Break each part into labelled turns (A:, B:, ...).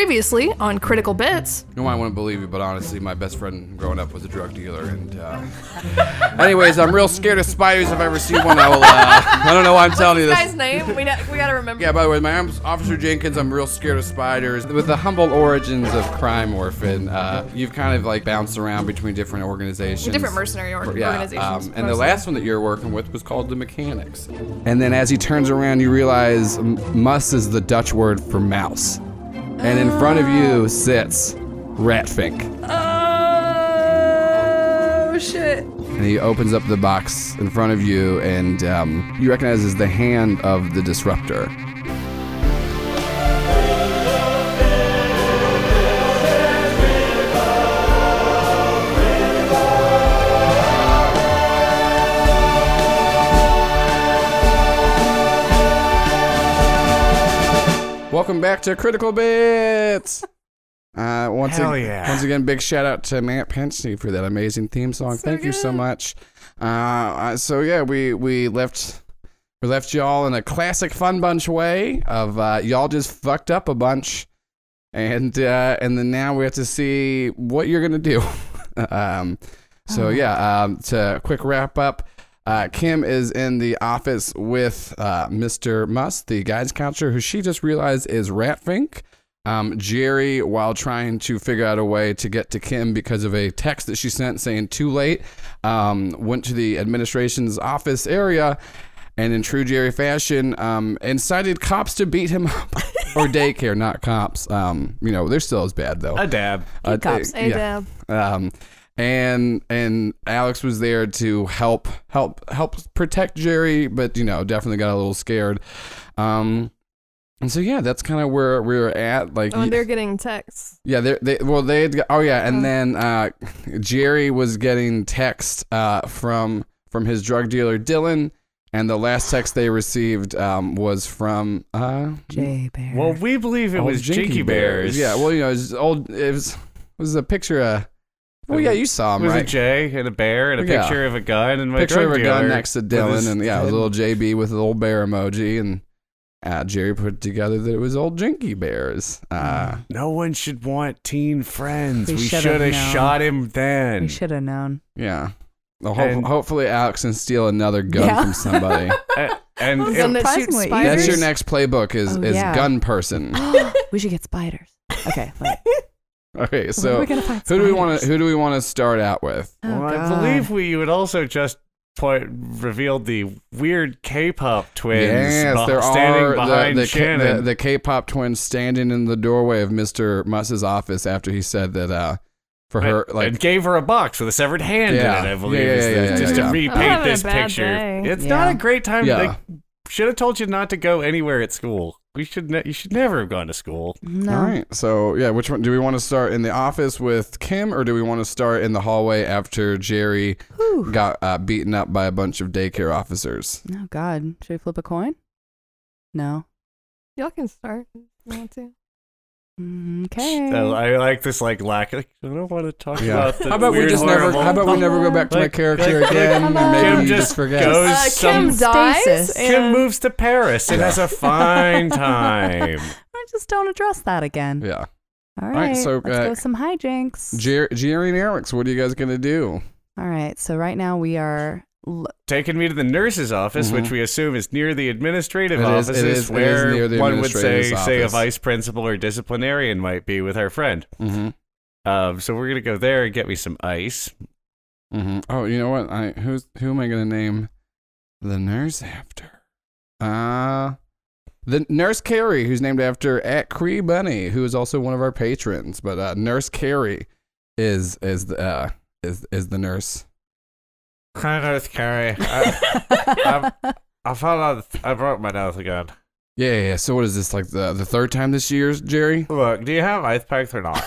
A: Previously on Critical Bits,
B: You might want to believe it, but honestly, my best friend growing up was a drug dealer. And uh, anyways, I'm real scared of spiders. If I ever see one, I will. Uh, I don't know why I'm telling you this.
A: guy's name we, we gotta remember.
B: Yeah, by the way, my name's Officer Jenkins. I'm real scared of spiders. With the humble origins of Crime Orphan, uh, you've kind of like bounced around between different organizations.
A: Different mercenary or-
B: yeah,
A: organizations,
B: Um, and the
A: mostly.
B: last one that you're working with was called The Mechanics. And then as he turns around, you realize m- muss is the Dutch word for mouse. And in front of you sits Ratfink.
A: Oh shit!
B: And he opens up the box in front of you, and um, you recognize as the hand of the disruptor. Welcome back to Critical Bits. Uh, once,
C: Hell
B: ag-
C: yeah.
B: once again, big shout out to Matt Pensney for that amazing theme song. Thank you so much. Uh, Uh, so yeah, we we left we left y'all in a classic Fun Bunch way of uh, y'all just fucked up a bunch, and uh, and then now we have to see what you're gonna do. um, so yeah, um, to quick wrap up, uh, Kim is in the office with uh, Mr. Must, the guidance counselor, who she just realized is Ratfink. Um, Jerry, while trying to figure out a way to get to Kim because of a text that she sent saying too late, um, went to the administration's office area and, in true Jerry fashion, um, incited cops to beat him up. or daycare, not cops. Um, you know, they're still as bad, though.
C: A dab.
B: Uh,
A: cops.
B: uh,
A: Hey,
B: yeah. Um, and and Alex was there to help help help protect Jerry, but you know definitely got a little scared. Um, and so yeah, that's kind of where we were at. Like
A: Oh,
B: y-
A: and they're getting texts.
B: yeah, they they well they had, got- oh yeah, and
A: Oh.
B: then uh, Jerry was getting text uh, from from his drug dealer Dylan, and the last text they received um, was from uh,
A: J Bear.
C: Well, we believe it
B: Old
C: was
B: Jinky
C: Jinky Bears.
B: Yeah, well, you know, it's old. It was was a picture of. Well, yeah, you saw
C: it
B: him,
C: was
B: right?
C: a J and a bear and a
B: Yeah.
C: picture of a gun and my
B: picture
C: drug
B: of a
C: dealer
B: gun next to
C: with
B: Dylan,
C: his
B: and yeah, it was
C: head.
B: little JB with a little bear emoji, and uh, Jerry put together that it was old Jinky Bears. Uh,
C: No one should want teen friends.
D: We
C: We,
D: should've
C: should have
D: known.
C: shot him then.
D: We should have known.
B: yeah. Well, ho-
C: And-
B: hopefully, Alex can steal another gun
D: Yeah.
B: from somebody.
C: A- and
A: Gun
C: it-
A: that shoots
D: surprisingly,
A: spiders.
B: That's your next playbook is
D: Oh,
B: is
D: yeah.
B: gun person.
D: we should get spiders. Okay. Wait.
B: Okay,
D: Where are
B: so
D: we gonna find
B: who do we want to
D: spiders?
B: who do we want to start out with?
D: Oh,
C: well, I
D: God.
C: believe we would also just point, revealed the weird K-pop twins
B: Yes,
C: beh-
B: there
C: standing
B: are the,
C: behind
B: the, K-
C: Shannon.
B: the, the K-pop twins standing in the doorway of Mr. Muss's office after he said that uh, for her
C: and,
B: like
C: and gave her a box with a severed hand
B: Yeah.
C: in it. I believe
B: Yeah, yeah,
C: is the-
B: yeah, yeah,
C: just
B: yeah. I'm
C: to
A: having
C: repaint
A: a
C: this
A: bad
C: picture.
A: day.
C: It's not
D: Yeah.
C: a great time.
B: Yeah.
C: They should have told you not to go anywhere at school. We should. Ne- you should never have gone to school.
D: No.
B: All right. So, yeah, which one do we want to start in the office with Kim or do we want to start in the hallway after Jerry
D: Whew.
B: got uh, beaten up by a bunch of daycare officers?
D: Oh God. Should we flip a coin? No.
A: Y'all can start. if You want to?
D: Mm, Okay.
C: Uh, I like this like lack. Like, I don't want to talk about. The
B: How about we
C: weird,
B: just never
C: horrible-
B: how about we never go back to my
C: Like-
B: character
C: like-
B: again
A: like-
B: and maybe
A: Kim
B: you just,
C: just
B: forget.
C: goes-
A: Uh,
C: some-
A: Kim dies.
D: Stasis.
C: Kim
A: and-
C: moves to Paris and has a fine time.
D: I just don't address that again.
B: Yeah.
D: All right.
B: right, so,
D: let's
B: uh,
D: go some hijinks.
B: Jer- Jerry and Alex, what are you guys going to do?
D: All right. So right now we are. L-
C: Taking me to the nurse's office, which we assume is near the administrative
B: Mm-hmm. It is- it
C: offices,
B: is- it is
C: where
B: near the
C: one would say,
B: administrative's
C: say a
B: office.
C: vice principal or disciplinarian might be with our friend.
B: Mhm.
C: Um, so we're gonna go there and get me some ice.
B: Mhm. Oh, you know what? I who's who am I going to name the nurse after? Uh the nurse Carrie, who's named after at Cree Bunny, who is also one of our patrons. But uh, Nurse Carrie is is the uh, is is the nurse.
C: Earth Carrie. I, I found out I broke my nose again.
B: Yeah, yeah, yeah. So what is this like the the third time this year, Jerry?
C: Look, do you have ice packs or not?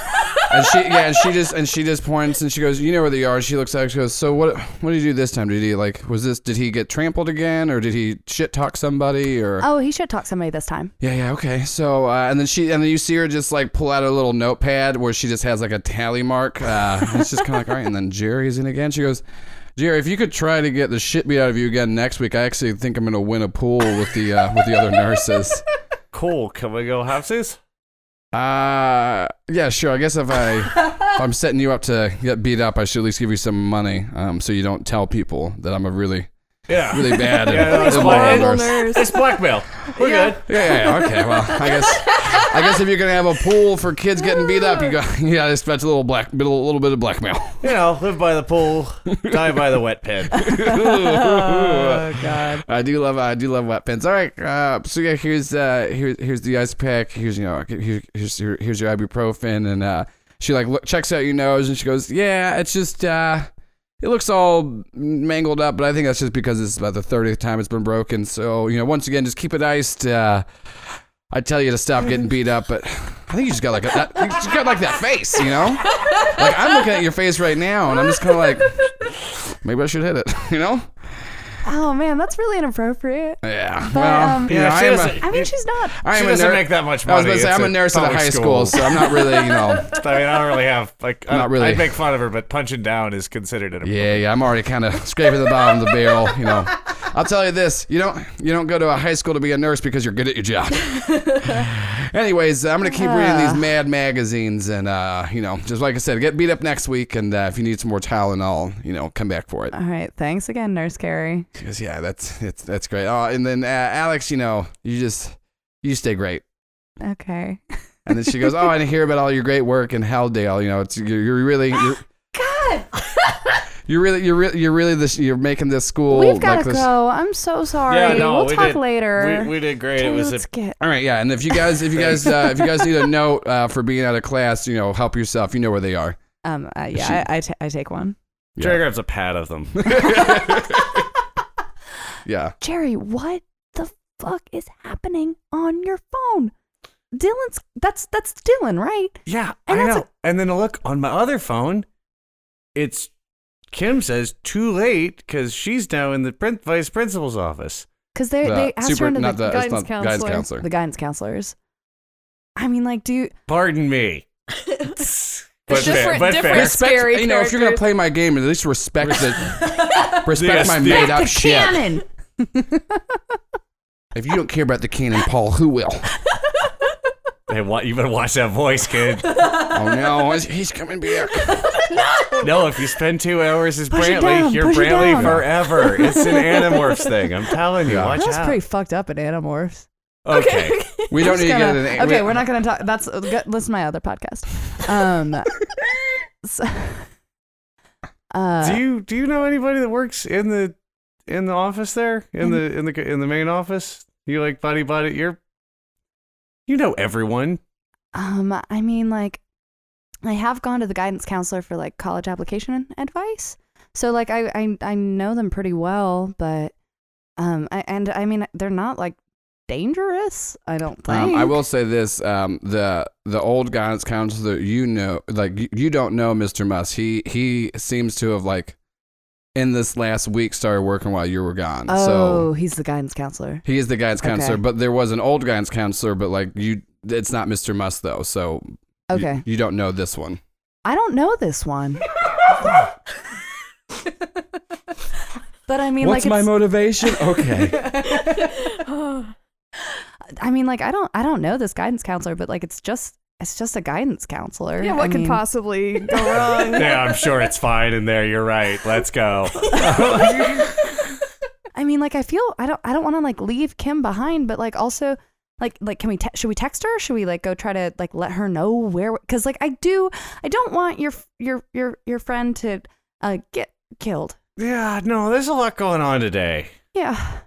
B: And she yeah, and she just and she just points and she goes, you know where they are. She looks at it, she goes, so what what did he do this time? Did he like was this did he get trampled again or did he shit talk somebody or?
D: oh, he should talk somebody this time.
B: Yeah, yeah, okay. So, uh, and then she, and then you see her just like pull out a little notepad where she just has like a tally mark. Uh, and it's just kind of like, all right. And then Jerry's in again. She goes, Jerry, if you could try to get the shit beat out of you again next week, I actually think I'm gonna win a pool with the uh, with the other nurses.
C: cool. Can we go have this?
B: Uh, yeah, sure. I guess if I if I'm setting you up to get beat up, I should at least give you some money, um, so you don't tell people that I'm a really
C: Yeah.
B: really bad and
C: Yeah, no, it's
B: immoral
C: fine.
A: Horrible
B: nurse.
A: nurse.
C: It's blackmail. We're good.
B: Yeah, yeah, okay. Well, I guess I guess if you're gonna have a pool for kids getting beat up, you got you gotta expect a little black, bit- a little bit of blackmail.
C: You know, live by the pool, die by the wet pen.
D: Oh god.
B: I do love I do love wet pens. All right, uh, so yeah, here's uh, here's here's the ice pack. Here's you know here, here's your, here's your ibuprofen, and uh, she like look, checks out your nose and she goes, yeah, it's just uh, it looks all mangled up, but I think that's just because it's about the thirtieth time it's been broken. So you know, once again, just keep it iced. Uh, I tell you to stop getting beat up, but I think you just got like a, that, you just got like that face, you know. Like I'm looking at your face right now, and I'm just kind of like, maybe I should hit it, you know?
D: Oh man, that's really inappropriate.
B: Yeah.
D: But,
B: well,
D: um,
B: you know,
C: Yeah,
B: I
C: she
B: am a-
C: doesn't.
D: I mean, she's not.
B: I
C: she
B: am a
C: doesn't
B: nurse.
C: make that
B: I
C: much money.
B: was gonna say
C: It's
B: I'm a nurse at a
C: public
B: high school. so I'm not really, you know.
C: I mean, I don't really have like. I,
B: Not really.
C: I'd make fun of her, but punching down is considered it.
B: Yeah, yeah. I'm already kind of scraping the bottom of the barrel, you know. I'll tell you this: you don't you don't go to a high school to be a nurse because you're good at your job. Anyways, I'm gonna keep reading
C: Ah.
B: these Mad magazines, and uh, you know, just like I said, get beat up next week, and uh, if you need some more Tylenol, you know, come back for it.
D: All right, thanks again, Nurse Carrie.
B: Because yeah, that's it's, that's great. Oh, and then uh, Alex, you know, you just you stay great.
D: Okay.
B: And then she goes, "Oh, I didn't hear about all your great work in Helldale. You know, it's you're, you're really you're,
D: Ah, God,
B: you're really you're really you're really this you're making this school
D: we've got
B: like
D: to
B: this."
D: go. I'm so sorry.
C: Yeah, no,
D: we'll
C: we
D: talk
C: did-
D: later.
C: We, we did great. It was a
D: Let's get.
B: All right, yeah. And if you guys if you guys uh, if you guys need a note uh, for being out of class, you know, help yourself. You know where they are.
D: Um. Uh,
B: She-
D: yeah, I I, t- I take one.
B: Yeah.
C: Jerry grabs a pad of them.
B: Yeah.
D: Jerry, what the fuck is happening on your phone? Dylan's. That's that's Dylan, right?
C: yeah,
D: And
C: I
D: that's
C: know. and then I look on my other phone. It's Kim says too late because she's now in the prin- vice principal's office.
D: Because they
B: The
D: they asked her into
B: not
D: the,
B: the- it's
A: guidance
B: not
A: counselor.
B: Guidance counselor.
D: the guidance counselors. I mean, like, do
C: Pardon me. but fair,
A: different-
C: but
A: different-
C: fair.
B: Respect,
A: Scary
B: you know, if you're gonna
A: characters.
B: play my game, at least respect the respect
C: Yes,
B: my
C: the-
B: made up shit.
D: cannon.
B: If you don't care about the cannon, Paul, who will?
C: Hey, wa- you better watch that voice, kid.
B: Oh no, he's- he's coming back.
C: no, if you spend two hours as
D: Push it
C: Brantley,
D: down,
C: you're
D: push it
C: Brantley
D: down.
C: forever. It's an Animorphs thing. I'm telling you.
B: Yeah.
C: Watch
D: That was
C: out.
D: pretty fucked up in Animorphs.
C: okay.
B: We don't
D: Just
B: need
D: gonna-
B: to get an
D: Okay, we're not gonna talk. That's go- listen to my other podcast. Um, so, uh,
C: do you do you know anybody that works in the in the office there in the in the in the main office? You like buddy buddy? You're you know everyone.
D: um, I mean, like, I have gone to the guidance counselor for like college application advice. So like, I I, I know them pretty well, but um, I, and I mean, they're not like dangerous. I don't think.
B: Um, I will say this: um, the the old guidance counselor, you know, like you, you don't know Mr. Musk. He he seems to have like in this last week started working while you were gone.
D: Oh,
B: So
D: he's the guidance counselor.
B: he is the guidance counselor,
D: Okay.
B: but there was an old guidance counselor, but like you, it's not Mr. Musk though. So you-
D: Okay.
B: you, don't know this one.
D: I don't know this one. but I mean, like, it's,
B: motivation? Okay,
D: I mean, like, I don't, I don't know this guidance counselor, but like, it's just, it's just a guidance counselor.
A: yeah, what
D: I
A: could
D: mean,
A: possibly go wrong?
C: Yeah, I'm sure it's fine in there. You're right. Let's go.
D: I mean, like, I feel, I don't, I don't want to like leave Kim behind, but like, also, like, like, can we, te- should we text her? Should we like go try to like let her know where? Because like, I do, I don't want your, your, your, your friend to uh, get killed.
C: yeah, no, there's a lot going on today.
D: Yeah,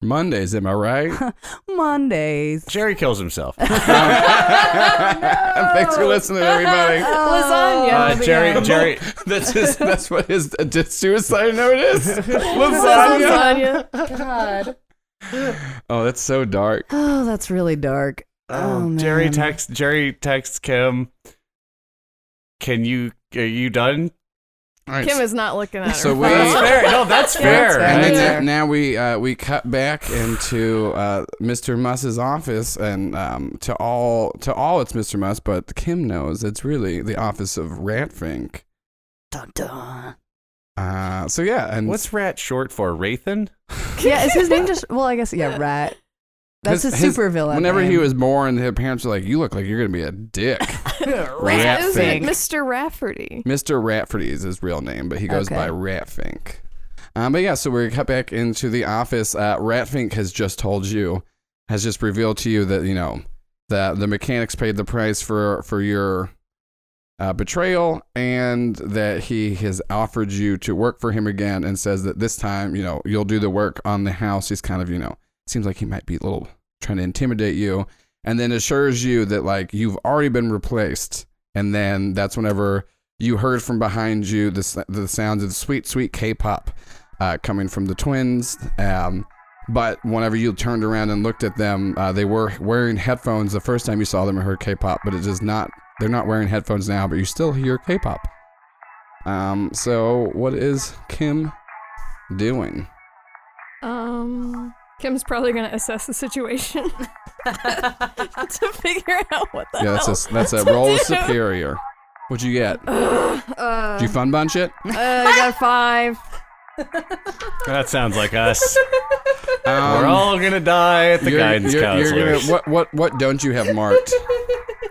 B: Mondays, am I right?
D: Mondays.
C: Jerry kills himself.
B: Um, Thanks for listening, everybody.
A: Lasagna.
C: Uh, Jerry, Jerry,
B: That's his, that's what his uh, suicide note is. Lasagna.
A: Lasagna.
D: God.
B: Oh, that's so dark.
D: Oh, that's really dark. Oh,
C: Um, Jerry
D: man.
C: texts Jerry texts Kim. Can you are you done?
B: All right.
A: Kim is not looking at her.
B: So we-
C: That's
A: phone.
C: fair. No, that's fair.
D: fair.
B: and
C: right?
B: then
A: Yeah.
B: that- now we uh, we cut back into uh, Mr. Muss's office, and um, to all to all it's Mr. Muss, but Kim knows it's really the office of Ratfink.
D: Dun, dun.
B: Uh, so yeah, and
C: What's rat short for? Rathan?
D: Yeah, is his name just well? I guess yeah, rat. That's
B: His-
D: a
B: his-
D: super villain.
B: Whenever he
D: name.
B: was born, his parents were like, "You look like you're gonna be a dick."
A: Rat
B: Rat
A: is
B: Fink.
A: it Mr. Rafferty?
B: Mr. Ratford is his real name, but he goes
D: Okay.
B: by Ratfink. Um, but yeah, so we cut back into the office. Uh, Ratfink has just told you, has just revealed to you that you know that the mechanics paid the price for for your uh, betrayal, and that he has offered you to work for him again, and says that this time you know you'll do the work on the house. He's kind of you know seems like he might be a little trying to intimidate you, and then assures you that like you've already been replaced, and then that's whenever you heard from behind you the, s- the sounds of sweet, sweet K pop uh, coming from the twins. Um, but whenever you turned around and looked at them, uh, they were wearing headphones the first time you saw them and heard K pop, but it does not, they're not wearing headphones now, but you still hear K pop. Um, so what is Kim doing?
A: Um, Kim's probably gonna assess the situation to figure out what the
B: Yeah,
A: hell.
B: that's a, that's a
A: to
B: roll of
A: do.
B: superior. What'd you get? Did
A: Uh,
B: you fun bunch it?
A: uh, I got a five.
C: That sounds like us. We're
B: Um,
C: all gonna die at the
B: you're-
C: guidance
B: you're- you're
C: counselors.
B: gonna- what, what, what don't you have marked?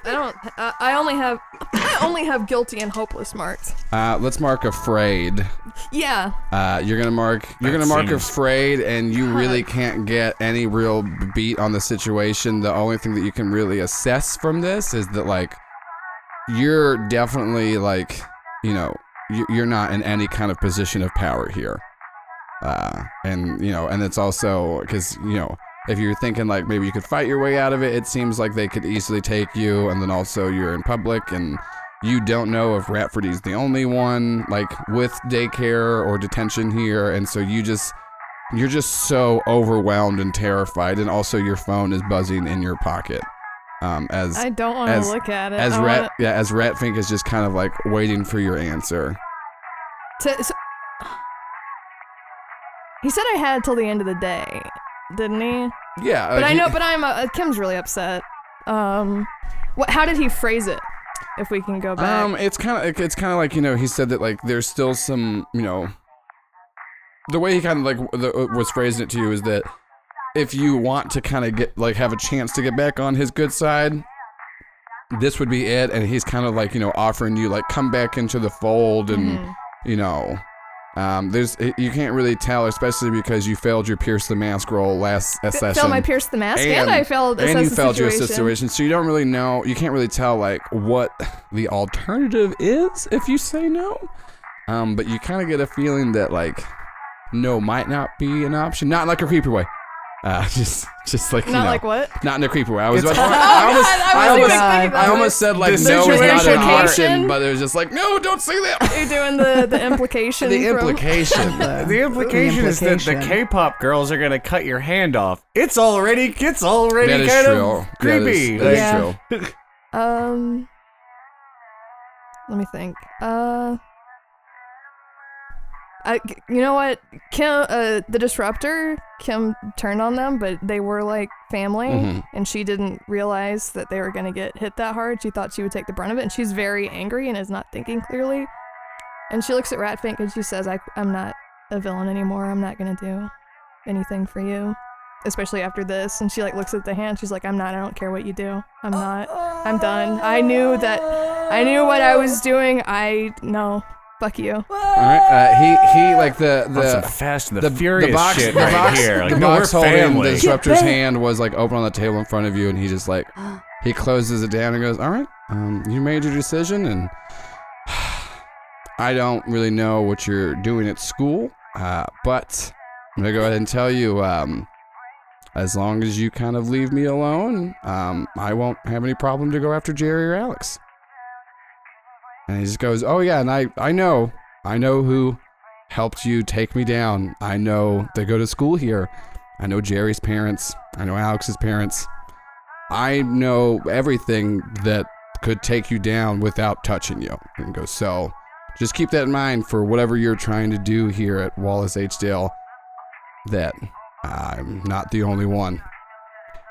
A: I don't. Uh, I only have. I only have guilty and hopeless marked.
B: Uh, let's mark afraid.
A: Yeah.
B: Uh, you're gonna mark. You're
C: That
B: gonna mark
C: seems-
B: afraid, and you really can't get any real beat on the situation. The only thing that you can really assess from this is that like you're definitely like you know you- you're not in any kind of position of power here, uh, and you know, and it's also because you know if you're thinking like maybe you could fight your way out of it, it seems like they could easily take you, and then also you're in public and you don't know if Ratford is the only one like with daycare or detention here and so you just you're just so overwhelmed and terrified and also your phone is buzzing in your pocket um, as
A: I don't want
B: as-
A: to look at it.
B: as
A: I
B: rat
A: wanna-
B: yeah as ratfink is just kind of like waiting for your answer
A: To, so, he said I had till the end of the day, didn't he?
B: yeah
A: But
B: uh,
A: I
B: he-
A: know. But I'm. Uh, Kim's really upset. Um, what? How did he phrase it? If we can go back.
B: Um, it's kind of it's kind of like you know he said that like there's still some you know the way he kind of like w- the, uh, was phrasing it to you is that if you want to kind of get like have a chance to get back on his good side, this would be it. And he's kind of like you know offering you like come back into the fold and
A: Mhm.
B: you know. Um, there's you can't really tell, especially because you failed your Pierce the Mask roll last uh, session
A: failed my Pierce the Mask, and, I failed.
B: and
A: assess
B: you
A: the
B: failed your
A: situation.
B: assist situation, so you don't really know. You can't really tell like what the alternative is if you say no. Um, but you kind of get a feeling that like no might not be an option. Not in, like a creepy way. Uh, just just like you
A: Not
B: know,
A: like what? Oh,
B: not in a creepy way. I was
C: It's
B: about to, I almost, I
A: wasn't
B: almost,
A: expecting
B: I
A: that.
B: almost said like
C: The
B: no is not an option,
A: situation-
B: but it was just like no, don't say that.
A: You're doing the the implication.
B: the
A: from-
B: implication.
C: the implication is that the
D: implication.
C: K-pop girls are gonna cut your hand off. It's already, it's already
B: That is
C: kind
B: true.
C: of creepy.
B: That is,
A: Yeah.
B: that is true.
A: Um. Let me think. Uh. I, you know what, Kim, uh, the disruptor, Kim turned on them, but they were like family,
B: Mhm.
A: and she didn't realize that they were gonna get hit that hard. She thought she would take the brunt of it, and she's very angry and is not thinking clearly. And she looks at Ratfink and she says, I, "I'm not a villain anymore. I'm not gonna do anything for you, especially after this." And she like looks at the hand. She's like, "I'm not. I don't care what you do. I'm not." I'm done. I knew that. I knew what I was doing. I no. Fuck you.
B: All right. Uh, he he like the
C: On some
B: the
C: Fast and the,
B: the- the
C: Furious
B: box-
C: shit
B: the
C: right
B: box-
C: here. Like,
B: the
C: no, we're
B: box holding the
C: family.
B: disruptor's
D: back.
B: hand was like open on the table in front of you, and he just like he closes it down and goes, "All right, um, you made your decision, and I don't really know what you're doing at school, uh, but I'm gonna go ahead and tell you, um, as long as you kind of leave me alone, um, I won't have any problem to go after Jerry or Alex." And he just goes, "Oh yeah, and I I know I know who helped you take me down. I know they go to school here. I know Jerry's parents. I know Alex's parents. I know everything that could take you down without touching you. And he goes, so just keep that in mind for whatever you're trying to do here at Wallace H. Dale, that I'm not the only one.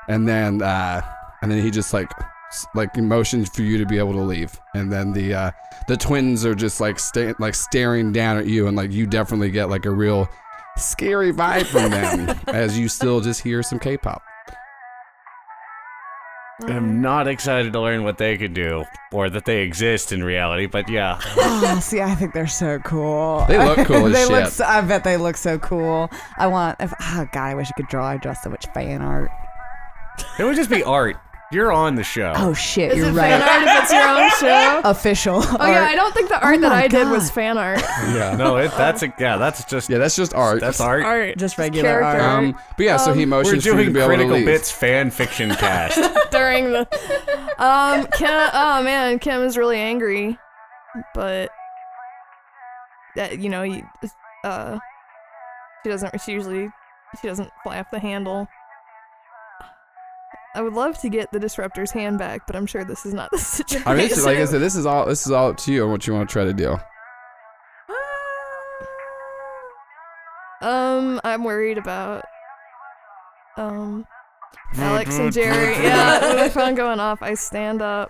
B: And then, uh, and then he just like, s- like motions for you to be able to leave. And then the, uh, the twins are just like sta- like staring down at you and like you definitely get like a real scary vibe from them as you still just hear some K-pop.
C: I'm not excited to learn what they can do or that they exist in reality, but yeah.
D: Oh,
E: Ah, see, I think they're so cool.
B: They look cool as
E: they Look
B: shit.
E: so, I bet they look so cool. I want. If, oh God, I wish I could draw. I draw so much fan art.
C: It would just be art. You're on the show.
E: Oh shit,
A: Is
E: you're
A: it
E: right.
A: fan art if it's your own show?
E: Official.
A: Oh yeah, I don't think the art that
E: my
A: I did was
E: God.
A: fan art.
B: Yeah.
C: No, it, that's a yeah. That's just
B: Yeah, that's just art.
C: that's art.
A: art,
E: Just regular
A: character
E: art.
B: Um, but yeah, so he
C: We're
B: motions for you to
C: doing
B: be able to
C: critical
B: leave.
C: bits fan fiction cast.
A: during the. Um, Kim. Oh man, Kim is really angry, but that you know, you, uh, she doesn't. She usually she doesn't fly off the handle. I would love to get the disruptor's hand back, but I'm sure this is not the situation.
B: I mean, it's- like I said, this is all this is all up to you and what you want to try to do.
A: Um, I'm worried about um
B: Mm-hmm.
A: Alex and Jerry. Yeah, with my phone going off, I stand up.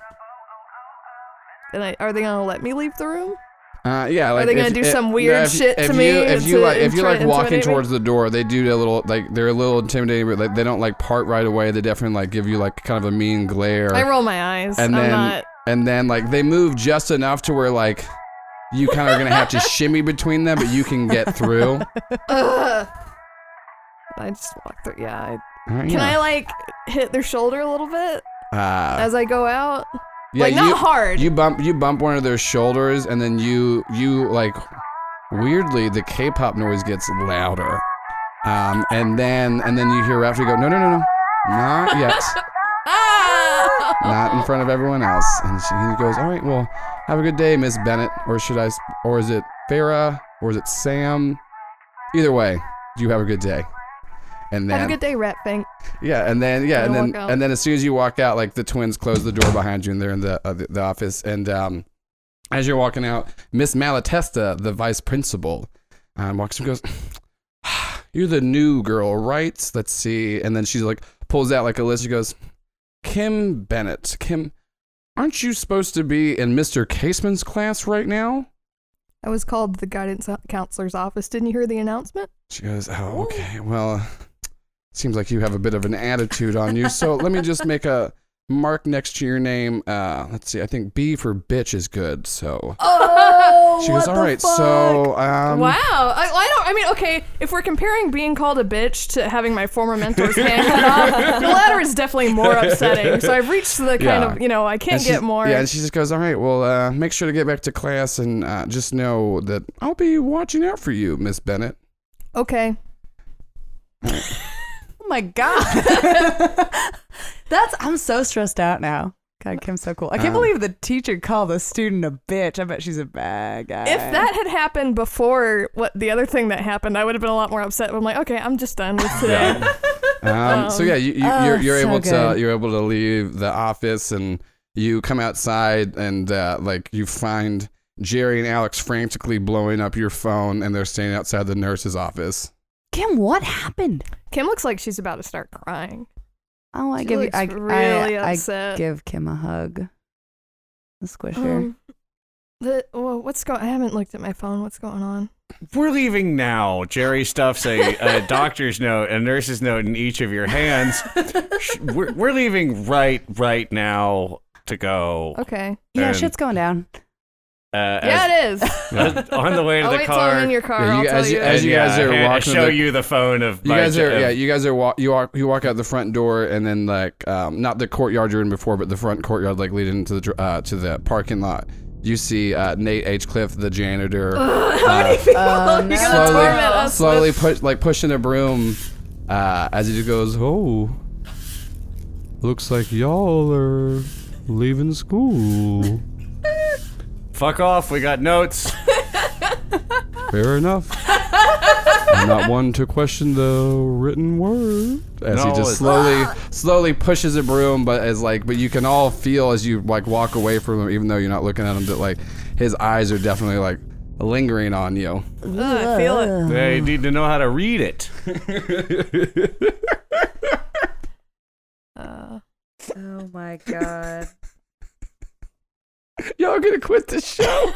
A: And I, are they gonna let me leave the room?
B: Uh, yeah, like
A: they gonna
B: if-
A: do
B: if-
A: some weird
B: no, if-
A: shit to
B: if
A: me
B: You, if you
A: to
B: like, if you
A: intri-
B: like walking
A: intimidate me?
B: towards the door, they do a little like they're a little intimidating, but like they don't like part right away. They definitely like give you like kind of a mean glare,
A: I roll my eyes.
B: and
A: I'm
B: then
A: not.
B: and then like they move just enough to where like you kind of are gonna have to shimmy between them, but you can get through.
A: Ugh. I just walk through. Yeah. I,
B: Uh,
A: Can I
B: yeah.
A: like hit their shoulder a little bit
B: Uh,
A: as I go out?
B: yeah,
A: like not
B: you-
A: hard.
B: You bump you bump one of their shoulders and then you you like weirdly the K-pop noise gets louder. Um and then and then you hear Rafter go, No no no no. Not yet.
A: ah!
B: Not in front of everyone else. And she, he goes, All right, well, have a good day, Miss Bennett. Or should I s- or is it Farah? Or is it Sam? Either way, you have a good day. And then
A: Have a good day, Rat Fang.
B: yeah, and then yeah,
A: Gonna
B: and then
A: walk out.
B: and then as soon as you walk out, like the twins close the door behind you, and they're in the uh, the, the office. And um, as you're walking out, Miss Malatesta, the vice principal, um, walks and goes, "You're the new girl, right? Let's see." And then she's like pulls out like a list. She goes, "Kim Bennett, Kim." Aren't you supposed to be in Mr. Caseman's class right now?
A: I was called to the guidance counselor's office. Didn't you hear the announcement?
B: She goes, Oh, okay. Well, seems like you have a bit of an attitude on you. So let me just make a mark next to your name. Uh, let's see. I think B for bitch is good. So
A: Oh,
B: she goes, All right. So, um,
A: wow. I, I don't. I mean, okay. If we're comparing being called a bitch to having my former mentor's hand cut off, the latter is definitely more upsetting. So I've reached the kind
B: Yeah.
A: of you know I
B: and
A: can't
B: she's-
A: get more.
B: Yeah, and she just goes, "All right, well, uh, make sure to get back to class, and uh, just know that I'll be watching out for you, Miss Bennett."
A: okay.
E: Oh my god. That's I'm so stressed out now. God, Kim's so cool. I can't
B: Um,
E: believe the teacher called the student a bitch. I bet she's a bad guy.
A: If that had happened before what the other thing that happened, I would have been a lot more upset. I'm like, okay, I'm just done with today.
B: Um, so
A: Um,
B: yeah, you, you,
E: oh,
B: you're, you're
E: so
B: able to
E: good.
B: you're able to leave the office, and you come outside, and uh, like you find Jerry and Alex frantically blowing up your phone, and they're standing outside the nurse's office.
E: Kim, what happened?
A: Kim looks like she's about to start crying.
E: Oh, I
A: She
E: give you.
A: looks
E: I,
A: really
E: I, I
A: upset.
E: give Kim a hug. A squisher.
A: Uh, Um, the, well, what's going? I haven't looked at my phone. What's going on?
C: We're leaving now. Jerry stuffs a, a doctor's note, a nurse's note in each of your hands. Sh- We're, we're leaving right, right now to go.
A: Okay.
E: yeah,
C: and-
E: shit's going down.
C: Uh,
A: yeah,
C: as-
A: it is.
C: uh, on the way to
A: I'll
C: the
A: wait till
C: car.
A: I'm in your car.
B: Yeah, you
A: I'll
B: guys-
A: tell you.
B: as
C: and
B: you
C: yeah,
B: guys are
C: I hand- I
B: walking
C: show
B: the-
C: you the phone of
B: You
C: my
B: guys are
C: of-
B: yeah, you guys are walk you walk you walk out the front door, and then like um, not the courtyard you're in before, but the front courtyard like leading into the dr- uh, to the parking lot. You see uh, Nate H. Cliff, the janitor. uh,
E: Um,
A: You're gonna
B: slowly,
A: torment us
B: slowly push, like pushing a broom uh, as he just goes, Oh, looks like y'all are leaving school.
C: Fuck off. We got notes.
B: Fair enough. I'm not one to question the written word. As he
C: No,
B: just
C: it's-
B: slowly, slowly pushes a broom, but as like, but you can all feel as you like walk away from him, even though you're not looking at him, that like his eyes are definitely like lingering on you.
A: Ugh, I feel it.
C: they need to know how to read it.
A: Uh,
E: Oh my god.
B: Y'all gonna quit the show?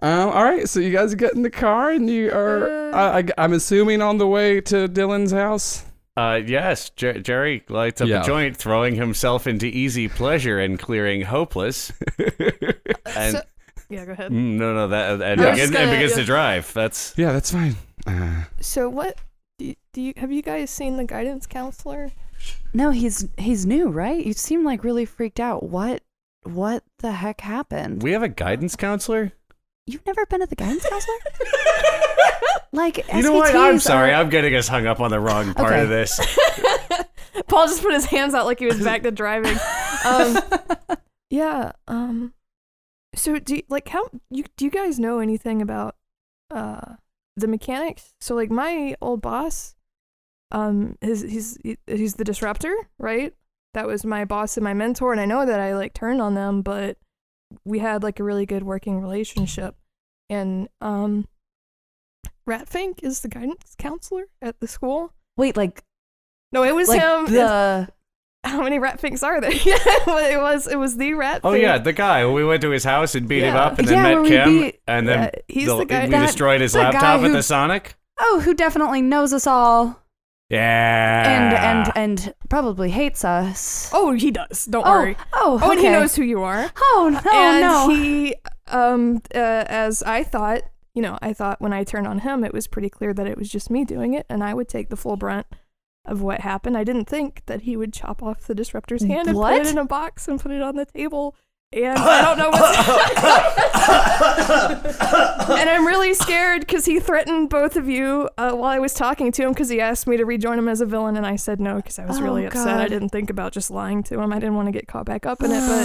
B: um, all right, so you guys get in the car and you are, I, I, I'm assuming, on the way to Dylan's house.
C: Uh, yes, Jer- Jerry lights up
B: Yeah.
C: a joint, throwing himself into easy pleasure and clearing hopeless. and
A: So- yeah, go ahead.
C: Mm, no, no, that and,
B: Yeah. I was
C: begin,
A: just gonna-
C: and begins
A: yeah.
C: to drive. That's
B: Yeah, that's fine. Uh,
A: So what do you, do you have you guys seen the guidance counselor?
D: No, he's he's new, right? You seem like really freaked out. What what the heck happened?
C: we have a guidance counselor.
D: You've never been at the guidance counselor? Like
C: You know what? I'm
D: SPTs
C: sorry.
D: are-
C: I'm getting us hung up on the wrong part
D: Okay.
C: of this.
A: Paul just put his hands out like he was back to driving. Um, yeah. Um, so do you, like how you do you guys know anything about uh the mechanics? So like my old boss, um, his he's he- he's the disruptor, right? That was my boss and my mentor, and I know that I like turned on them, but we had like a really good working relationship, and um. Ratfink is the guidance counselor at the school.
D: Wait, like
A: No, it was
D: like
A: him. It's-
D: the
A: how many rat finks are there? yeah, well, it was it was the rat.
C: Oh
A: fink.
C: yeah, the guy. We went to his house and beat him
A: Yeah.
C: up, and then
D: Yeah, where
C: met
D: we
C: Kim,
D: beat-
C: and then
A: Yeah, he's
C: the-
A: the guy.
C: we
A: that-
C: destroyed his
D: the guy
C: laptop at
D: who-
C: the Sonic.
D: oh, who definitely knows us all and
C: Yeah.
D: and and probably hates us.
A: oh, he does. Don't
D: oh,
A: worry.
D: oh,
A: Oh, and he
D: okay.
A: knows who you are.
D: Oh no,
A: and
D: no.
A: he, um, uh, as I thought, you know, I thought when I turned on him, it was pretty clear that it was just me doing it, and I would take the full brunt of what happened. I didn't think that he would chop off the disruptor's hand and put
D: What?
A: it in a box and put it on the table. And I don't know what's. and I'm really scared because he threatened both of you uh, while I was talking to him because he asked me to rejoin him as a villain, and I said no because I was really
D: Oh,
A: upset. I
D: God.
A: didn't think about just lying to him. I didn't want to get caught back up in it, but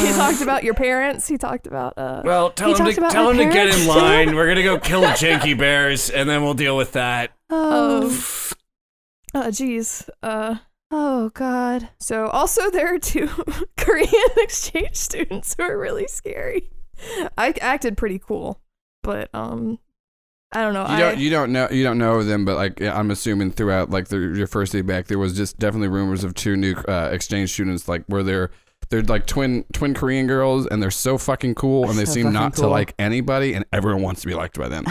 A: he
D: God.
A: talked about your parents. He talked about uh,
C: well, tell
D: He
C: him to
D: talked about
C: tell
D: my
C: him to get
D: parents,
C: in
D: too.
C: line. We're gonna go kill janky bears, and then we'll deal with that.
D: oh,
A: um, uh, geez. Uh,
D: oh God.
A: so also there are two Korean exchange students who are really scary. I acted pretty cool, but um, I don't know.
B: you
A: I,
B: don't you don't know you don't know them, but like I'm assuming throughout like the, your first day back, there was just definitely rumors of two new uh, exchange students like where they're they're like twin twin Korean girls, and they're so fucking cool, and they
E: So
B: seem
E: fucking
B: not to
E: cool.
B: like anybody, and everyone wants to be liked by them.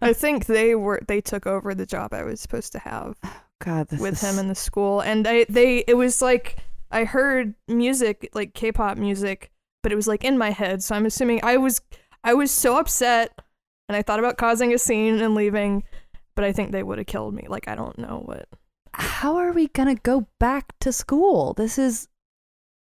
A: I think they were they took over the job I was supposed to have
E: God, this
A: with
E: is-
A: him in the school, and I they it was like I heard music like K-pop music, but it was like in my head, so I'm assuming I was I was so upset, and I thought about causing a scene and leaving, but I think they would have killed me. Like I don't know what.
D: How are we gonna go back to school? This is.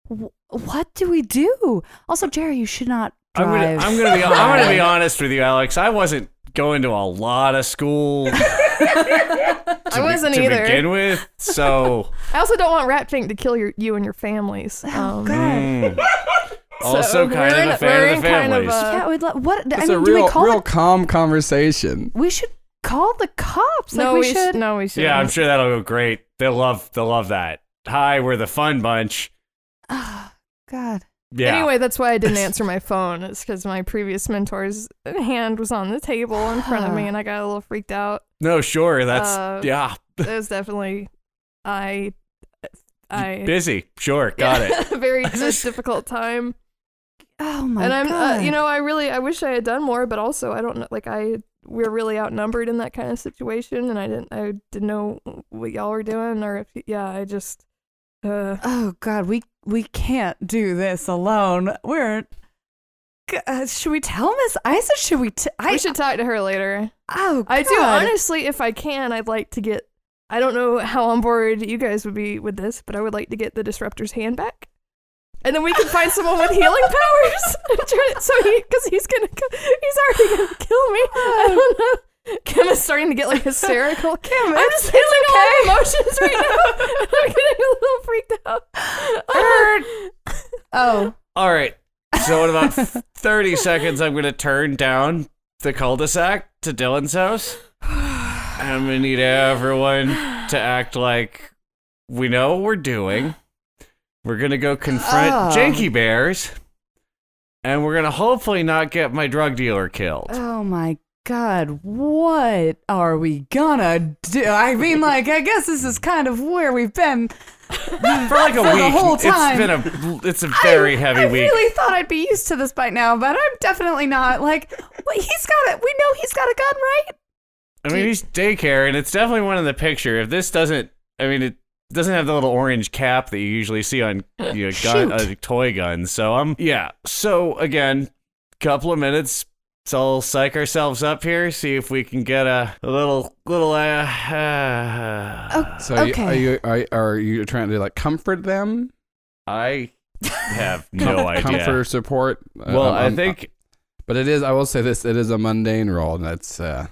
D: wh- What do we do? Also, Jerry, you should not
C: I'm gonna,
D: drive.
C: I'm gonna be, I'm gonna be honest with you, Alex. I wasn't going to a lot of school to,
A: I wasn't
C: to
A: either.
C: begin with, so
A: I also don't want Ratfink to kill your you and your families. Um,
C: mm. also
A: so
C: kind
A: we're in-
C: of a
A: we're in
C: fan of the
A: kind of
C: families.
A: a-
D: yeah, we'd lo- what? I
B: It's
D: mean,
B: a
D: do
B: real
D: we call?
B: real
D: the,
B: calm conversation.
D: we should call the cops.
A: no,
D: like we,
A: sh-
D: should.
A: no, we should.
C: yeah, I'm sure that'll go great. They'll love, they'll love that. Hi, we're the fun bunch.
D: Ah, God.
C: Yeah.
A: Anyway, that's why I didn't answer my phone. It's because my previous mentor's hand was on the table in front of me, and I got a little freaked out.
C: no, sure. That's
A: Uh,
C: yeah.
A: It was definitely, I, I
C: busy. Sure, got it.
A: a very difficult time.
D: Oh my
A: and I'm,
D: God.
A: Uh, you know, I really, I wish I had done more, but also I don't know, like I, we're really outnumbered in that kind of situation, and I didn't, I didn't know what y'all were doing, or if, yeah, I just, uh,
E: Oh God, we we can't do this alone. We're. G- Uh, should we tell Miss Isa? Should we? T- I
A: I should talk to her later.
E: oh,
A: I do
E: God.
A: honestly, if I can, I'd like to get. I don't know how on board you guys would be with this, but I would like to get the disruptor's hand back, and then we can find someone with healing powers. and turn it- so he, because he's gonna, co- he's already gonna kill me. I don't know. Kim is starting to get like hysterical. Kim, I'm just feeling all my emotions right now. I'm getting a little freaked out.
D: oh,
C: All right. So in about 30 seconds, I'm going to turn down the cul-de-sac to Dylan's house. And I'm going to need everyone to act like we know what we're doing. We're going to go confront
A: Um.
D: Oh.
C: Janky Bears. And we're going to hopefully not get my drug dealer killed.
E: Oh my God, what are we gonna do? I mean, like, I guess this is kind of where we've been.
C: For like a
E: the
C: week.
E: whole time.
C: It's been a it's a very heavy
E: I
C: week.
E: really thought I'd be used to this by now, but I'm definitely not. Like, what, he's got it. We know he's got a gun, right?
C: I mean,
A: Do-
C: he's daycare, and it's definitely one in the picture. If this doesn't, I mean, it doesn't have the little orange cap that you usually see on you know, gun, uh, toy guns. So I'm, yeah. So again, couple of minutes. So we'll psych ourselves up here, see if we can get a, a little, little, uh, uh,
D: Oh,
B: So are you-
D: Okay.
B: are you are, are you trying to like comfort them?
C: I have no idea.
B: Comfort support. Uh,
C: Well,
B: um,
C: I
B: um,
C: think
B: But it is. I will say this: it is a mundane roll, and that's uh,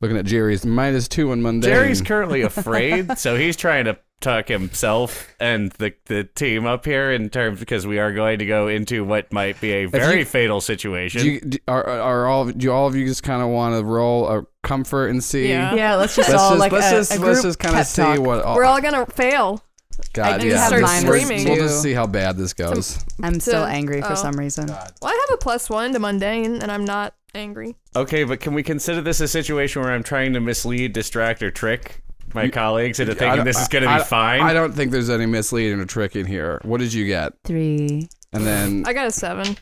B: looking at Jerry's minus two in mundane.
C: Jerry's currently afraid, so he's trying to tuck himself and the the team up here in terms because we are going to go into what might be a very
B: you-
C: fatal situation.
B: do you, do, are, are all of- do all of you just kind of want to roll a comfort and see?
A: Yeah.
E: Yeah, let's just
B: Let's
E: all
B: just
E: like
B: let's
E: a,
B: just
E: a group
B: let's just kind of
E: pep
B: see
E: talk.
B: what all,
A: We're all gonna fail.
B: God,
A: I
B: yeah.
A: start
B: this- we're-
A: screaming.
B: We'll just
D: too.
B: see how bad this goes.
D: I'm still
A: So-
D: angry for
A: oh.
D: some reason.
A: Well, I have a plus one to mundane, and I'm not angry.
C: okay, but can we consider this a situation where I'm trying to mislead, distract, or trick my colleagues into
B: I
C: thinking
B: don't-
C: this is going to
B: I-
C: be fine?
B: I don't think there's any misleading or trick in here. What did you get?
D: Three.
B: And then
A: I got a seven.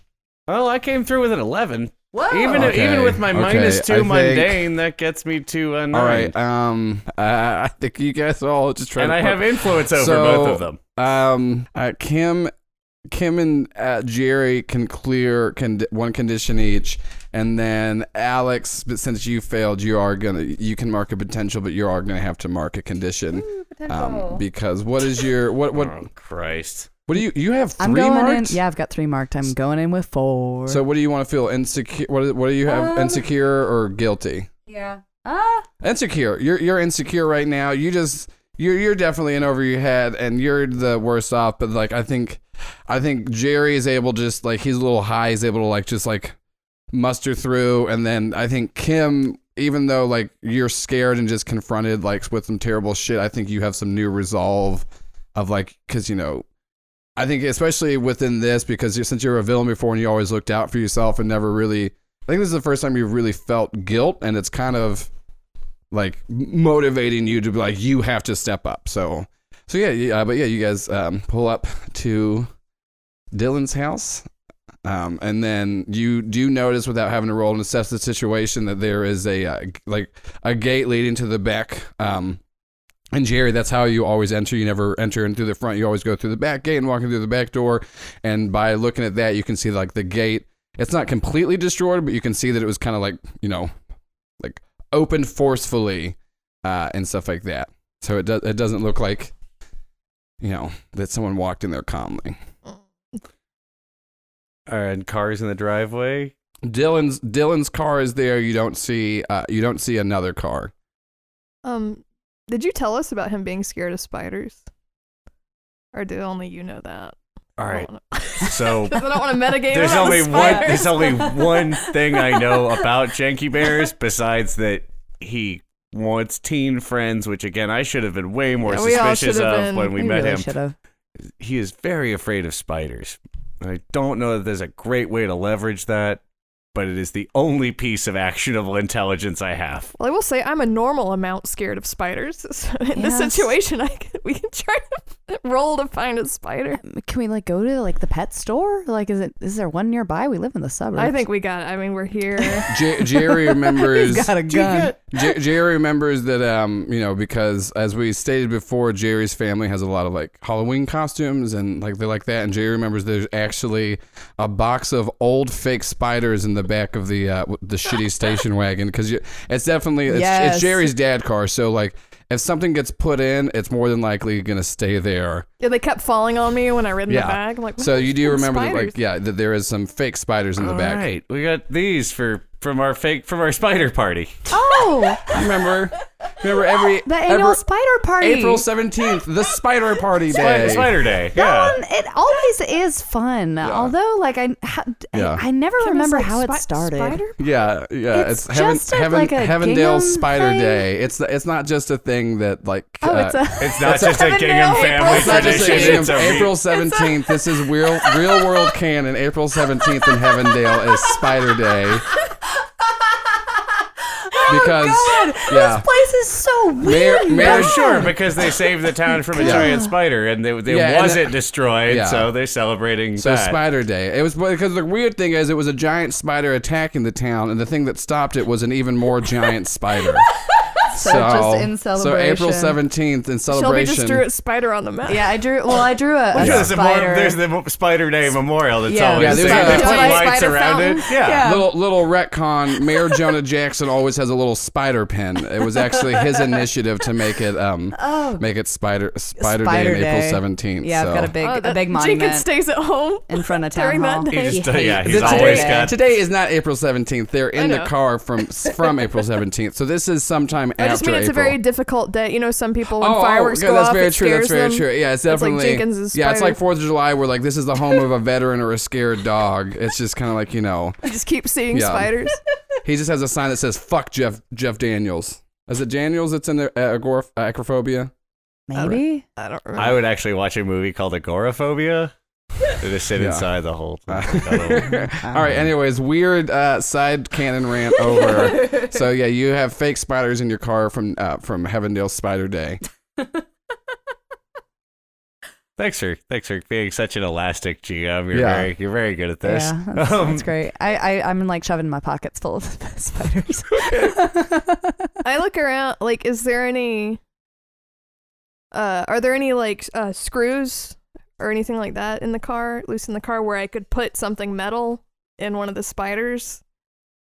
C: well, I came through with an eleven. Even
B: Oh. Okay,
C: even with my
B: okay,
C: minus two
B: I think-
C: mundane, that gets me to a nine.
B: all right, um, uh, I think you guys all just try.
C: and
B: to
C: I have influence over
B: So-
C: both of them.
B: Um, uh, Kim, Kim and uh, Jerry can clear con- one condition each, and then Alex. But since you failed, you are gonna you can mark a potential, but you are gonna have to mark a condition. Um, because what is your what what
C: Oh Christ!
B: what do you you have 3
D: I'm going
B: marked?
D: in. Yeah, I've got three marked. I'm going in with four.
B: So what do you want to feel insecure? What is- what do you have
D: Um,
B: insecure or guilty?
D: yeah. Ah.
B: Insecure. You're you're insecure right now. You just you're you're definitely in over your head, and you're the worst off. But like I think, I think Jerry is able just like he's a little high. He's able to like just like muster through, and then I think Kim. Even though like you're scared and just confronted like with some terrible shit, I think you have some new resolve of like because you know I think especially within this because you since you were a villain before and you always looked out for yourself and never really I think this is the first time you've really felt guilt and it's kind of like motivating you to be like you have to step up so so yeah, yeah but yeah you guys um, pull up to Dylan's house um, and then you do notice without having to roll and assess the situation that there is a uh, g- like a gate leading to the back um, and Jerry, that's how you always enter. You never enter in through the front. You always go through the back gate and walk in through the back door. And by looking at that, you can see like the gate. It's not completely destroyed, but you can see that it was kind of like you know, like opened forcefully uh, and stuff like that. So it does. It doesn't look like you know that someone walked in there calmly.
C: And cars in the driveway.
B: Dylan's Dylan's car is there. You don't see. Uh, you don't see another car.
A: Um, did you tell us about him being scared of spiders? Or do only you know that?
C: All right.
A: Because
C: So
A: I don't want to metagame.
C: there's
A: about
C: only
A: the
C: one
A: spiders.
C: there's only one thing I know about Janky Bears besides that he wants teen friends, which again I should have been way more
A: Yeah, we all
C: suspicious
A: should have
C: of
A: been.
C: when we,
D: We
C: met
D: really
C: him.
D: should have.
C: He is very afraid of spiders. And I don't know that there's a great way to leverage that, but it is the only piece of actionable intelligence I have.
A: Well, I will say I'm a normal amount scared of spiders. So in
D: Yes.
A: this situation, I can, we can try to roll to find a spider.
D: Can we like go to like the pet store? Like, is it is there one nearby? We live in the suburbs.
A: I think we got it. I mean, we're here.
B: Jer- Jerry remembers.
D: He's got a gun.
B: Jer- Jerry remembers that, um, you know, because as we stated before, Jerry's family has a lot of like Halloween costumes and like they like that. And Jerry remembers there's actually a box of old fake spiders in the back of the uh, w- the shitty station wagon because it's definitely it's, it's
D: Yes.
B: Jerry's dad car. So like if something gets put in, it's more than likely gonna stay there.
A: yeah, they kept falling on me when I rid in
B: Yeah.
A: the bag. I'm like,
B: So you do
A: "Fucking
B: remember that,
A: spiders."
B: like yeah, that there is some fake spiders in the
C: All
B: back.
C: right, we got these for from our fake from our spider party.
D: Oh,
B: Remember, remember every
D: the
B: every-
D: annual spider party.
B: April seventeenth, the spider party day.
C: Spider, spider day. yeah.
D: That one, Um, it always is fun. Although, like, I ha- I-
B: Yeah.
D: I never
A: It was
D: remember
A: like
D: how it
A: spi-
D: started.
A: Spider?
B: Yeah, yeah. It's,
D: It's
B: Heaven,
D: just a-
B: Heaven,
D: like a
B: Heavendale
D: gingham
B: Spider
D: thing?
B: Day. It's it's not just a thing that like.
D: Oh, it's
B: uh,
D: a.
C: It's not just a
A: Heaven
C: gingham
A: knows.
C: family
A: It's not
B: just a
C: tradition.
B: gingham.
C: It's a re-
B: April seventeenth. This is real real world canon. April seventeenth in Heavendale is Spider Day.
D: Oh,
B: because yeah,
E: place is so
B: Mayor, Mayor,
C: Yeah, sure, because they saved the town from a
B: Yeah.
C: giant spider, and they, they
B: Yeah, and
C: wasn't
B: that-
C: destroyed,
B: Yeah.
C: so they're celebrating
B: So
C: that.
B: Spider Day. It was because the weird thing is it was a giant spider attacking the town, and the thing that stopped it was an even more giant spider. So,
D: just in
B: So April
D: celebration.
B: seventeenth in
A: Shelby
B: celebration.
A: just drew a spider on the map.
D: Yeah, I drew. Well, I drew a, a
C: Sure, there's, a mor-
D: spider.
C: there's the mo- Spider Day Memorial that's
D: Yeah.
C: always
B: Yeah,
C: there.
B: there's a-
C: They put
D: Spider-
C: lights
D: spider
C: around it.
D: fountain.
C: Yeah.
B: Little little retcon. Mayor Jonah Jackson always has a little spider pin. It was actually his initiative to make it um make it spider Spider,
E: Spider
B: Day, on April
E: Day.
B: seventeenth.
E: Yeah,
B: so.
E: I've got a big,
A: Oh,
E: a
A: that-
E: big
A: Jenkins
E: monument
A: stays at home.
D: in front of
A: During
D: town
A: that
D: hall.
A: day.
C: He just, yeah,
D: hates
C: he's
D: it.
C: always
D: Today-
C: got.
B: Today is not April 17th. They're in
A: I
B: the
A: know.
B: car from from April 17th. So this is sometime
A: I
B: after
A: just mean it's a
B: April.
A: very difficult day. You know, some people when
B: oh,
A: fireworks
B: okay,
A: go
B: that's
A: off,
B: very
A: it
B: true. That's
A: scares
B: very
A: them.
B: true. Yeah, it's
A: It's like
B: definitely
A: Jenkins's
B: yeah. It's like
A: spider.
B: Fourth of July, where like this is the home of a veteran or a scared dog. It's just kind of like you know,
A: You just keep seeing
B: Yeah.
A: spiders.
B: he just has a sign that says "fuck Jeff Jeff Daniels." Is it Daniels that's in the uh, agoraph- uh, acrophobia?
D: Maybe.
A: I don't remember.
C: I would actually watch a movie called Agoraphobia. They just sit
B: Yeah.
C: inside the whole
B: Uh,
C: time.
B: All right. Anyways, weird uh, side cannon rant over. so yeah, you have fake spiders in your car from uh, from Heavendale Spider Day.
C: thanks for thanks for being such an elastic GM. You're
B: Yeah.
C: very you're very good at this.
E: Yeah, that's,
C: Um,
E: that's great. I, I, I'm like shoving my pockets full of spiders.
A: I look around. Like, is there any? Uh, are there any like uh, screws or anything like that in the car, loose in the car, where I could put something metal in one of the spiders?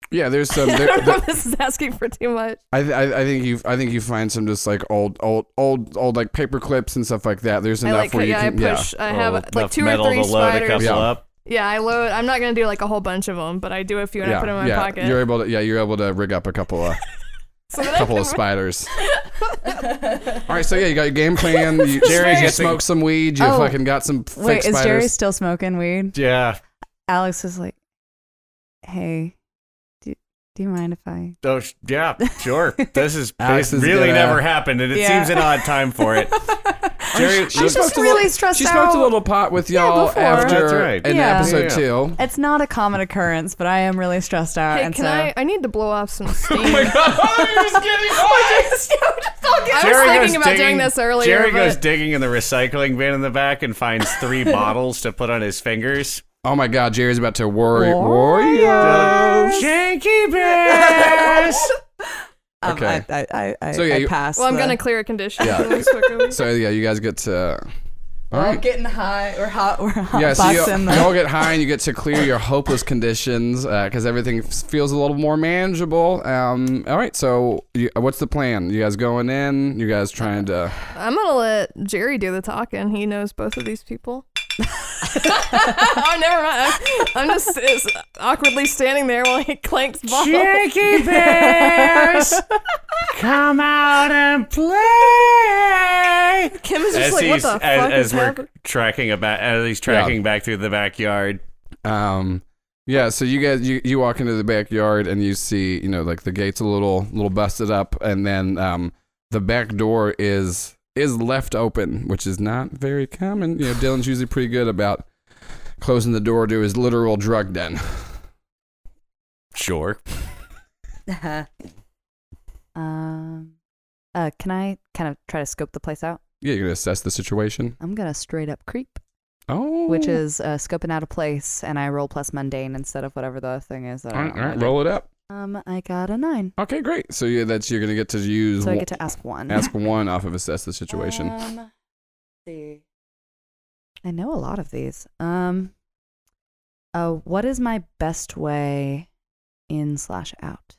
B: Yeah, there's some.
A: I
B: There,
A: don't know
B: there-
A: if this is asking for too much.
B: I, th- I I think you I think you find some just like old old old old like paper clips and stuff like that. There's
A: I
B: enough
A: like,
B: where you
A: yeah,
B: can
A: I
B: yeah.
A: push. I have
C: oh,
A: like
C: enough
A: two or
C: metal
A: three
C: to load a couple
A: spiders.
B: Yeah.
C: up.
A: Yeah, I load. I'm not gonna do like a whole bunch of them, but I do a few and
B: yeah,
A: I put them in my
B: yeah.
A: pocket.
B: You're able to yeah you're able to rig up a couple of
A: so that I
B: couple of
A: can-
B: spiders. All right, so yeah, you got your game plan. You,
C: Jerry's
B: you
C: getting-
B: smoked some weed. You
E: Oh.
B: fucking got some fake
E: Wait, is
B: spiders.
E: Jerry still smoking weed?
C: Yeah.
E: Alex is like, hey, do, do you mind if I?
C: Oh, sh- yeah, sure. This is,
B: Alex
C: this
B: is
C: really
B: gonna-
C: never happened, and it
E: Yeah.
C: seems an odd time for it. Jerry,
B: She
C: look-
B: smoked a
E: really
B: little-
E: stressed
B: She smoked a
E: out.
B: little pot with y'all
E: before.
B: after
C: That's right.
B: in
E: Yeah.
B: episode
C: Yeah.
B: two.
E: It's not a common occurrence, but I am really stressed out.
A: Hey,
E: and
A: can
E: so
D: uh,
A: I? I need to blow off some steam.
C: Oh
A: I was
C: Jerry goes
A: thinking about doing
C: digging-
A: this earlier.
C: Jerry
A: but
C: goes digging in the recycling bin in the back and finds three bottles to put on his fingers.
B: Oh my God, Jerry's about to worry.
A: Oh,
E: Warriors.
C: Shanky Bass!
E: um,
B: Okay.
E: I, I, I, I,
B: So, yeah,
E: I
B: you-
E: pass.
A: Well, I'm
E: the-
A: gonna clear a condition.
B: Yeah.
A: Yeah.
B: So yeah, you guys get to. All
E: We're all
B: right.
E: getting high. We're hot. We're hot.
B: Yeah, so you,
E: boxing
B: you all get high and you get to clear your hopeless conditions because everything f- feels a little more manageable. Um, all right, so you, what's the plan? You guys going in? You guys trying to?
A: I'm gonna let Jerry do the talking. He knows both of these people. oh, never mind. I'm- I'm just it's awkwardly standing there while he clanks bottles.
C: Shanky Bass! Come out and play!
A: Kim is just
C: As,
A: like, what
C: he's,
A: the
C: as,
A: fuck is
C: as we're
A: happening?
C: tracking about, as he's tracking back through the backyard,
B: Um, yeah, so you guys you, you walk into the backyard and you see you know like the gate's a little little busted up and then um, the back door is is left open, which is not very common. You know, Dylan's usually pretty good about closing the door to his literal drug den.
C: sure.
D: Yeah. um, uh, can I kind of try to scope the place out?
B: Yeah, you're gonna assess the situation.
D: I'm gonna straight up creep,
B: Oh,
D: which is uh, scoping out a place, and I roll plus mundane instead of whatever the thing is. That
B: all
D: I
B: right,
D: don't
B: all right,
D: wanna do.
B: roll it up.
D: Um, I got a nine,
B: Okay, great. So yeah, that's you're gonna get to use
D: so I
B: one-
D: get to ask one.
B: ask one off of assess the situation.
D: Um, let's see. I know a lot of these. Um, uh, what is my best way in slash out?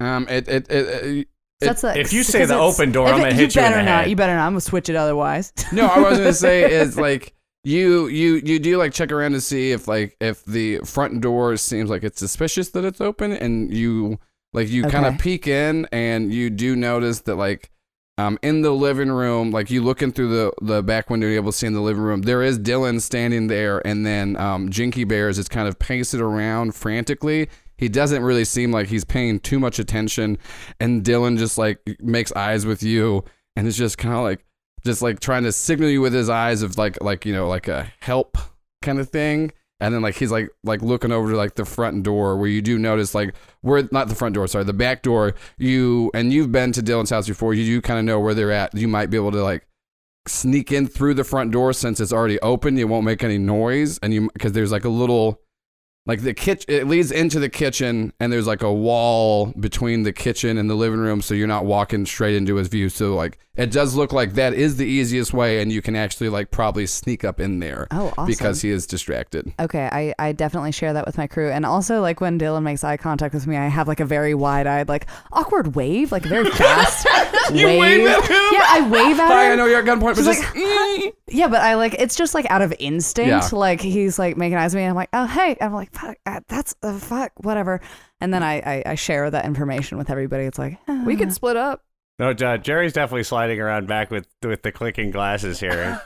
B: Um, it it, it, it
D: So
B: It-
D: that's like
C: If you
D: s-
C: say
D: because
C: the
D: it's-
C: open door, I'm
E: If
C: going to
E: it-
C: hit you, in
E: better
C: the
E: not.
C: head.
E: You better not. I'm gonna switch it otherwise.
B: no, I was gonna say is like you you you do like check around to see if like if the front door seems like it's suspicious that it's open, and you like you kind of
E: Okay.
B: peek in and you do notice that like. Um, in the living room, like you looking through the, the back window, you're able to see in the living room, there is Dylan standing there, and then um, Jinky Bears is kind of pacing around frantically. He doesn't really seem like he's paying too much attention, and Dylan just like makes eyes with you, and it's just kind of like just like trying to signal you with his eyes of like like you know like a help kind of thing and then like he's like like looking over to like the front door where you do notice like where not the front door sorry the back door you and you've been to Dylan's house before you do kind of know where they're at you might be able to like sneak in through the front door since it's already open you won't make any noise and you because there's like a little like the kitchen it leads into the kitchen and there's like a wall between the kitchen and the living room so you're not walking straight into his view so like it does look like that is the easiest way and you can actually like probably sneak up in there
D: Oh, awesome.
B: because he is distracted
D: Okay, I, I definitely share that with my crew. And also, like, when Dylan makes eye contact with me, I have, like, a very wide eyed, like, awkward wave, like, a very fast
B: You wave at him?
D: Yeah, I wave at
B: sorry
D: him.
B: i know you're at gunpoint but
D: She's
B: just
D: like, "Huh?" yeah, but I like it's just like out of instinct.
B: Yeah.
D: Like he's like making eyes at me, and I'm like, oh hey, and I'm like, fuck, uh, that's a fuck, whatever. And then I, I I share that information with everybody. It's like "Ah."
A: We could split up.
C: No, uh, Jerry's definitely sliding around back with with the clicking glasses here.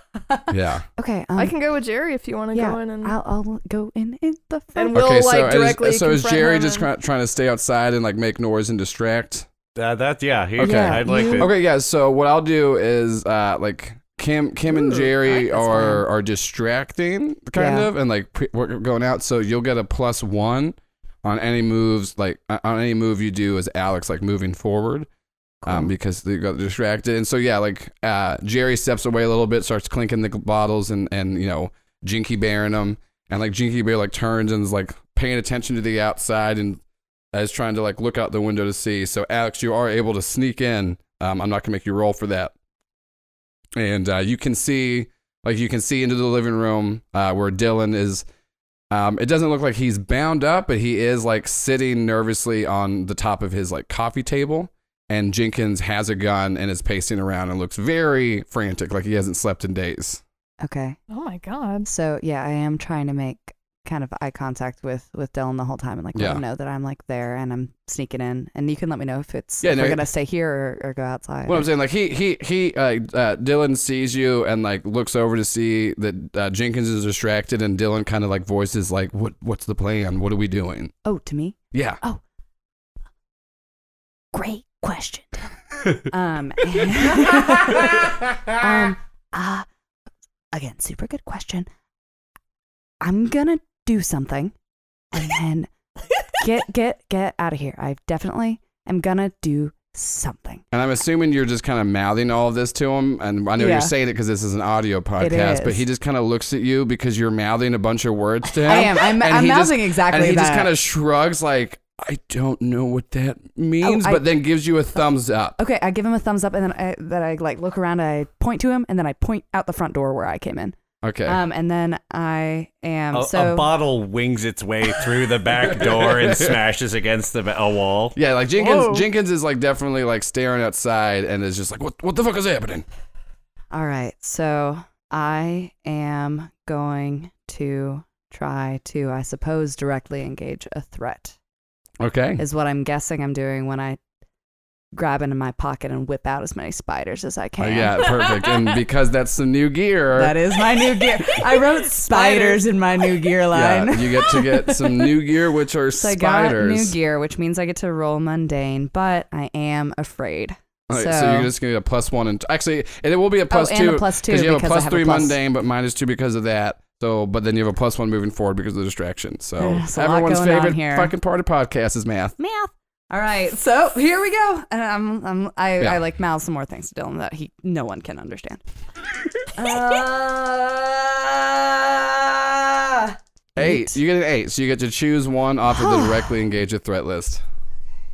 B: yeah
D: okay, um,
A: I can go with Jerry if you want to
D: yeah,
A: go in and.
D: I'll, I'll go in in the
A: and
D: front.
A: we'll
B: okay so
A: like directly.
B: is, so is
A: confront
B: jerry
A: him
B: just
A: and-
B: try, trying to stay outside and like make noise and distract
C: Uh, that yeah, he,
B: Okay.
C: I'd like to.
B: Okay, yeah. So what I'll do is uh, like Kim, Kim and
D: Ooh, I like
B: Jerry
D: this
B: are are distracting kind
D: Yeah.
B: of, and like pre- we're going out. So you'll get a plus one on any moves, like uh, on any move you do as Alex, like moving forward. Um, because they got distracted, and so yeah, like uh, Jerry steps away a little bit, starts clinking the bottles, and and you know Jinky bearing them, and like Jinky Bear like turns and is like paying attention to the outside and is trying to like look out the window to see. So Alex, you are able to sneak in. Um, I'm not gonna make you roll for that. And uh, you can see, like, you can see into the living room uh, where Dylan is. Um, it doesn't look like he's bound up, but he is like sitting nervously on the top of his like coffee table. And Jenkins has a gun and is pacing around and looks very frantic, like he hasn't slept in days.
D: Okay,
A: Oh my god.
D: so yeah, I am trying to make kind of eye contact with with Dylan the whole time, and like let
B: Yeah.
D: him know that I'm like there and I'm sneaking in. And you can let me know if it's
B: Yeah,
D: if
B: no,
D: we're
B: it-
D: gonna stay here or, or go outside.
B: What I'm saying, like he he he, uh, uh, Dylan sees you and like looks over to see that uh, Jenkins is distracted, and Dylan kind of like voices like, "What what's the plan? What are we doing?"
D: oh, to me.
B: Yeah,
D: great question. um, and- um, uh, again, super good question. I'm gonna do something, and then get get get out of here. I definitely am gonna do something.
B: and I'm assuming you're just kind of mouthing all of this to him, and I know
D: Yeah.
B: you're saying it because this is an audio podcast, but
D: is.
B: he just kind of looks at you because you're mouthing a bunch of words to him.
D: I am. I'm,
B: And
D: I'm
B: he just-
D: mouthing exactly
B: and he
D: that. Oh,
B: just kind of shrugs like, "I don't know what that means,"
D: I-
B: but then gives you a thumbs up.
D: okay, I give him a thumbs up, and then I, that I like look around. I point to him, and then I point out the front door where I came in.
B: Okay.
D: Um, and then I am
C: A,
D: so
C: a bottle wings its way through the back door and smashes against the, a wall.
B: yeah, like Jenkins.
A: Whoa.
B: Jenkins is like definitely like staring outside and is just like, "What? What the fuck is happening?"
D: All right. So I am going to try to, I suppose, directly engage a threat,
B: Okay.
D: is what I'm guessing I'm doing when I grab into my pocket and whip out as many spiders as I
B: Oh,
D: can.
B: yeah, perfect. And because that's some new gear,
E: That is my new gear. I wrote spiders in my new gear line.
B: yeah, you get to get some new gear, which are
D: So I got
B: spiders.
D: new gear, which means I get to roll mundane, but I am afraid.
B: All right, so,
D: so-
B: you're just gonna get a plus one, and actually, and it will be a plus
D: oh,
B: two
D: and a plus two
B: you have a
D: because I
B: plus
D: have
B: three
D: a plus.
B: mundane, but minus two because of that. So, but then you have a plus one moving forward because of the distraction. So
D: There's a lot
B: everyone's
D: going on
B: favorite
D: here.
B: fucking part of podcast is math.
D: Math. All right, so here we go, and I'm, I'm I,
B: Yeah.
D: I like mouth some more things to Dylan that he no one can understand. Uh,
B: Eight. You get an eight, so you get to choose one off of the directly engage a threat list.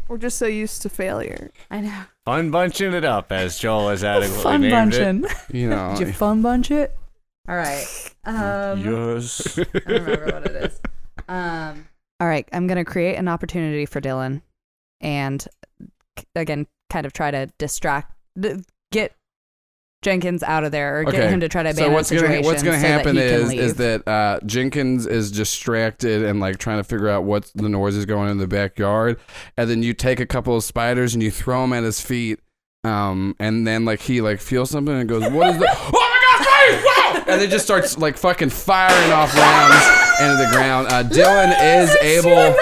A: We're just so used to failure.
D: I know.
C: Fun bunching it up, as Joel has adequately
E: Fun
C: named it.
E: bunching.
B: You know,
E: Did you fun bunch it?
D: All right. Um,
C: Yes.
D: I don't remember what it is. Um, all right. I'm going to create an opportunity for Dylan and k- again, kind of try to distract, d- get Jenkins out of there or
B: Okay,
D: get him to try to
B: so
D: abandon
B: what's
D: the
B: gonna
D: situation.
B: what's gonna
D: so that
B: happen
D: he can
B: is is
D: leave.
B: that uh, Jenkins is distracted and like trying to figure out what the noise is going in the backyard, and then you take a couple of spiders and you throw them at his feet, um, and then like he like feels something and goes, "What is the? oh my god, spiders! Wow!" And then just starts like fucking firing off rounds into the ground. Uh, Dylan is able.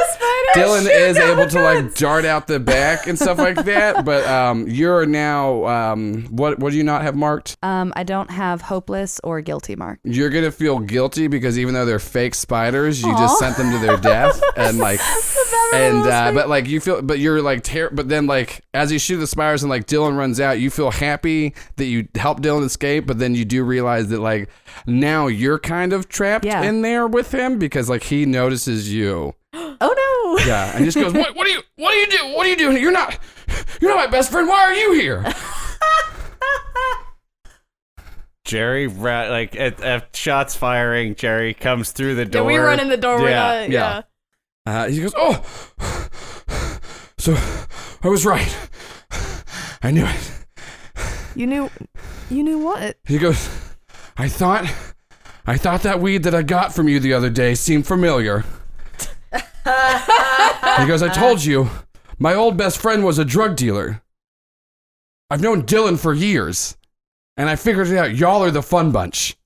B: Dylan is able to like dart out the back and stuff like that, but um, you're now um, what? What do you not have marked?
D: Um, I don't have hopeless or guilty mark.
B: You're gonna feel guilty because even though they're fake spiders, you just sent them to their death, and like, and uh, but like you feel, but you're like, ter- but then like as you shoot the spiders and like Dylan runs out, you feel happy that you helped Dylan escape, but then you do realize that like now you're kind of trapped
D: Yeah.
B: in there with him because like he notices you.
D: Oh no!
B: Yeah, and just goes, what, what do you, what do you do, what are you doing? You're not, you're not my best friend. Why are you here?
C: Jerry, ra- like at, at shots firing, Jerry comes through the
A: Yeah,
C: door.
A: we run in the door. we're
C: Yeah,
A: not-
B: yeah. Uh, he goes, oh, so I was right. I knew it.
A: You knew, you knew what?
B: He goes, I thought, I thought that weed that I got from you the other day seemed familiar. he goes, I told you, my old best friend was a drug dealer. I've known Dylan for years, and I figured it out. Y'all are the fun bunch.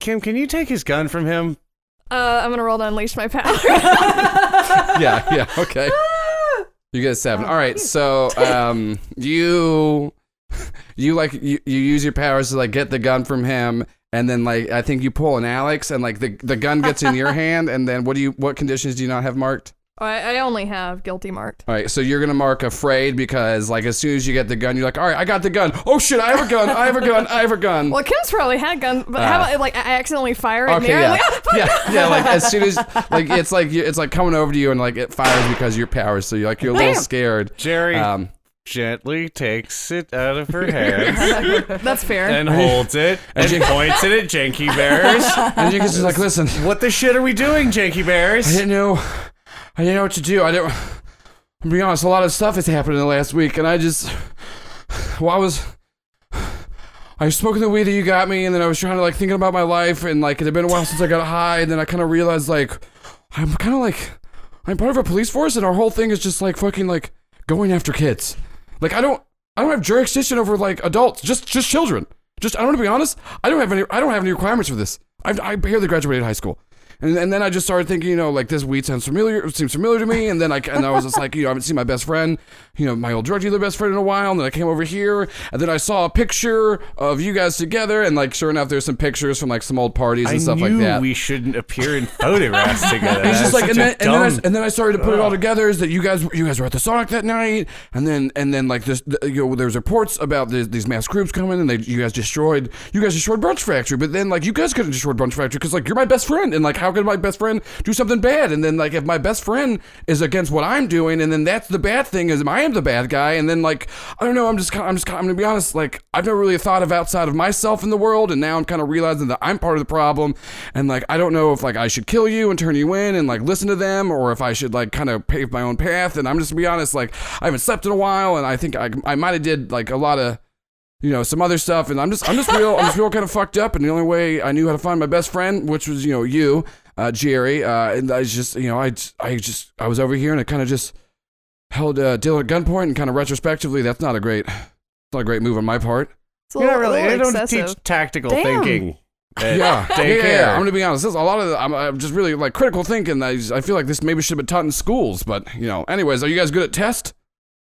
C: Kim, can you take his gun from him?
A: Uh, I'm gonna roll to unleash my power.
B: yeah, yeah, okay. You get a seven. All right, so um, you you like you, you use your powers to like get the gun from him, and then like I think you pull an Alex, and like the the gun gets in your hand, and then what do you what conditions do you not have marked?
A: I, I only have guilty marked.
B: All right, so you're gonna mark afraid because like as soon as you get the gun, you're like, all right, I got the gun. Oh shit, I have a gun. I have a gun. I have a gun.
A: Well, Kim's probably had guns, but how about like I accidentally fire it
B: Okay,
A: near? I'm
B: yeah,
A: Like, "Ah, fuck."
B: yeah, yeah. Like as soon as like it's like you- it's like coming over to you, and like it fires because of your powers. So you're like you're a little scared.
C: Jerry
B: Um,
C: gently takes it out of her hands
A: "Ah, That's fair.
C: and holds it and
B: you-
C: points it at Janky Bears.
B: and you can just like listen.
C: what the shit are we doing, Janky
B: I
C: Bears?
B: didn't know. I didn't know what to do. I didn't. I'm being honest. A lot of stuff has happened in the last week, and I just. Well, I was. I spoke in the way that you got me, and then I was trying to like thinking about my life, and like it had been a while since I got high, and then I kind of realized like I'm kind of like I'm part of a police force, and our whole thing is just like fucking like going after kids. Like I don't I don't have jurisdiction over like adults, just just children. Just I don't want to be honest. I don't have any I don't have any requirements for this. I I barely graduated high school. And, and then I just started thinking, you know, like this weed sounds familiar, seems familiar to me. And then I and I was just like, you know, I haven't seen my best friend, you know, my old drug dealer best friend in a while. And then I came over here, and then I saw a picture of you guys together, and like sure enough, there's some pictures from like some old parties
C: I
B: and stuff
C: knew
B: like that.
C: we shouldn't appear in photographs together.
B: It's just
C: That's
B: like,
C: such
B: and
C: a
B: then, and, then I,
C: dumb-
B: s- and then I started to put it all together. Is that you guys, you guys were at the Sonic that night, and then, and then like this, the, you know, there was reports about the, these mass groups coming, and they, you guys destroyed, you guys destroyed Brunch Factory. But then, like, you guys couldn't destroy Brunch Factory because, like, you're my best friend, and like, how could my best friend do something bad? And then, like, if my best friend is against what I'm doing, and then that's the bad thing is I am the bad guy, and then like, I don't know, I'm just, kinda, I'm just, kinda, I'm gonna be honest, like, I've never really thought of outside of myself in the world, and now I'm kind of realizing that I'm part of the problem, and like, I don't know if like I should kill you and turn you in and like listen to them, or if I should like kind of pave my own path. And I'm just gonna be honest, like, I haven't slept in a while, and I think I, I might have did like a lot of you know some other stuff and i'm just i'm just real i'm just real kind of fucked up and the only way i knew how to find my best friend which was you know you uh jerry uh and i just you know i j- i just i was over here and i kind of just held uh dylan at gunpoint and kind of retrospectively that's not a great it's not a great move on my part
A: It's a
C: You're not
A: little-
C: really.
A: a
C: They
A: little
C: don't
A: excessive.
C: teach tactical
D: Damn.
C: thinking.
B: yeah,
C: at
B: yeah,
C: daycare.
B: yeah, yeah. I'm gonna be honest. This, a lot of the, I'm, I'm just really like critical thinking. I, just- I feel like this maybe should have been taught in schools, but you know. Anyways, are you guys good at test?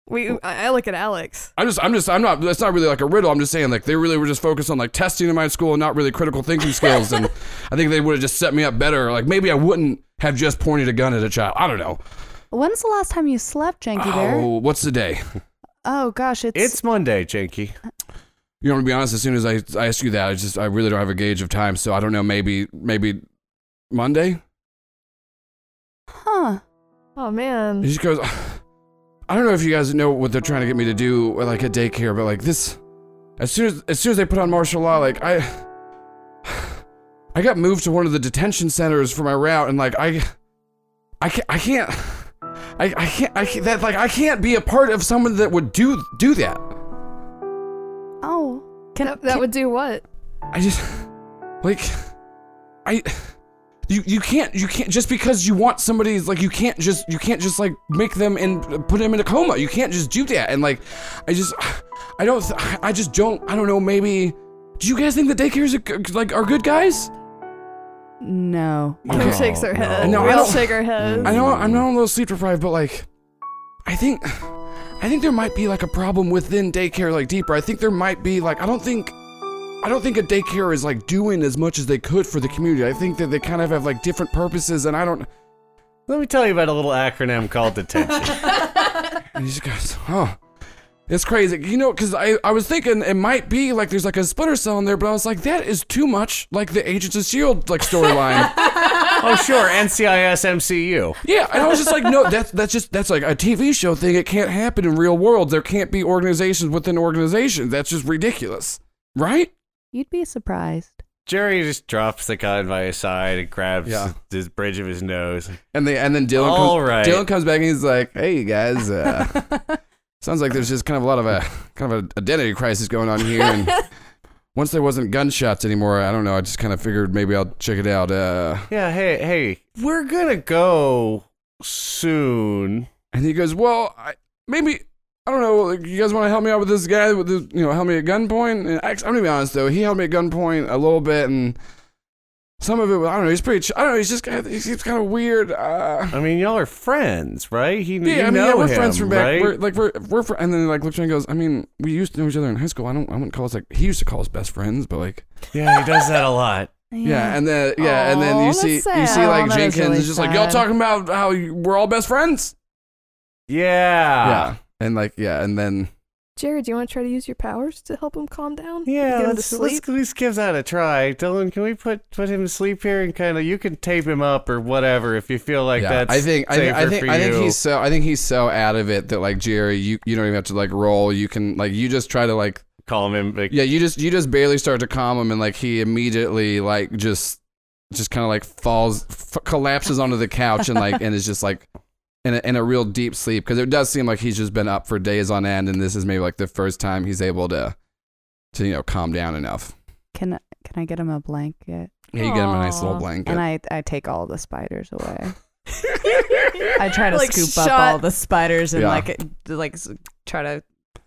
A: We, I I look at Alex.
B: I'm just, I'm just, I'm not. That's not really like a riddle. I'm just saying, like they really were just focused on like testing in my school and not really critical thinking skills. and I think they would have just set me up better. Like maybe I wouldn't have just pointed a gun at a child. I don't know.
D: When's the last time you slept, Janky Bear?
B: Oh, what's the day?
D: Oh gosh, it's,
C: It's Monday, Janky.
B: You know, to be honest, as soon as I, I ask you that, I just, I really don't have a gauge of time. So I don't know. Maybe, maybe Monday.
D: huh?
A: Oh
B: He
A: man.
B: just goes. I don't know if you guys know what they're trying to get me to do, or, like at daycare, but like this, as soon as as soon as they put on martial law, like I, I got moved to one of the detention centers for my route, and like I, I can't, I can't, I, I can't, I can't, that like I can't be a part of someone that would do do that.
D: Oh, can
A: That, that would do what?
B: I just like I you you can't you can't just because you want somebody's like you can't just you can't just like make them and put them in a coma. You can't just do that. And like I just I don't th- I just don't I don't know maybe do you guys think the daycares are, g- like are good guys?
D: No.
A: Who
B: Okay.
A: shakes her head?
B: Oh, No,
A: we
B: I
A: all
B: don't- Mm.
A: shake our heads.
B: I know I'm not a little sleep deprived, but like, I think, I think there might be like a problem within daycare, like deeper. I think there might be like I don't think, I don't think a daycare is like doing as much as they could for the community. I think that they kind of have like different purposes, and I don't.
C: Let me tell you about a little acronym called detention.
B: And you just goes, oh, it's crazy. You know, because I, I was thinking it might be like there's like a splitter cell in there, but I was like, that is too much like the Agents of S.H.I.E.L.D. E like storyline.
C: oh, sure, NCIS MCU.
B: yeah. And I was just like, no, that's, that's just, that's like a TV show thing. It can't happen in real world. There can't be organizations within organizations. That's just ridiculous. Right?
D: You'd be surprised.
C: Jerry just drops the gun by his side and grabs
B: Yeah.
C: his bridge of his nose.
B: And they, and then Dylan,
C: All
B: comes,
C: right.
B: Dylan comes back and he's like, hey, you guys, uh, sounds like there's just kind of a lot of a, kind of an identity crisis going on here. And, Once there wasn't gunshots anymore, I don't know. I just kind of figured maybe I'll check it out. Uh,
C: Yeah, hey, hey, we're gonna go soon.
B: And he goes, "Well, I, maybe I don't know. Like, you guys want to help me out with this guy with this, you know, held me at gunpoint." And I, I'm gonna be honest though, he held me at gunpoint a little bit, and some of it, was- I don't know. He's pretty. Ch- I don't know. He's just kind of. He seems kind of weird. Uh,
C: I mean, y'all are friends, right? He, you
B: yeah, I mean,
C: know
B: yeah, we're
C: him,
B: friends from back.
C: right?
B: We're like we're we're fr- and then like looks at me and goes, "I mean, we used to know each other in high school. I don't. I wouldn't call us like he used to call us best friends, but like."
C: yeah, he does that a lot.
B: Yeah, and then yeah, and then
E: Aw,
B: you
E: that's
B: see you
E: sad.
B: see like
D: Aw, that is
B: Jenkins
D: really
B: is just like y'all
D: sad.
B: talking about how you, we're all best friends.
C: Yeah. Ah.
B: yeah, and like yeah, and then
A: Jared, do you want to try to use your powers to help him calm down?
C: Yeah,
A: Get him to
C: let's,
A: sleep.
C: let's, let's give that a try. Dylan, can we put, put him to sleep here and kind of, you can tape him up or whatever if you feel like
B: yeah,
C: that's
B: I think I think
C: safer
B: I think,
C: for
B: I think
C: you.
B: he's so I think he's so out of it that like Jerry, you you don't even have to like roll. You can like you just try to like
C: Calm him. Like,
B: yeah, you just you just barely start to calm him, and like he immediately like just just kind of like falls f- collapses onto the couch and like and is just like in a, in a real deep sleep because it does seem like he's just been up for days on end, and this is maybe like the first time he's able to to you know calm down enough.
D: Can can I get him a blanket?
B: Yeah, you get him a nice little
E: Aw.
B: blanket.
D: And I I take all the spiders away.
E: I try to
A: Like,
E: scoop
A: shut-
E: up all the spiders and
B: Yeah.
E: like it- like s- try to.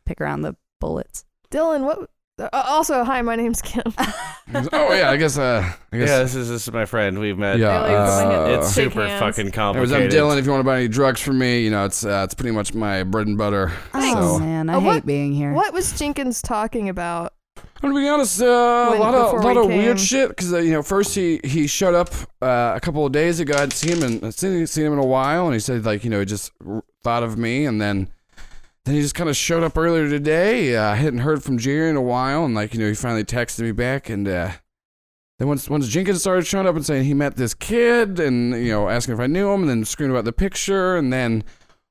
D: Pick around the bullets.
A: Dylan, what? Uh, also, hi, my name's Kim.
B: oh yeah, I guess uh, I guess
C: yeah, this is, this is my friend. We've met.
B: Yeah,
A: Really
B: uh,
A: excited.
C: it's
A: Shake
C: super
A: hands.
C: fucking
B: It was
C: complicated.
B: I'm Dylan. If you want to buy any drugs from me, you know it's uh, it's pretty much my bread and butter.
A: Thanks.
B: So
D: Oh man, I
A: Uh,
D: hate
A: what-
D: being here.
A: What was Jenkins talking about?
B: I'm gonna be honest. Uh, a
A: When-
B: lot of
A: before
B: lot
A: we
B: of weird
A: came.
B: shit because uh, you know first he he showed up uh, a couple of days ago. I hadn't seen him in seen, seen him in a while, and he said like you know he just r- thought of me, and then then he just kind of showed up earlier today. Uh, I hadn't heard from Jerry in a while, and like you know he finally texted me back, and uh, then once once Jenkins started showing up and saying he met this kid, and you know asking if I knew him, and then screaming about the picture, and then.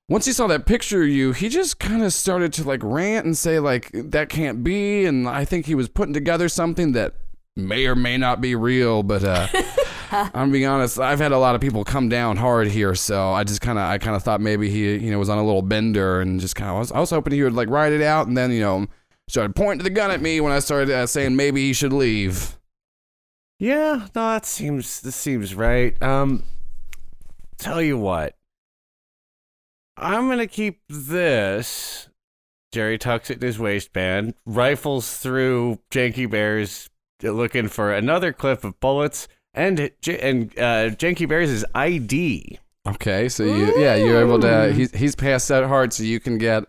B: once he saw that picture of you, he just kind of started to like rant and say like that can't be, and I think he was putting together something that may or may not be real. But uh, I'm being honest, I've had a lot of people come down hard here, so I just kind of I kind of thought maybe he you know was on a little bender and just kind of was I was hoping he would like ride it out, and then you know started pointing the gun at me when I started uh, saying maybe he should leave.
C: Yeah, no, that seems this seems right. Um tell you what. I'm gonna keep this. Jerry tucks it in his waistband, rifles through Janky Bears uh, looking for another clip of bullets and J- and uh, Janky Bears is ID.
B: Okay, so you yeah you're able to he's he's passed out hard, so you can get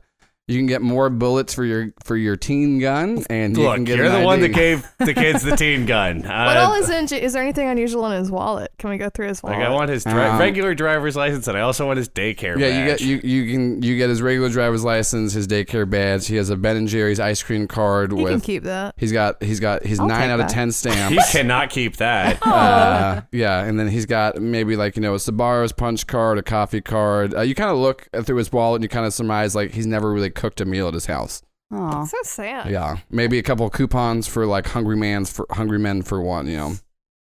B: you can get more bullets for your for your teen gun, and you
C: Look,
B: can get
C: you're
B: an
C: the one
B: ID.
C: that gave the kids the teen gun.
A: what all
C: Uh,
A: is in? J- Is there anything unusual in his wallet? Can we go through his wallet?
C: like I want his dri-
B: Um,
C: regular driver's license, and I also want his daycare.
B: Yeah, you
C: badge.
B: get you you can you get his regular driver's license, his daycare badge. He has a Ben and Jerry's ice cream card
A: you can
B: with.
A: keep that.
B: He's got he's got his
D: I'll
B: nine
D: take
B: out of
D: that.
B: ten stamp.
C: He cannot keep that.
B: Uh, yeah, and then he's got maybe like you know a Sabaro's punch card, a coffee card. Uh, you kind of look through his wallet and you kind of surmise like he's never really cooked a meal at his house.
D: Aw.
A: So sad.
B: Yeah, maybe a couple coupons for like hungry man's for hungry men for one. You know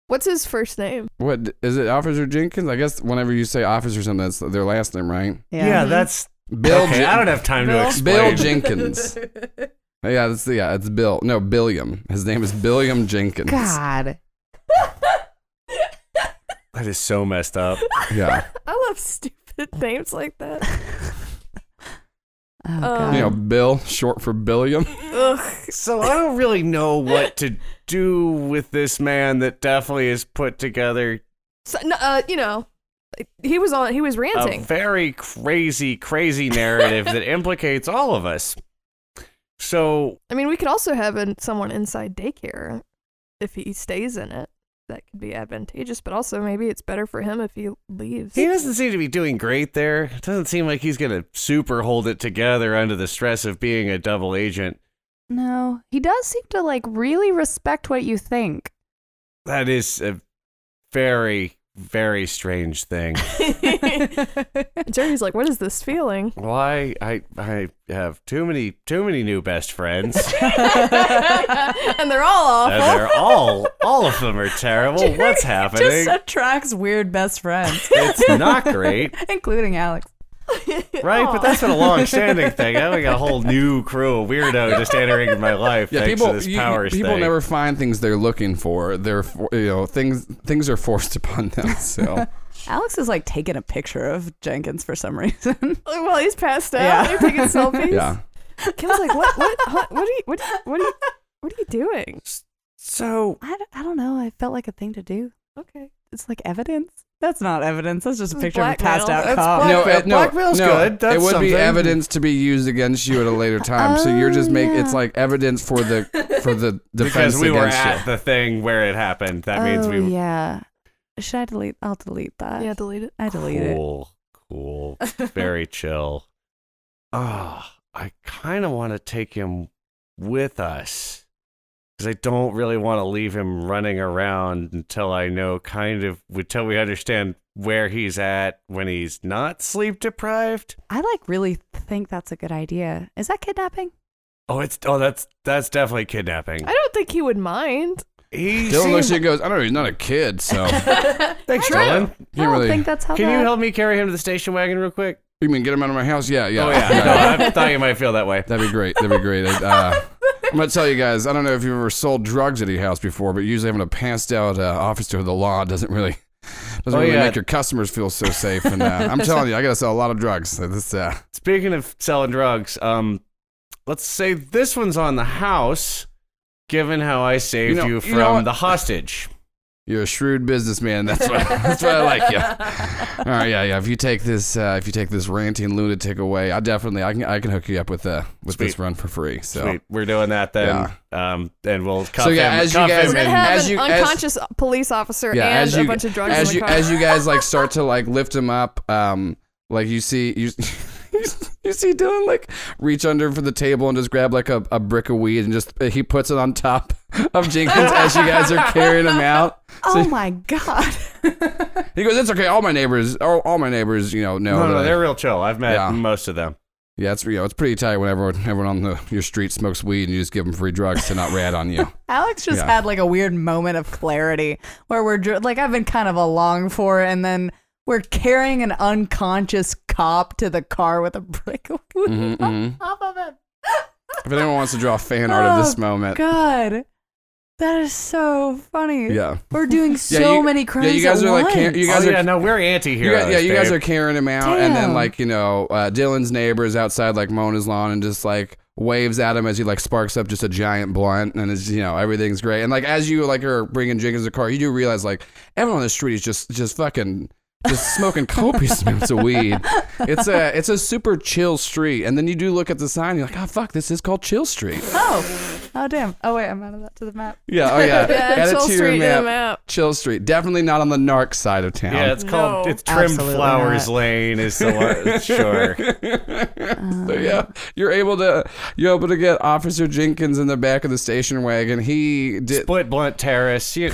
A: What's his first name?
B: what is it, Officer Jenkins? I guess whenever you say officer something, that's their last name, right?
C: Yeah, that's
B: Bill.
C: okay,
B: Jen-
C: I don't have time to
A: Bill?
C: explain.
B: Bill Jenkins. Yeah, that's yeah, it's Bill. No, Billiam. His name is Billiam Jenkins.
D: God.
C: that is so messed up.
B: Yeah.
A: I love stupid names like that.
D: Uh, Oh,
E: Um,
D: God.
B: You know, Bill, short for Billiam.
E: Ugh.
C: So I don't really know what to do with this man that definitely is put together
A: So, no, uh, you know, he was on. He was
C: a
A: ranting.
C: very crazy, crazy narrative that implicates all of us. So
A: I mean, we could also have an, someone inside daycare if he stays in it. That could be advantageous, but also maybe it's better for him if he leaves.
C: he doesn't seem to be doing great there. It doesn't seem like he's going to super hold it together under the stress of being a double agent.
D: No, he does seem to like really respect what you think.
C: That is a very, very strange thing.
B: Oh,
A: Jerry's like, "What is this feeling?"
C: Why I I have too many too many new best friends.
A: and they're all
C: and
A: awful.
C: they're all all of them are terrible. What's happening?
E: Just attracts weird best friends,
C: It's not great,
E: including Alex.
C: right?
A: Aw.
C: But that's been a long-standing thing. I got a whole new crew of weirdo just entering in my life
B: Yeah,
C: thanks
B: people
C: to this
B: you-
C: power
B: people
C: thing.
B: never find things they're looking for. They're for, you know things things are forced upon them. So
E: Alex is like taking a picture of Jenkins for some reason.
A: Well, he's passed out.
E: Yeah.
A: They're taking selfies.
B: yeah,
A: Kim's like, "What? What? Huh, what are you? What? What are you? What are you doing?"
C: so
D: I don't, I don't know. I felt like a thing to do.
A: Okay.
E: It's like evidence. That's not evidence. That's just a
A: This is
E: picture of a passed
A: blackmail.
E: out
C: That's
E: cop.
C: black-
B: no,
C: Blackmail-
B: it, no,
C: blackmail's
B: no,
C: good. That's
B: it would be
C: something.
B: evidence to be used against you at a later time. so you're just make
D: Oh,
B: it's
D: yeah.
B: like evidence for the for the defense
C: because we were
B: against you.
C: at the thing where it happened, that means
D: oh,
C: we were
D: yeah. Should I delete? I'll delete that.
A: Yeah, delete it.
E: I delete it.
C: cool, cool, very chill. Ah, I kind of want to take him with us because I don't really want to leave him running around until I know kind of until we understand where he's at when he's not sleep deprived.
D: I like really think that's a good idea. Is that kidnapping?
C: Oh, it's oh that's that's definitely kidnapping.
A: I don't think he would mind.
B: Dylan
C: He seemed-
B: looks at you and goes, I don't know, he's not a kid, so you
C: Thanks, Dylan.
D: I don't
B: really.
D: think that's how.
C: Can
D: that...
C: you help me carry him to the station wagon real quick?
B: you mean get him out of my house? Yeah, yeah.
C: Oh yeah, no, I thought you might feel that way.
B: That'd be great. That'd be great. Uh, I'm gonna tell you guys. I don't know if you've ever sold drugs at a house before, but usually having a passed out uh, officer of the law doesn't really doesn't
C: Oh,
B: really
C: yeah.
B: make your customers feel so safe. And uh, I'm telling you, I gotta sell a lot of drugs. So this, uh,
C: Speaking of selling drugs, um, let's say this one's on the house. Given how I saved you,
B: You know-
C: from
B: you know what?
C: the hostage,
B: you're a shrewd businessman. That's what that's what I like. Yeah. All right. Yeah. Yeah. If you take this, uh, if you take this ranting lunatic away, I definitely I can I can hook you up with uh, with this
C: Sweet.
B: run for free. So.
C: Sweet. we're doing that then. Um, and we'll cuff
B: yeah,
C: him.
B: as you
C: cuff
A: We're
B: guys-
C: him
A: gonna
C: and-
A: have
B: as
A: an
B: you- as-
A: unconscious police officer and a bunch of drugs
B: as
A: in
B: you
A: the car.
B: as you guys like start to like lift him up um like you see you you see Dylan like reach under for the table and just grab like a, a brick of weed and just uh, he puts it on top of Jenkins as you guys are carrying him out
E: Oh my god.
B: he goes it's okay all my neighbors all, all my neighbors you know know
C: no,
B: that I-
C: no, they're real chill. I've met
B: Yeah.
C: most of them.
B: yeah it's you know it's pretty tight when everyone everyone on the, your street smokes weed and you just give them free drugs to not rat on you
E: Alex just
B: Yeah.
E: had like a weird moment of clarity where we're dr- like I've been kind of along for it, and then we're carrying an unconscious cop to the car with a brick of wood
B: Mhm, mhm.
E: on top of him.
B: if anyone wants to draw fan art of this
E: Oh,
B: moment
E: God. That is so funny.
B: yeah
E: We're doing so
B: you-
E: many
B: yeah
E: crimes.
B: you guys
E: at
B: are like
E: once.
B: can, you guys
C: oh,
B: are
C: yeah, no, we're anti-heroes.
B: You guys, yeah, you guys are
C: babe.
B: carrying him out, and then
E: Damn.
B: like you know, uh, Dylan's neighbors outside like mowing his lawn, and just like waves at him as he like sparks up just a giant blunt, and it's you know everything's great. And like as you like are bringing Jenkins the car, you do realize like everyone on the street is just just fucking just smoking copious amounts of weed. It's a it's a super chill street, and then you do look at the sign, you're like, oh fuck, this is called Chill Street.
E: Oh. Oh, damn. Oh, wait. I'm out of that to the map.
B: Yeah, oh yeah,
A: yeah,
B: Add it
A: Chill
B: to your
A: Street
B: map.
A: in the map.
B: Chill Street, definitely not on the narc side of town.
C: Yeah, it's called
A: No.
C: it's trimmed
E: Absolutely
C: flowers
E: not.
C: lane is the one. sure.
B: So yeah, you're able to you're able to get Officer Jenkins in the back of the station wagon. He did.
C: Split blunt terrace. You,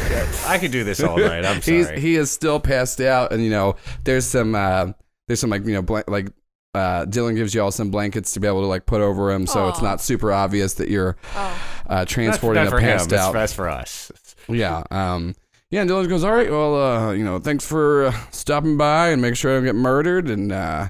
C: I could do this all night. I'm sorry.
B: He's, he is still passed out, and you know there's some uh, there's some like you know blan like uh, Dylan gives you all some blankets to be able to like put over him, so it's
A: Aw. Oh.
B: not super obvious that you're uh,
C: That's,
B: transporting
C: that's
B: a
C: for him.
B: passed
C: That's,
B: out.
C: that's for us.
B: Yeah. Um, yeah, and Dylan goes, all right, well, uh, you know, thanks for uh, stopping by and make sure I don't get murdered. And, uh,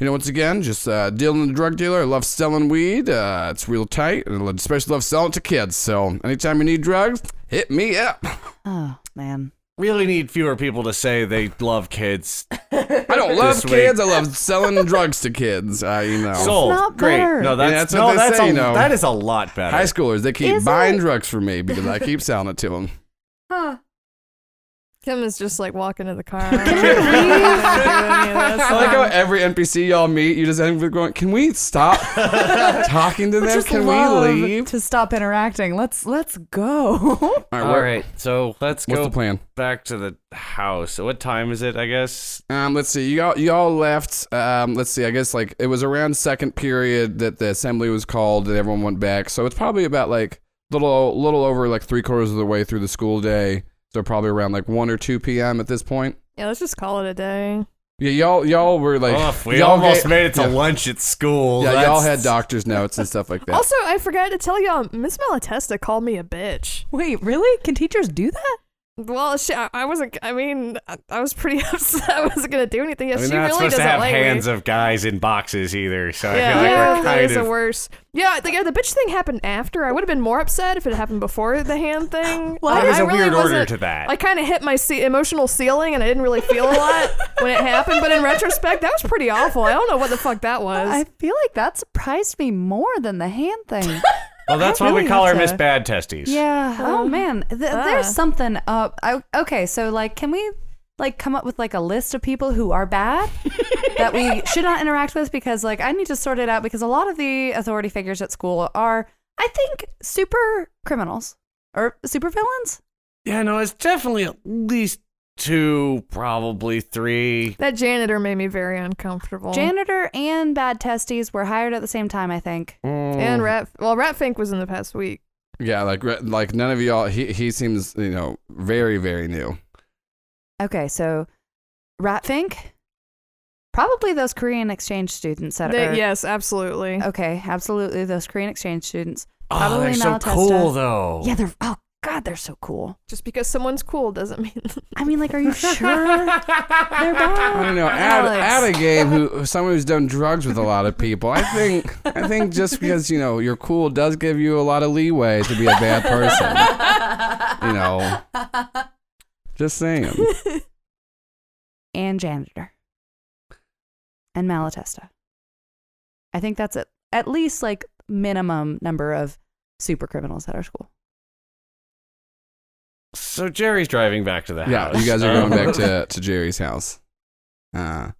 B: you know, once again, just uh, Dylan, the drug dealer, I love selling weed. Uh, it's real tight, and I especially love selling it to kids. So anytime you need drugs, hit me up.
D: Oh man,
C: really need fewer people to say they love kids.
B: I don't love
C: This week.
B: kids. I love selling drugs to kids. Uh, you know,
C: Sold.
D: not
C: Great.
D: better.
C: No,
B: Yeah,
C: that's,
B: that's what
C: no,
B: they
C: that's
B: say,
C: a,
B: you know.
C: that is a lot better.
B: high schoolers they keep
D: Is
B: buying
D: it?
B: drugs for me because I keep selling it to them.
A: Kim is just like walking to the car.
B: I like how every NPC y'all meet, you just end up going, "Can we stop talking to
E: Would
B: them?
E: just
B: Can
E: love
B: we leave?"
E: to stop interacting? Let's let's go.
B: All
C: All
B: what-
C: right, so let's
B: What's
C: go
B: the plan?
C: back to the house. What time is it? I guess
B: Um, let's see. You all, you all left. Um, let's see. I guess like it was around second period that the assembly was called and everyone went back. So it's probably about like little little over like three quarters of the way through the school day. So probably around like one or two p.m. at this point.
A: yeah, let's just call it a day.
B: Yeah, y'all y'all were like
C: Ugh, Oh, we
B: y'all
C: almost
B: ga-
C: made it to
B: yeah.
C: lunch at school.
B: Yeah,
C: That's-
B: y'all had doctor's notes and stuff like that.
A: Also, I forgot to tell y'all, Miss Malatesta called me a bitch.
E: Wait, really? Can teachers do that?
A: Well, she, I I wasn't. I mean, I, I was pretty upset. I wasn't gonna do anything.
C: I
A: If
C: mean,
A: she
C: they're not
A: really
C: supposed
A: doesn't
C: to have
A: like
C: hands
A: me.
C: of guys in boxes either. So I
A: yeah,
C: feel like
A: yeah,
C: we're
A: that
C: kind
A: is the
C: of
A: worst. Yeah, the, yeah, the bitch thing happened after. I would have been more upset if it happened before the hand thing.
E: Well,
A: I-
C: there's
A: I
C: a
A: really
C: weird order
A: wasn't-
C: to that.
A: I kind of hit my ce- emotional ceiling, and I didn't really feel a lot when it happened. But in retrospect, that was pretty awful. I don't know what the fuck that was.
D: I feel like that surprised me more than the hand thing.
C: Well, that's
D: I
C: why we
D: really
C: call her
D: have
C: Miss
D: to-
C: Bad Testes.
D: yeah. Oh,
A: Oh.
D: man, Th-
A: Ah.
E: uh.
D: there's something up. I, okay, so like, can we like come up with like a list of people who are bad that we should not interact with? Because like, I need to sort it out because a lot of the authority figures at school are, I think, super criminals or super villains.
C: Yeah, no, it's definitely at least two, probably three.
A: that janitor made me very
E: Oh.
A: uncomfortable.
D: Janitor and bad testes were hired at the same time. I think.
C: Mm.
A: and Rat. Well, Rat Fink was in the past week.
B: Yeah, like re- like none of y'all. He he seems you know very very new.
D: Okay, so Ratfink, probably those Korean exchange students that Oh.
A: They-
D: are.
A: yes, absolutely.
D: Okay, absolutely those Korean exchange students.
C: Oh, they're
D: Probably
C: so
D: Malatesta.
C: cool though.
D: Yeah, they're oh god, they're so cool.
A: Just because someone's cool doesn't mean.
D: I mean, like, are you sure?
C: they're
D: bad.
B: I don't know. Add, add a game who someone who's done drugs with a lot of people. I think I think just because you know you're cool does give you a lot of leeway to be a bad person. you know, just saying.
D: and janitor. And Malatesta. I think that's at at least like minimum number of super criminals at our school.
C: So Jerry's driving back to the house.
B: Yeah, you guys are going
C: Um,
B: back to, to Jerry's house. Uh,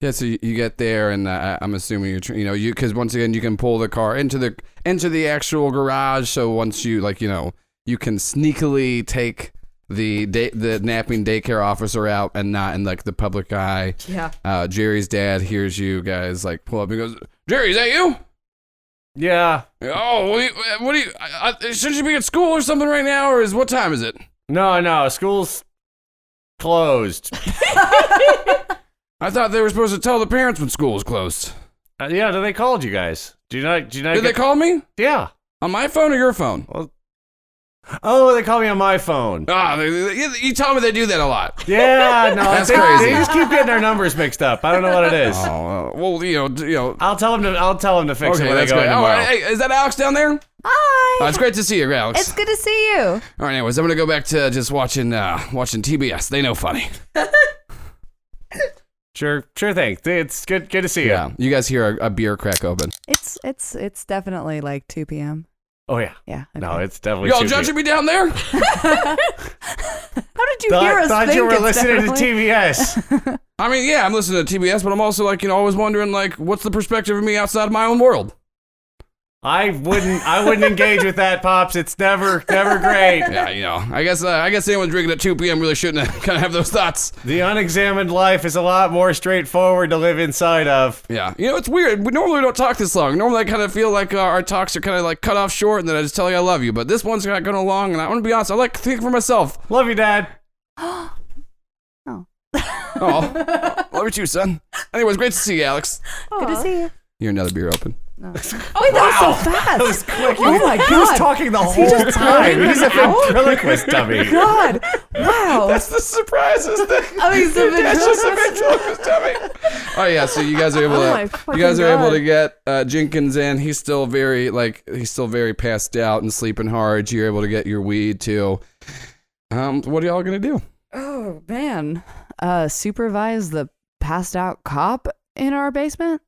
B: yeah, so you, you get there, and uh, I- I'm assuming you're, tr- you know, you because once again you can pull the car into the into the actual garage. So once you like, you know, you can sneakily take the day, the napping daycare officer out and not in like the public eye.
E: Yeah.
B: Uh, Jerry's dad hears you guys like pull up and goes, "Jerry, is that you?"
C: Yeah.
B: Oh, what do you? What do you I, I, shouldn't you be at school or something right now? Or is what time is it?
C: No, no, school's closed.
B: I thought they were supposed to tell the parents when school was closed.
C: Uh, yeah, no, they called you guys. Do you not? Do you not?
B: Did they
C: get-
B: call me?
C: Yeah.
B: On my phone or your phone?
C: Well, oh, they call me on my phone.
B: Ah, they, they- you- you tell me they do that a lot.
C: Yeah, no,
B: That's
C: they,
B: crazy.
C: They just keep getting our numbers mixed up. I don't know what it is.
B: Oh, uh, well, you know, d- you know.
C: I'll tell them to. I'll tell them to fix it
B: Okay,
C: when they
B: that's
C: go
B: great.
C: in
B: Oh,
C: tomorrow.
B: hey, is that Alex down there?
D: Hi.
B: Oh, it's great to see you, Alex.
D: It's good to see you.
B: All right, anyways, I'm gonna go back to just watching, uh, watching TBS. They know funny.
C: Sure, sure thing. It's good. Good to see you.
B: you guys hear a, a beer crack open.
E: It's it's it's definitely like 2 p.m.
C: Oh yeah.
E: Yeah.
C: No,
E: okay.
C: it's definitely.
B: Y'all
C: too
B: judging
C: deep.
B: me down there?
E: How did you
C: Thought,
E: hear us
C: thought
E: think
C: you were
E: it's
C: listening
E: definitely-
C: to TBS.
B: I mean, yeah, I'm listening to TBS, but I'm also like, you know, always wondering like, what's the perspective of me outside of my own world?
C: I wouldn't. I wouldn't engage with that, pops. It's never, never great.
B: Yeah, you know, I guess, uh, I guess anyone drinking at 2 p.m. really shouldn't have, kind of have those thoughts.
C: The unexamined life is a lot more straightforward to live inside of.
B: Yeah, you know it's weird. We normally don't talk this long. Normally, I kind of feel like uh, our talks are kind of like cut off short, and then I just tell you I love you. But this one's not going long, and I want to be honest. I like to think for myself.
C: Love you, Dad.
B: Oh, love you too, son. Anyways, great to see you, Alex.
D: Good to see you.
B: You're another beer open.
E: Oh, wait, that was so fast.
C: That was quick.
E: Oh my
C: He was
E: God.
C: talking the
E: he
C: whole
E: just
C: time.
E: talking
C: He's a
E: an hour?
A: Oh
C: ventriloquist dummy.
E: God. Wow.
B: That's Oh, the surprises
A: Oh,
B: thing.
E: I mean, so
B: That's just a ventriloquist dummy. Oh yeah, so you guys are able
A: Oh, my
B: to
A: fucking
B: you guys are able
A: God.
B: to get uh, Jenkins in. He's still very like he's still very passed out and sleeping hard. You're able to get your weed too. Um, what are y'all gonna do?
D: oh man, uh, supervise the passed out cop in our basement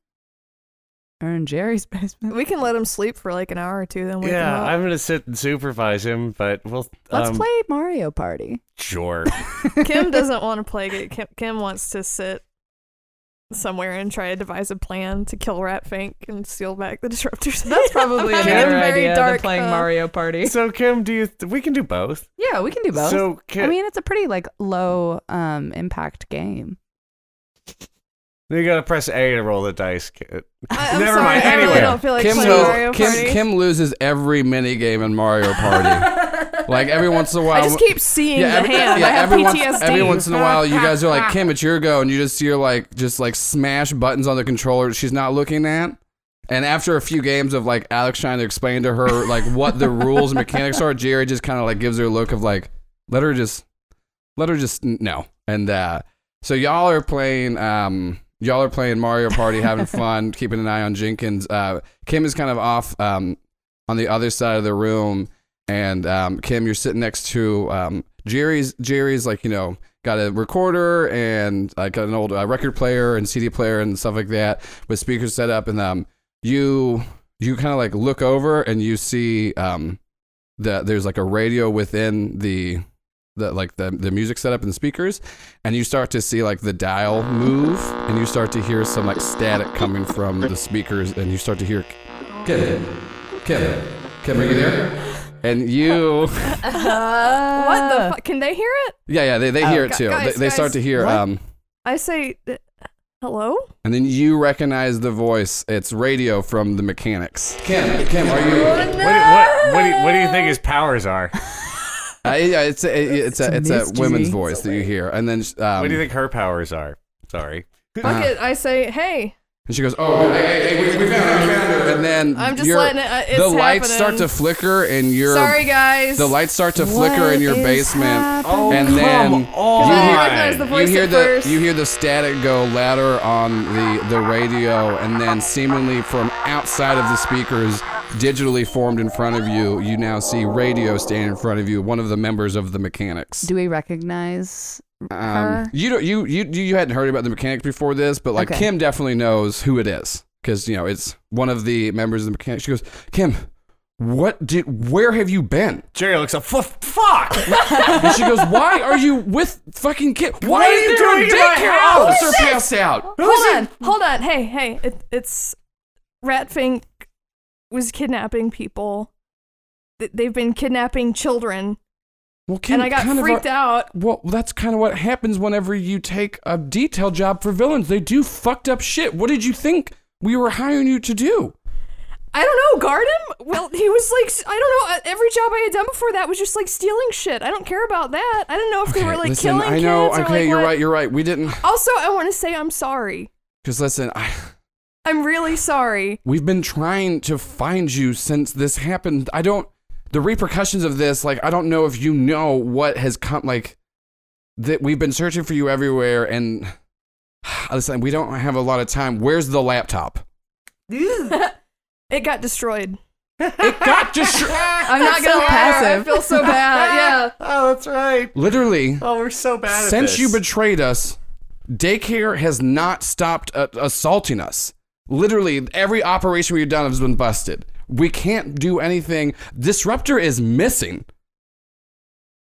D: or in Jerry's basement.
A: We can let him sleep for like an hour or two, then wake
C: yeah,
A: him up.
C: I'm gonna sit and supervise him, but we'll
D: Let's
C: um,
D: play Mario Party.
C: Sure.
A: Kim doesn't want to play it. Kim, Kim wants to sit somewhere and try to devise a plan to kill Ratfink and steal back the disruptors.
E: That's probably
A: I
E: a
A: mean,
E: better
A: it's very
E: idea
A: dark,
E: than playing
A: uh,
E: Mario Party.
C: so Kim, do you? Th- we can do both.
D: Yeah, we can do both.
C: So Kim,
D: I mean, it's a pretty like low um impact game.
C: you gotta press A to roll the dice. Ki-
A: I, am
C: Never
A: sorry,
C: mind,
A: I really
C: anyway.
A: don't feel like
B: Kim,
A: playing
B: lo-
A: Mario
B: Kim,
A: Party.
B: Kim loses every mini game in Mario Party. like every once in a while,
A: I just keep seeing the
B: every,
A: hand.
B: uh, yeah,
A: I have
B: every
A: PTSD.
B: Once, every once in a while, you guys are like, Kim, it's your go. And you just see her like, just like smash buttons on the controller that she's not looking at. And after a few games of like Alex trying to explain to her like what the rules and mechanics are, Jerry just kind of like gives her a look of like, let her just, let her just, n- no. And uh, so y'all are playing, um, y'all are playing Mario Party, having fun, keeping an eye on Jenkins. Uh, Kim is kind of off um, on the other side of the room, and um, Kim, you're sitting next to um, Jerry's. Jerry's like you know got a recorder and like an old uh, record player and CD player and stuff like that with speakers set up, and um, you you kind of like look over and you see um, that there's like a radio within the. The, like the, the music setup and speakers and you start to see like the dial move and you start to hear some like static coming from the speakers and you start to hear Kevin, Kevin, Kevin, are you there? And you,
A: What the fuck? Can they hear it?
B: yeah, yeah, they, they hear it
A: Oh, Gu-
B: too.
A: guys,
B: they, they start
A: guys.
B: to hear,
D: What?
B: um,
A: I say, uh, hello?
B: and then you recognize the voice. It's radio from the mechanics. Kim, Kim, are you?
C: What, do- what, what, do you, what do you think his powers are?
B: Uh, yeah, it's a, it's a, it's a,
D: mystery.
B: women's voice that you hear, and then um,
C: What do you think her powers are? Sorry.
B: Uh.
A: Fuck it. I say, hey,
B: And she goes, "Oh, hey, hey, hey, we, we found her, we found her." And then
A: I'm just
B: your-
A: letting it- uh, it's
B: the lights
A: happening.
B: start to flicker, and you're
A: sorry guys.
B: the lights start to flicker in your
D: What is
B: basement,
D: happening?
B: and
C: Oh, come
B: then
C: on.
A: I
B: you hear-
A: didn't recognize the voice
B: you hear
A: at
B: the
A: first.
B: you hear the static go louder on the the radio, and then seemingly from outside of the speakers, digitally formed in front of you, you now see radio standing in front of you. One of the members of the mechanics.
D: Do we recognize?
B: Um,
D: her?
B: you don't you you you hadn't heard about the mechanic before this, but like
D: Okay.
B: Kim definitely knows who it is because you know it's one of the members of the mechanic. She goes, Kim. What did? Where have you been?
C: Jerry looks up. "F- Fuck!
B: And she goes, "Why are you with fucking Kim? Why
C: are you
B: is there a
C: doing in my
B: daycare
C: house?
B: officer passed out?"
A: hold on. Hold on. Hey, hey. It, it's Ratfink was kidnapping people. Th- They've been kidnapping children.
B: Well, Kim,
A: and I got
B: kind
A: freaked
B: of a-
A: out.
B: Well, that's kind of what happens whenever you take a detail job for villains. They do fucked up shit. What did you think we were hiring you to do?
A: I don't know, guard him? Well, he was like, s- I don't know. uh, Every job I had done before that was just like stealing shit. I don't care about that. I didn't know if they were like
B: listen,
A: killing
B: I know.
A: kids or
B: okay,
A: like
B: you're
A: what.
B: right. You're right. We didn't.
A: Also, I want to say I'm sorry.
B: Because listen, I,
A: I'm really sorry.
B: we've been trying to find you since this happened. I don't. The repercussions of this, like, I don't know if you know what has come. Like, that we've been searching for you everywhere, and listen, we don't have a lot of time. Where's the laptop?
A: It got destroyed.
B: It got destroyed.
A: I'm not gonna Uh, passive. I feel so bad.
C: Oh, that's right.
B: Literally,
C: Oh, we're so bad at
B: since
C: this.
B: you betrayed us, daycare has not stopped uh, assaulting us. Literally, every operation we've done has been busted. We can't do anything. Disruptor is missing.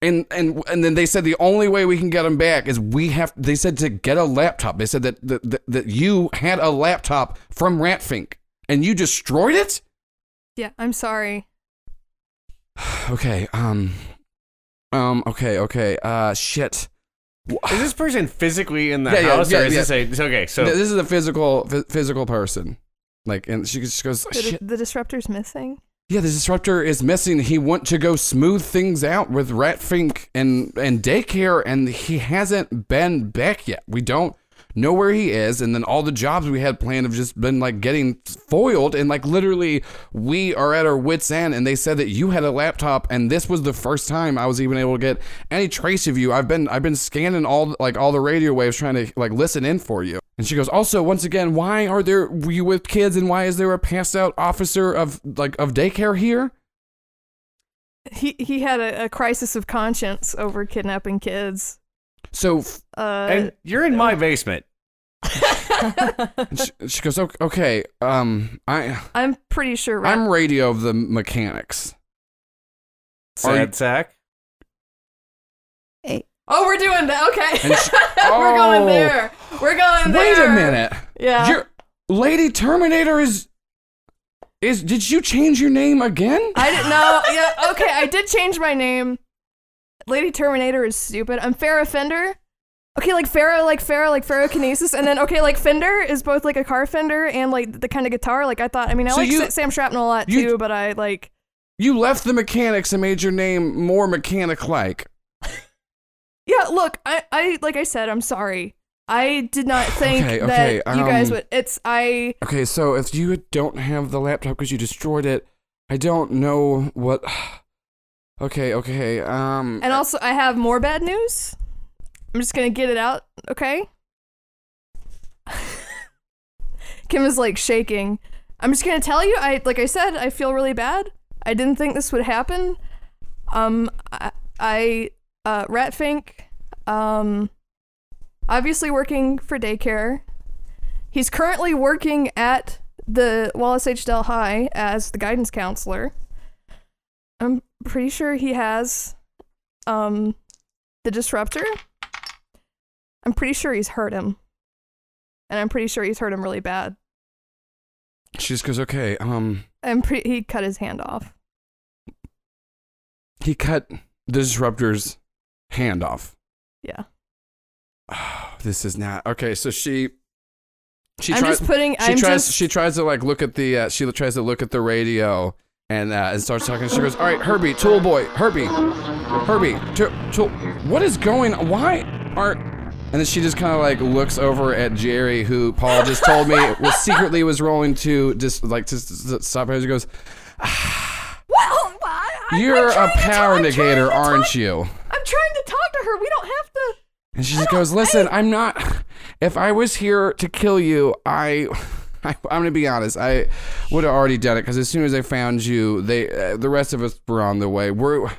B: And, and and then they said the only way we can get him back is we have. They said to get a laptop. They said that that, that, that you had a laptop from Ratfink and you destroyed it.
A: Yeah. Yeah. I'm sorry.
B: Okay. Um. Um. Okay. Okay. Uh. Shit.
C: Is this person physically in the
B: Yeah, yeah,
C: house,
B: yeah,
C: or is
B: yeah.
C: this a? it's Okay, so
B: Th- this is a physical phy- physical person. Like, and she just goes,
A: The,
B: Oh, Shit.
A: the disruptor's missing.
B: yeah, the disruptor is missing. He want to go smooth things out with Ratfink and and daycare, and he hasn't been back yet. We don't know where he is, and then all the jobs we had planned have just been like getting foiled, and like literally, we are at our wits' end. And they said that you had a laptop, and this was the first time I was even able to get any trace of you. I've been I've been scanning all like all the radio waves trying to like listen in for you. And she goes, also, once again, why are there were you with kids and why is there a passed out officer of like of daycare here?
A: He he had a, a crisis of conscience over kidnapping kids.
B: So f-
A: Uh,
C: and you're in my basement.
B: and she, she goes, okay, okay, um, I
A: I'm pretty sure. Rat-
B: I'm radio of the mechanics. Are you-
C: Sad sack.
A: oh, we're doing that. Okay,
B: And she,
A: we're
B: Oh,
A: going there. We're going
B: Wait
A: there.
B: a minute.
A: Yeah.
B: Your Lady Terminator is is did you change your name again?
A: I didn't know. Yeah, okay, I did change my name. Lady Terminator is stupid. I'm Farrah Fender. Okay, like Farrah, like Farrah, like Ferrokinesis, and then okay, like Fender is both like a car fender and like the kind of guitar. Like I thought. I mean, I
B: So
A: like
B: you-
A: Sa- Sam Shrapnel a lot
B: you-
A: too, but I like.
B: You left the mechanics and made your name more mechanic like.
A: Yeah, look, I, I, like I said, I'm sorry. I did not think
B: Okay,
A: that
B: okay,
A: you guys
B: um,
A: would. It's I.
B: Okay, so if you don't have the laptop because you destroyed it, I don't know what Okay, okay. Um
A: And also, I have more bad news. I'm just gonna get it out, okay? Kim is like shaking. I'm just gonna tell you, I like I said, I feel really bad. I didn't think this would happen. Um, I, I uh, Ratfink, um, obviously working for daycare. He's currently working at the Wallace H. Del High as the guidance counselor. I'm pretty sure he has um the disruptor i'm pretty sure he's hurt him and i'm pretty sure he's hurt him really bad
B: she just goes, "Okay, um
A: and pre- he cut his hand off
B: he cut the disruptor's hand off."
A: yeah
B: Oh, this is not. Okay, so she she
A: i'm
B: tries
A: just putting
B: she
A: i'm
B: tries
A: just
B: she tries to like look at the uh, she tries to look at the radio and uh, and starts talking. She goes, "All right, Herbie, Tool Boy, Herbie, Herbie, tool, tool. What is going? Why aren't?" And then she just kind of like looks over at Jerry, who Paul just told me was secretly was rolling to just like to s- s- stop her. She goes,
A: well I, I,
B: "You're a
A: I'm trying to
B: power
A: talk- I'm trying
B: negator,
A: to
B: aren't
A: talk-
B: you?"
A: i'm trying to talk to her we don't have to
B: And she just goes, "Listen, I, am not. If I was here to kill you, I." I, I'm gonna be honest. I would have already done it because as soon as I found you, they uh, the rest of us were on the way. We're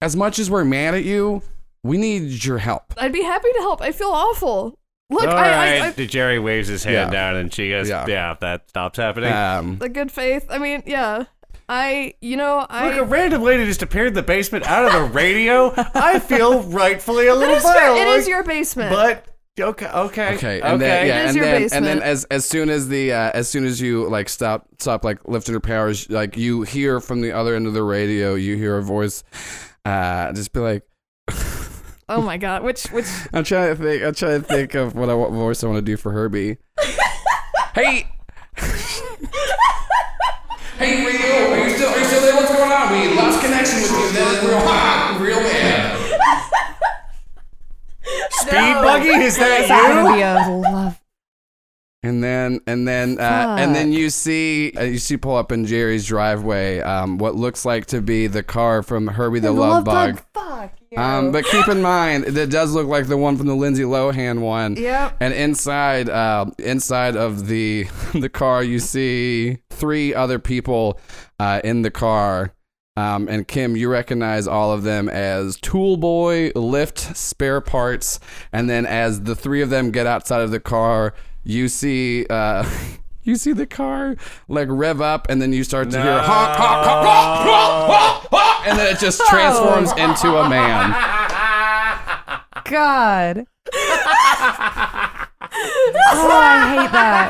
B: as much as we're mad at you, we need your help.
A: i'd be happy to help i feel awful look
C: All
A: I,
C: right.
A: I, I
C: Jerry waves his
B: Yeah.
C: hand down and she goes,
B: Yeah.
C: yeah. if that stops happening.
B: Um,
A: the good faith i mean yeah i you know i
C: Look, a random lady just appeared in the basement out of the radio. I feel rightfully a
A: it
C: little
A: is, your,
C: vile.
A: it is
C: like,
A: your basement
C: But okay, okay,
B: okay, and then
A: It
B: yeah,
A: is
B: and
A: your
B: then, and then
A: basement.
B: as as soon as the uh, as soon as you like stop stop like lifting her powers, like you hear from the other end of the radio, you hear a voice, uh, just be like.
A: oh my god which which
B: I'm trying to think. I'm trying to think of what I what voice I want to do for Herbie. hey, hey, Radio, are you still are you still there? What's going on? We lost connection with you. That is real hot, real bad.
C: Speed buggy, is
E: That
C: that
E: would be a love.
B: And then and then uh, and then you see uh, you see pull up in Jerry's driveway um, what looks like to be the car from Herbie the, Love, Bug.
E: Fuck.
B: Um, but keep in mind that does look like the one from the Lindsay Lohan one.
A: Yep.
B: And inside, uh, inside of the the car, you see three other people uh, in the car. Um, and Kim, you recognize all of them as Tool Boy, Lift, Spare Parts, and then as the three of them get outside of the car, you see. Uh, You see the car like rev up, and then you start to hear honk, honk, honk, honk, honk, honk, honk, and then it just transforms into a man.
E: God. oh, I hate that.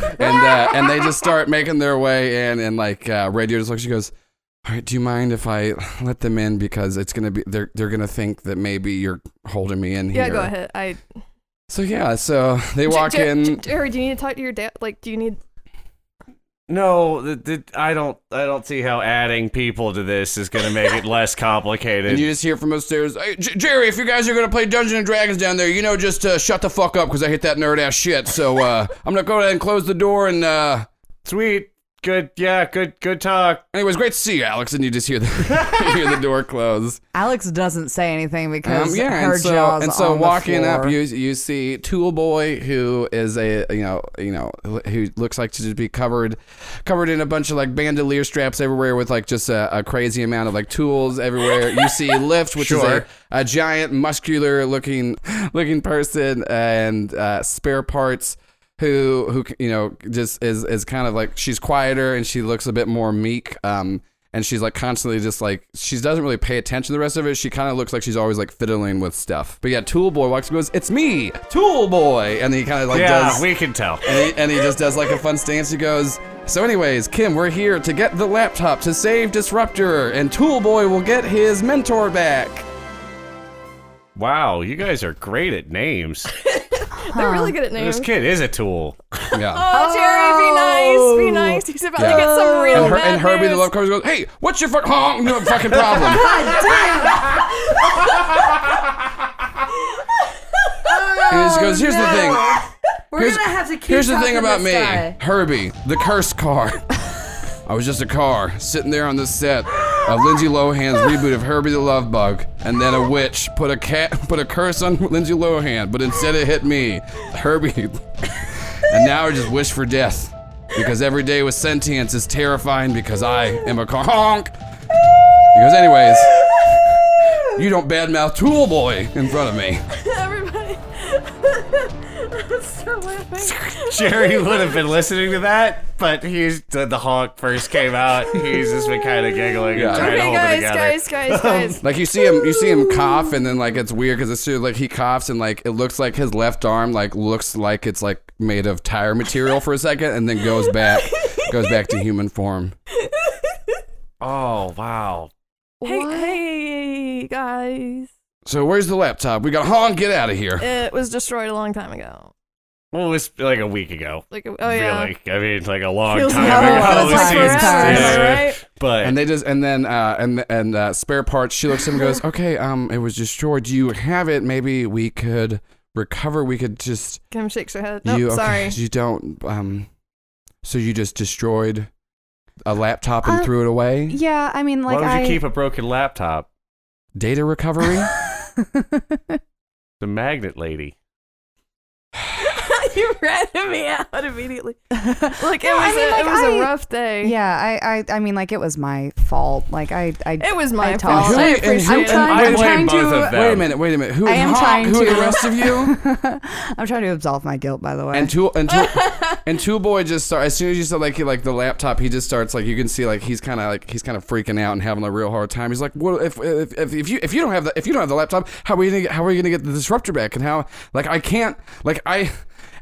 B: and uh, and they just start making their way in, and like uh, radio just looks. She goes, "All right, do you mind if I let them in because it's gonna be they're they're gonna think that maybe you're holding me in here."
A: yeah go ahead i
B: So yeah, so they walk
A: Jer-
B: in.
A: Jer- Jerry, do you need to talk to your dad? Like, do you need?
C: No, the, the, I don't. I don't see how adding people to this is going to make it less complicated.
B: and you just hear from upstairs, hey, J- Jerry, if you guys are gonna play Dungeons and Dragons down there, you know, just uh, shut the fuck up because I hit that nerd ass shit. So uh, I'm gonna go ahead and close the door and uh,
C: Sweet. good. Yeah, good. Good talk.
B: Anyways, great to see you, Alex. And you just hear the, you hear the door close.
E: Alex doesn't say anything because
B: Um, yeah,
E: her
B: and so,
E: jaw's
B: and so
E: on
B: walking
E: the
B: up,
E: floor.
B: you you see Tool Boy, who is a you know you know who looks like to just be covered covered in a bunch of like bandolier straps everywhere with like just a, a crazy amount of like tools everywhere. You see Lift, which is
C: Sure.
B: a, a giant muscular looking looking person, and uh, spare parts. Who, who, you know, just is is kind of like she's quieter and she looks a bit more meek. Um, and she's like constantly just like she doesn't really pay attention to the rest of it. She kind of looks like she's always like fiddling with stuff. But yeah, Tool Boy walks and goes, "It's me, Tool Boy," and he kind of like
C: Yeah,
B: does,
C: we can tell.
B: and, he, and he just does like a fun stance. He goes, "So, anyways, Kim, we're here to get the laptop to save Disruptor, and Tool Boy will get his mentor back."
C: Wow, you guys are great at names.
A: They're really good at names.
C: this kid is a tool.
B: Yeah.
A: Oh, Jerry, be nice, be nice. He's about to get some real
B: And, Her-
A: bad
B: and Herbie the
A: news.
B: Love Cover goes, "Hey, what's your fuck- huh, no fucking problem?" And he just goes, "Here's the thing."
F: Oh, We're
B: Here's-
F: gonna have to keep
B: Here's the
F: talking
B: thing about
F: this
B: me,
F: guy.
B: Herbie, the cursed car. I was just a car sitting there on the set of Lindsay Lohan's reboot of Herbie the Love Bug, and then a witch put a cat put a curse on Lindsay Lohan, but instead it hit me, Herbie. and now I just wish for death because every day with sentience is terrifying because I am a car honk. He goes, anyways. You don't badmouth Tool Boy in front of me.
A: Everybody. I'm so laughing.
C: Jerry would have been listening to that, but he's the, the honk first came out. He's just been kind of giggling
B: Yeah.
C: and trying
A: Okay,
C: to hold it
A: guys,
C: together.
A: guys, guys, guys.
B: Like you see him, you see him cough, and then like it's weird because it's just, like he coughs and like it looks like his left arm like looks like it's like made of tire material for a second, and then goes back, goes back to human form.
C: Oh wow,
A: hey, hey, guys.
B: So where's the laptop? We got Han. Get out of here.
A: It was destroyed a long time ago.
C: well, it was like a week ago.
A: Like, oh yeah.
C: Really, I mean, like a long
A: Feels
C: time
A: like-
C: ago.
E: feels like
C: Seems-
E: forever, am I
C: yeah.
A: right?
C: But
B: And they just and then uh, and and uh, spare parts. She looks at him and goes, "Okay, um, it was destroyed. Do you have it? Maybe we could recover. We could just
A: Kim shakes her head. No,
B: you. okay,
A: sorry.
B: you don't. Um, so you just destroyed a laptop and
D: Uh,
B: threw it away.
D: Yeah, I mean, like
C: why would
D: I
C: you keep a broken laptop?
B: Data recovery.
C: The magnet lady.
A: you ratted me out immediately. Look, it
D: No, I
A: was,
D: mean,
A: a,
D: like,
A: it was a
D: I-
A: rough day.
D: yeah, I, I, I mean, like it was my fault. Like I, I,
A: It was my
D: I
A: fault.
D: told
A: I
B: you.
A: appreciate
B: I'm
A: it.
B: trying-
C: I
B: Wait,
C: blame
D: I'm trying
C: both
D: to-
C: of them.
B: Wait a minute, wait a minute. Who
D: I
B: is
D: am
B: Honk?
D: trying
B: Who are the
D: to.
B: rest of you?
D: I'm trying to absolve my guilt, by the way.
B: And two and two and two boy just start as soon as you said like he like the laptop, he just starts like you can see like he's kind of like he's kind of freaking out and having a real hard time. He's like, well, if if, if, if you if you don't have the if you don't have the laptop, how are you gonna get, how are you gonna get the disruptor back? And how like I can't like I.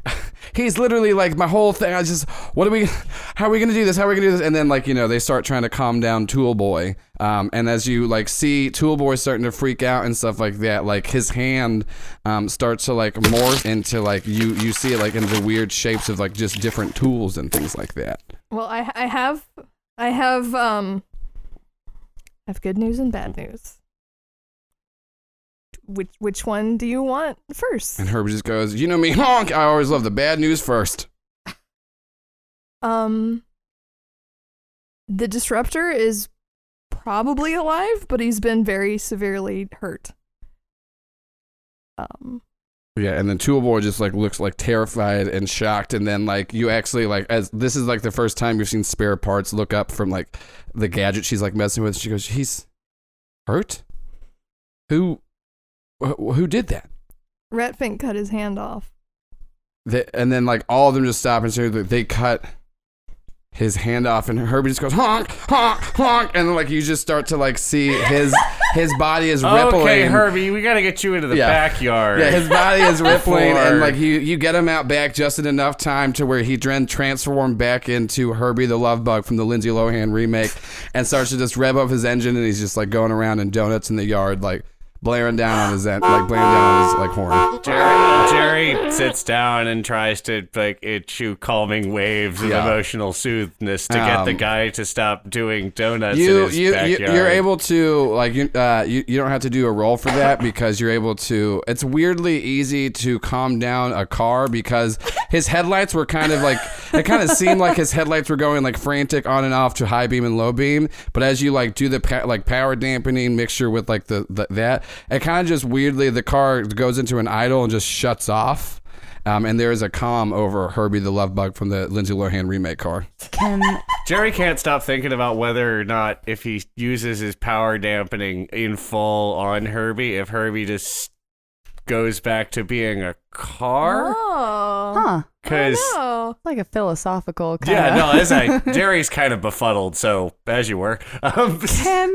B: He's literally like my whole thing. I was just, what are we, how are we gonna do this? How are we gonna do this? And then like you know they start trying to calm down Tool Boy. Um, and as you like see Tool Boy starting to freak out and stuff like that, like his hand um, starts to like morph into like you you see it like into weird shapes of like just different tools and things like that.
A: Well, I I have I have um I have good news and bad news. Which which one do you want first?
B: And Herbie just goes, you know me, honk. I always love the bad news first.
A: Um The disruptor is probably alive, but he's been very severely hurt. Um
B: Yeah, and then Tool Boy just like looks like terrified and shocked, and then like you actually like as this is like the first time you've seen spare parts look up from like the gadget she's like messing with. She goes, "He's hurt. Who, wh- who did that?"
A: Ratfink cut his hand off.
B: They, and then like all of them just stop and say that they cut his hand off, and Herbie just goes honk, honk, honk, and then like you just start to like see his his body is rippling.
C: Okay, Herbie, we gotta get you into the
B: Yeah.
C: backyard.
B: Yeah, his body is rippling,
C: Before-
B: and like you, you get him out back just in enough time to where he then transformed back into Herbie the Love Bug from the Lindsay Lohan remake, and starts to just rev up his engine, and he's just like going around in donuts in the yard, like blaring down on his en- like blaring down on his like horn.
C: Jerry, Jerry sits down and tries to like issue calming waves of
B: Yeah.
C: emotional soothness to get the
B: Um,
C: guy to stop doing donuts in
B: You
C: his
B: you, you
C: backyard.
B: you're able to like you uh you, you don't have to do a roll for that because you're able to. It's weirdly easy to calm down a car because his headlights were kind of like it kind of seemed like his headlights were going like frantic on and off to high beam and low beam. But as you like do the pa- like power dampening mixture with like the, the that, it kind of just weirdly the car goes into an idle and just shuts off. Um, and there is a calm over Herbie the Love Bug from the Lindsay Lohan remake car.
D: Can
C: Jerry can't stop thinking about whether or not if he uses his power dampening in full on Herbie, if Herbie just goes back to being a car.
A: Oh.
D: huh?
C: Because
A: Oh.
E: like a philosophical kind
C: yeah,
E: of.
C: no, as I Jerry's kind of befuddled. So as you were, um,
E: Can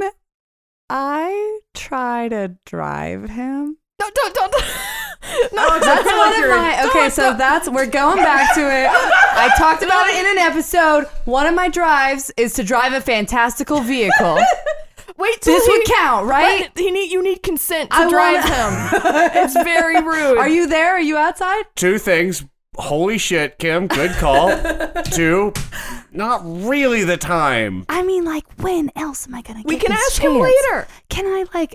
E: I try to drive him?
A: Don't, don't, don't. no,
E: That's one of my.
A: don't,
E: Okay, so
A: don't.
E: that's we're going back to it. I talked about it in an episode. One of my drives is to drive a fantastical vehicle.
A: Wait till
E: this
A: he,
E: would count, right?
A: He need you need consent to
E: I
A: drive
E: wanna-
A: him. It's very rude.
E: Are you there? Are you outside?
C: two things. Holy shit, Kim, good call. Two, not really the time.
D: I mean, like, when else am I gonna?
A: We
D: get
A: can
D: this
A: ask him
D: chance?
A: later.
D: Can I like?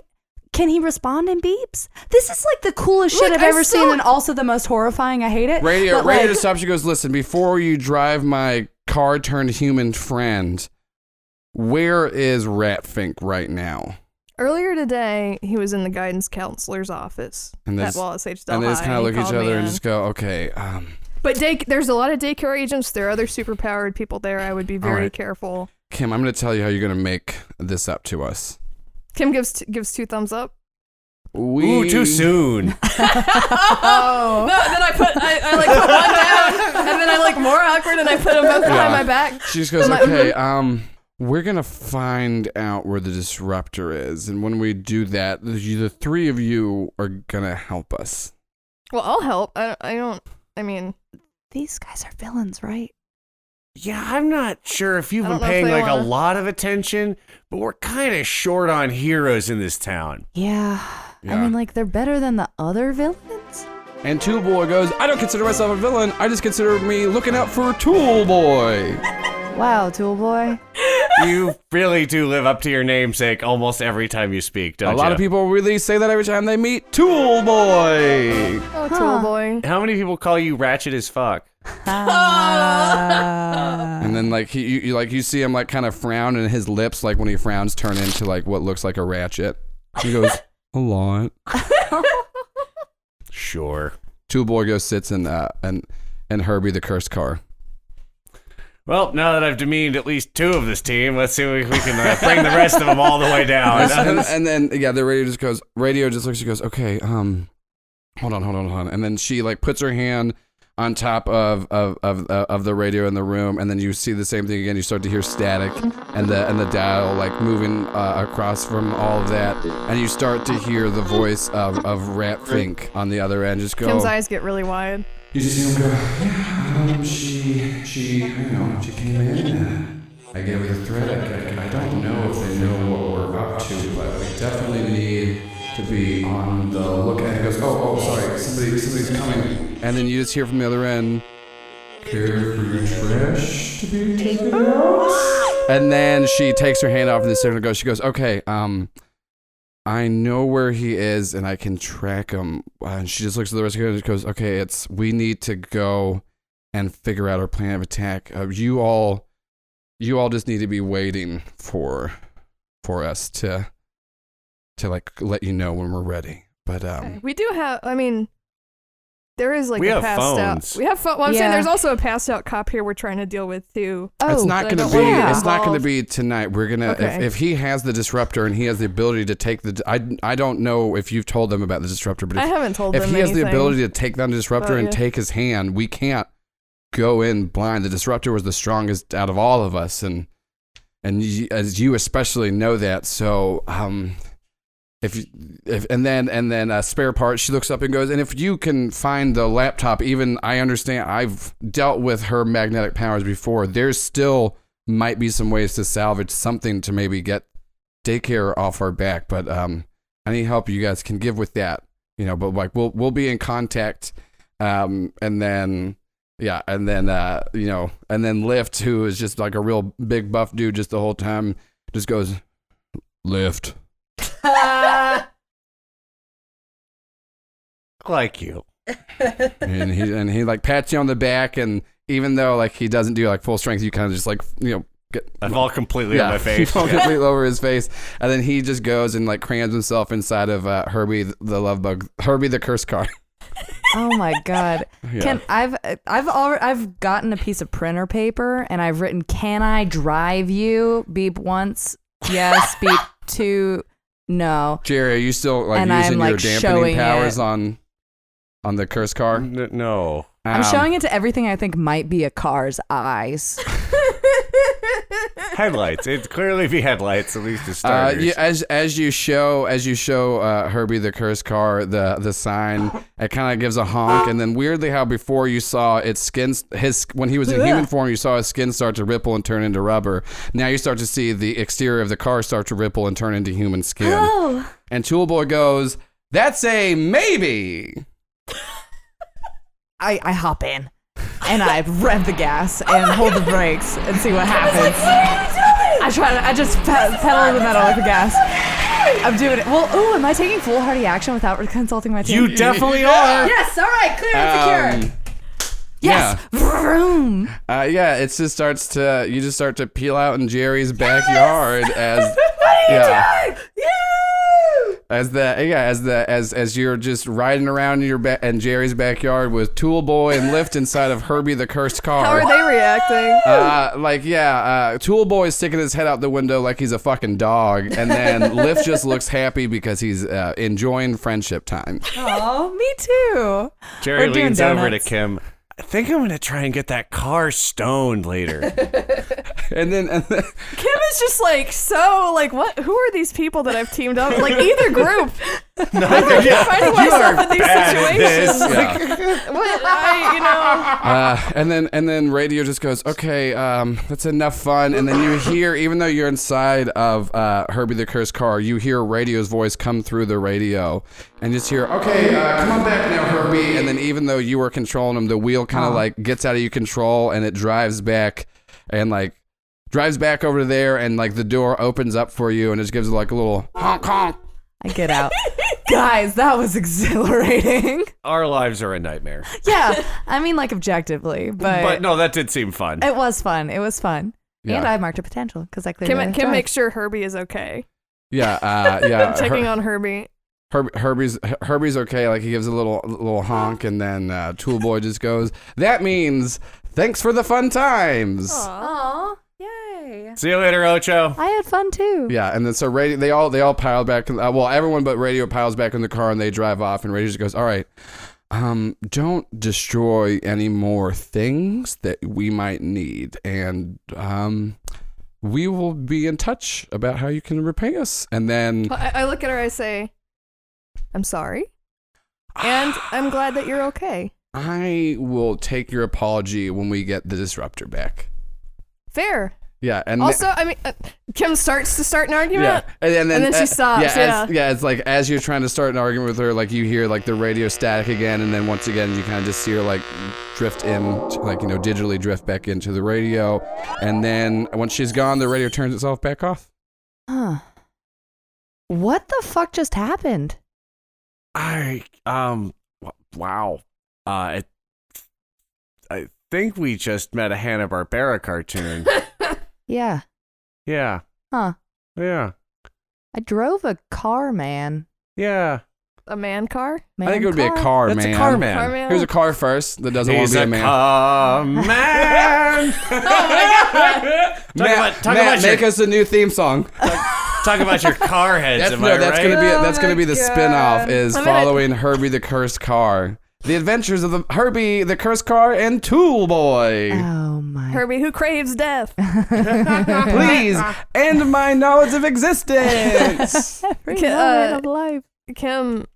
D: Can he respond in beeps? This is like the coolest shit
A: Look,
D: I've
A: I
D: ever
A: saw-
D: seen, and also the most horrifying. I hate it.
B: Radio
D: But,
B: radio
D: like,
B: stops you goes, listen, before you drive my car turned human friend, where is Ratfink right now?
A: Earlier today, he was in the guidance counselor's office
B: And
A: at
B: this-
A: Wallace H. Delhi.
B: and they just kind of look at each other and
A: in.
B: just go, okay, um,
A: But day, there's a lot of daycare agents. There are other superpowered people there. I would be very
B: right.
A: careful.
B: Kim, I'm going to tell you how you're going to make this up to us.
A: Kim gives t- gives two thumbs up.
B: We,
C: Ooh, too soon.
E: Oh.
A: No, then Oh. I put I, I like put one down, and then I like more awkward, and I put them both
B: Yeah.
A: behind my back.
B: She just goes, okay, um, we're going to find out where the disruptor is. And when we do that, you- the three of you are going to help us.
A: Well, I'll help. I, I don't. I mean,
D: these guys are villains, right?
C: Yeah, I'm not sure if you've
A: I
C: been
A: don't know if
C: paying
A: they
C: like a
A: wanna-
C: lot of attention, but we're kind of short on heroes in this town.
D: Yeah.
B: Yeah.
D: I mean, like, they're better than the other villains.
B: And Tool Boy goes, I don't consider myself a villain. I just consider me looking out for Tool Boy.
D: Wow, Tool Boy.
C: you really do live up to your namesake almost every time you speak, don't
B: A lot
C: ya?
B: of people really say that every time they meet Tool Boy.
A: oh,
D: Huh.
A: tool boy.
C: How many people call you ratchet as fuck?
B: And then like he, you, you like you see him like kind of frown, and his lips like when he frowns turn into like what looks like a ratchet. He goes a lot.
D: Oh,
C: Sure.
B: Tool Boy goes sits in uh and and Herbie the cursed car.
C: Well, now that I've demeaned at least two of this team, let's see if we can uh, bring the rest of them all the way
B: and,
C: down.
B: and then yeah, the radio just goes. Radio just looks. She goes, okay, um, hold on, hold on, hold on. And then she like puts her hand on top of of of, uh, of the radio in the room, and then you see the same thing again. You start to hear static and the and the dial like moving uh, across from all of that, and you start to hear the voice of of Rat Fink on the other end. Just go.
A: Kim's eyes get really wide.
B: You just hear him go, yeah, um, she, she, you know, she came in. uh, I gave her the threat. I, I, I don't know if they know what we're up to, but we definitely need to be on the look. And he goes, oh, oh, sorry, somebody, somebody's coming. And then you just hear from the other end, care for your trash to be taken out? And then she takes her hand off and the signal goes, she goes, okay, um, I know where he is and I can track him. Uh, And she just looks at the rest of the and goes, okay, it's, we need to go and figure out our plan of attack. Uh, you all, you all just need to be waiting for, for us to, to like let you know when we're ready. But, um,
A: We do have. I mean, there is like
C: We
A: a
C: have
A: passed
C: phones.
A: out. We have phones. Well, I'm saying
D: Yeah.
A: there's also a passed out cop here we're trying to deal with too.
D: Oh,
B: it's not
A: they
B: going to
A: don't
B: be.
D: wanna get
B: It's not going to
A: involved.
B: be tonight. We're gonna. If,
A: Okay.
B: if he has the disruptor and he has the ability to take the, I, I don't know if you've told them about the disruptor, but
A: I
B: if,
A: haven't told
B: if
A: them
B: he has the
A: anything.
B: ability to take down the disruptor
A: Oh,
B: and
A: yeah.
B: take his hand, we can't go in blind. The disruptor was the strongest out of all of us, and and y as you especially know that. So um, if you- if and then and then a spare part, she looks up and goes, and if you can find the laptop, even I understand. I've dealt with her magnetic powers before. There's still might be some ways to salvage something to maybe get daycare off our back, but um. Any help you guys can give with that, you know but like we'll we'll be in contact um and then yeah and then uh you know and then lift who is just like a real big buff dude just the whole time just goes lift
C: like you.
B: and he and he like pats you on the back, and even though like he doesn't do like full strength, you kind of just like you know get
C: I fall completely on my
B: he
C: face.
B: falls completely over his face, and then he just goes and like crams himself inside of uh, Herbie th- the love bug, Herbie the curse car.
D: Oh my god.
B: Yeah.
D: Can I've I've already I've gotten a piece of printer paper and I've written can I drive you? Beep once. Yes, beep two. No.
B: Jerry, are you still like
D: And I'm,
B: using your
D: like,
B: dampening
D: showing
B: powers
D: it.
B: on on the curse car?
C: N- no.
D: I'm
B: Um,
D: showing it to everything I think might be a car's eyes.
C: Headlights. It'd clearly be headlights, at least to
B: Uh,
C: start.
B: yeah, as as you show as you show uh, Herbie the curse car the the sign it kind of gives a honk and then weirdly how before you saw its skin his when he was in human form you saw his skin start to ripple and turn into rubber now you start to see the exterior of the car start to ripple and turn into human skin
D: Oh.
B: and Toolboy goes that's a maybe
D: I, I hop in and I rev the gas
A: Oh
D: and hold the brakes and see what happens. I try to, I just pe- pedal the metal with the gas. I'm doing it. Well, ooh, am I taking foolhardy action without consulting my team?
C: You definitely are.
D: yes, all right, clear and secure.
B: Um,
D: yes, vroom.
B: Uh, yeah, it just starts to you just start to peel out in Jerry's backyard as yeah, as the yeah as the as as you're just riding around in your ba- in Jerry's backyard with Tool Boy and Lift inside of Herbie the cursed car.
A: How are they reacting?
B: Uh, like yeah, uh, Tool Boy is sticking his head out the window like he's a fucking dog, and then Lift just looks happy because he's uh, enjoying friendship time.
D: Oh, me too.
C: Jerry
D: We're doing
C: leans over to
D: donuts.
C: Kim. I think I'm gonna try and get that car stoned later.
B: And then and then,
A: Kim is just like so like what? Who are these people that I've teamed up? Like either group.
C: Neither
A: Finding myself in these
C: bad at
A: situations.
C: this.
B: yeah.
A: What I you know?
B: Uh, and then and then radio just goes, okay, um, that's enough fun. And then you hear, even though you're inside of uh, Herbie the Cursed car, you hear radio's voice come through the radio, and just hear, okay, uh, come on back now, Herbie. And then even though you were controlling him, the wheel kind of like gets out of your control and it drives back, and like drives back over there, and like the door opens up for you, and it just gives it like a little honk honk.
D: I get out. Guys, that was exhilarating.
C: Our lives are a nightmare.
D: yeah, I mean, like objectively, but,
C: But no, that did seem fun.
D: it was fun. It was fun. And
B: Yeah.
D: I marked a potential because I clearly
A: Kim,
D: enjoyed.
A: Kim makes sure Herbie is okay.
B: Yeah, uh, yeah.
A: I'm checking
B: Her-
A: on Herbie.
B: Herb, Herbie's Herbie's okay. Like he gives a little little honk, and then uh, Toolboy just goes. That means thanks for the fun times.
D: Aw, yay!
C: See you later, Ocho.
D: I had fun too.
B: Yeah, and then so radio they all they all pile back. In, uh, well, everyone but Radio piles back in the car, and they drive off. And Radio just goes, "All right, um, don't destroy any more things that we might need, and um, we will be in touch about how you can repay us." And then
A: I, I look at her. I say, "I'm sorry," and I'm glad that you're okay.
B: I will take your apology when we get the disruptor back.
A: Fair.
B: Yeah, and
A: Also, I mean, uh, Kim starts to start an argument.
B: Yeah, and, and then, uh,
A: And then she stops,
B: Yeah, as-
A: yeah.
B: it's like as you're trying to start an argument with her, like you hear like the radio static again, and then once again you kind of just see her like drift in, like you know, digitally drift back into the radio, and then once she's gone, the radio turns itself back off.
D: Huh. What the fuck just happened?
C: I um w- wow. Uh, I, I think we just met a Hanna Barbera cartoon.
D: Yeah.
C: yeah,
D: Huh.
C: yeah,
D: I drove a car, man.
C: yeah.
A: A man car.
D: man
B: I think it would be a car
C: That's
B: man.
C: a car man.
A: Car man.
B: Here's a car first that doesn't want
C: He's
B: to be
C: a
B: a man.
C: car man.
A: Oh
C: Talk
B: Matt,
C: about talk
B: Matt,
C: about
B: make
C: your
B: us a new theme song.
C: talk about your car heads.
B: That's,
C: am
B: no,
C: I
B: that's
C: right?
B: gonna be
D: Oh
B: that's gonna
D: my
B: be the
D: God.
B: spin-off is
A: I mean, I-
B: following Herbie the cursed car. The adventures of the Herbie the cursed car and Tool Boy.
D: Oh my.
A: Herbie, who craves death.
B: Please end my knowledge of existence.
D: Every
A: Ki-
D: moment
A: uh,
D: of life.
A: Kim.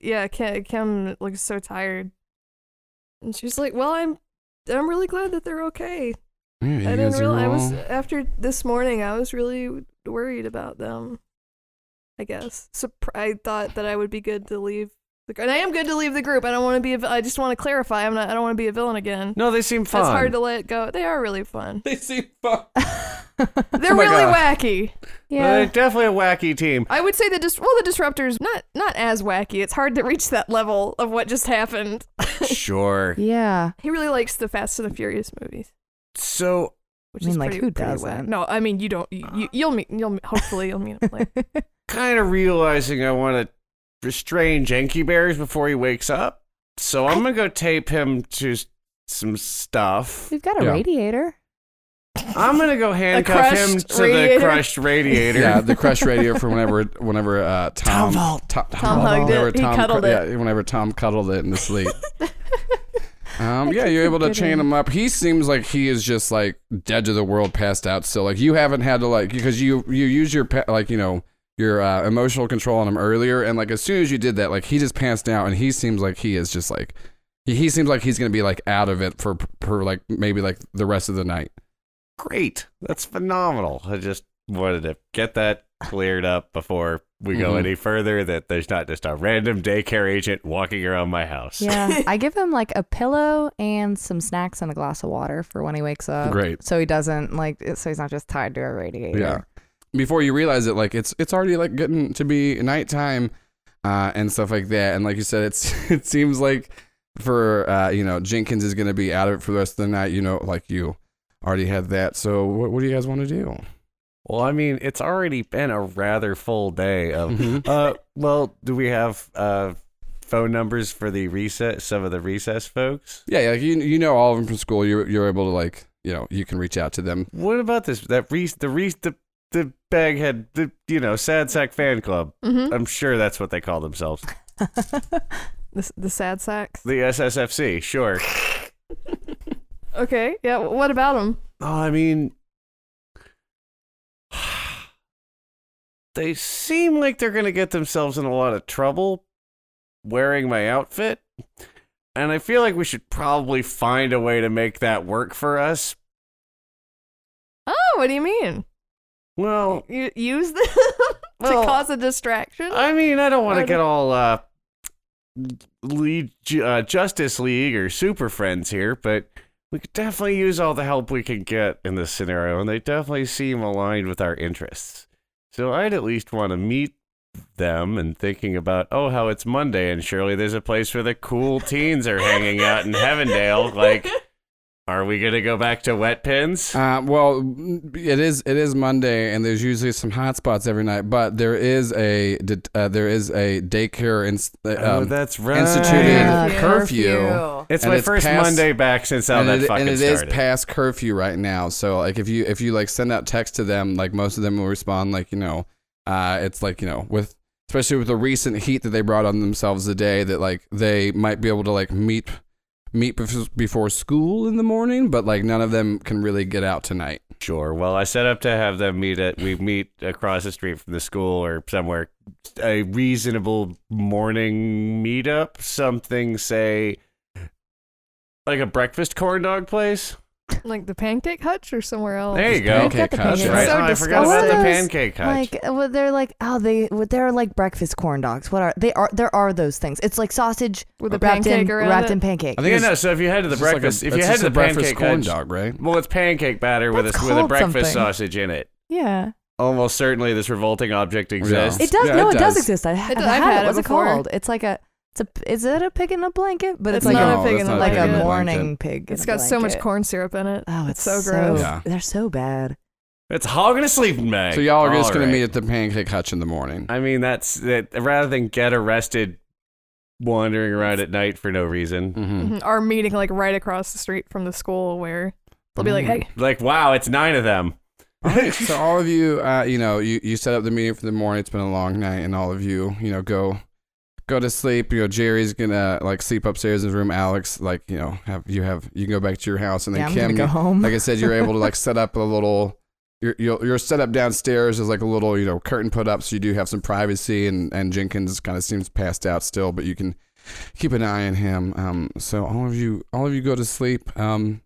A: Yeah, Kim, Kim looks so tired, and she's like, "Well, I'm, I'm really glad that they're okay. I didn't realize I was after this morning. I was really worried about them. I guess Surpr- I thought that I would be good to leave Like, and I am good to leave the group. I don't want to be. A, vi- I just want to clarify. I'm not. I don't want to be a villain again.
C: No, they seem fun.
A: It's hard to let go. They are really fun.
B: They seem fun.
A: They're
C: Oh my
A: really
C: God.
A: wacky.
C: They're definitely a wacky team.
A: I would say the dis- well, the disruptors not not as wacky. It's hard to reach that level of what just happened.
C: Sure.
E: Yeah.
A: He really likes the Fast and the Furious movies,
C: So
A: which
E: I mean,
A: is
E: like,
A: pretty,
E: who
A: pretty
E: doesn't? Ah.
A: wack. No, I mean you don't. You, you- you'll meet. You'll meet- hopefully you'll meet him later.
C: kind of realizing I want to restrain Janky Bears before he wakes up. So I'm gonna go tape him to s- some stuff.
E: We've got a
B: Yeah.
E: radiator.
C: I'm gonna go handcuff
A: crushed
C: him to
A: radiator.
C: the crushed radiator.
B: Yeah, the crush radio for whenever whenever uh, Tom
C: Vault.
B: Tom,
A: Tom hugged
B: whenever
A: it. He
B: Tom
A: cuddled
B: cr-
A: it.
B: Yeah, whenever Tom cuddled it in his sleep. um, yeah, you're able to chain him up. He seems like he is just like dead to the world, passed out. So like you haven't had to like because you you use your pa- like you know your uh, emotional control on him earlier, and like as soon as you did that, like he just passed out, and he seems like he is just like. He he seems like he's gonna be like out of it for for like maybe like the rest of the night.
C: Great. That's phenomenal. I just wanted to get that cleared up before we go
B: Mhm.
C: any further. That there's not just a random daycare agent walking around my house.
E: Yeah. I give him like a pillow and some snacks and a glass of water for when he wakes up.
B: Great.
E: So he doesn't like, so he's not just tied to a radiator.
B: Yeah. Before you realize it, like it's it's already like getting to be nighttime, uh, and stuff like that. And like you said, it's it seems like for uh, you know Jenkins is gonna be out of it for the rest of the night. You know, like you already had that. So what, what do you guys want to do?
C: Well, I mean, it's already been a rather full day of
B: Mhm.
C: uh, well, do we have uh, phone numbers for the recess? Some of the recess folks.
B: Yeah, yeah, like you you know all of them from school. You're you're able to like you know you can reach out to them.
C: What about this? That re the re the the baghead the you know sad sack fan club.
A: hmm
C: I'm sure that's what they call themselves.
A: the, the sad sacks.
C: The SSFC. Sure.
A: Okay, yeah. wh- What about him?
C: Oh, I mean, they seem like they're going to get themselves in a lot of trouble wearing my outfit. And I feel like we should probably find a way to make that work for us.
A: Oh, what do you mean?
C: Well,
A: You use them to
C: Oh. Well, uh,
A: cause a distraction?
C: I mean, I don't want to
A: Or-
C: get all uh, League, uh, Justice League or Super Friends here, but we could definitely use all the help we can get in this scenario, and they definitely seem aligned with our interests. So I'd at least want to meet them and thinking about, oh, how it's Monday, and surely there's a place where the cool teens are hanging out in Heavendale. Like, are we going to go back to wet pins?
B: Uh, well, it is it is Monday, and there's usually some hot spots every night. But there is a did- uh, there is a daycare inst- uh,
C: oh,
B: um,
C: that's right.
E: Uh,
B: instituted
E: Yeah,
B: curfew.
C: It's
B: and
C: my
B: it's
C: first
B: past-
C: Monday back since all
B: and
C: that
B: it,
C: fucking
B: and it is
C: started.
B: past curfew right now. So like if you if you like send out text to them, like most of them will respond like you know, uh, it's like you know with especially with the recent heat that they brought on themselves today that like they might be able to like meet meet bef- before school in the morning, but like none of them can really get out tonight.
C: Sure. Well, I set up to have them meet at we meet across the street from the school or somewhere a reasonable morning meetup, something say like a breakfast corn dog place.
A: like the Pancake Hutch or somewhere else?
C: There you go.
E: Pancake Hutch.
B: Hutch,
C: Right.
A: So
C: Oh, I forgot about the
E: disgusting.
C: pancake hutch.
E: Like, well, they're like, oh, they, well, they're like breakfast corn dogs. What are they? Are there are those things? It's like sausage
A: With a
E: wrapped in
A: pancake around
E: wrapped
A: it?
E: in pancake.
B: I think
C: yeah,
B: it's-
C: no, so if you head to the
B: It's just like a-
C: breakfast if you
B: it's
C: head
B: just
C: to the
B: a breakfast
C: pancake
B: corn
C: hutch,
B: dog, right?
C: well it's pancake batter with
E: That's
C: a with a
E: called something.
C: breakfast sausage in it.
E: yeah,
C: Almost certainly this revolting object exists.
E: it does.
B: Yeah,
E: no,
B: it
E: it does,
B: does.
E: exist. I, have
A: does.
E: had,
A: I've had
E: it.
A: it
E: What's it
A: before.
E: called? It's like a. It's a. Is it a pig in a blanket? But it's,
A: It's
E: like
A: not
E: a,
A: a pig in
B: that's
A: a
B: not
E: like
A: pig in
E: a
A: a
E: morning pig.
A: It's
E: in a
A: got so much
E: blanket.
A: corn syrup in it.
E: Oh, it's
A: so gross.
B: Yeah.
E: They're so bad.
C: It's hogging a sleep bag.
B: So y'all are just
C: All
B: gonna
C: right.
B: meet at the Pancake Hutch in the morning.
C: I mean, that's that. Rather than get arrested wandering around at night for no reason,
B: Mm-hmm.
A: Mhm. Our meeting like right across the street from the school where they'll be like,
B: Mm.
A: hey,
C: like, wow, it's nine of them.
B: All right, so all of you, uh, you know, you, you set up the meeting for the morning. It's been a long night, and all of you, you know, go go to sleep. You know, Jerry's gonna like sleep upstairs in his room. Alex, like, you know, have you have you can go back to your house, and then
E: Yeah, I'm
B: Kim,
E: gonna go home.
B: like I said, you're able to like set up a little. Your your your setup downstairs is like a little, you know, curtain put up, so you do have some privacy. And and Jenkins kind of seems passed out still, but you can keep an eye on him. Um, so all of you, all of you, go to sleep. Um,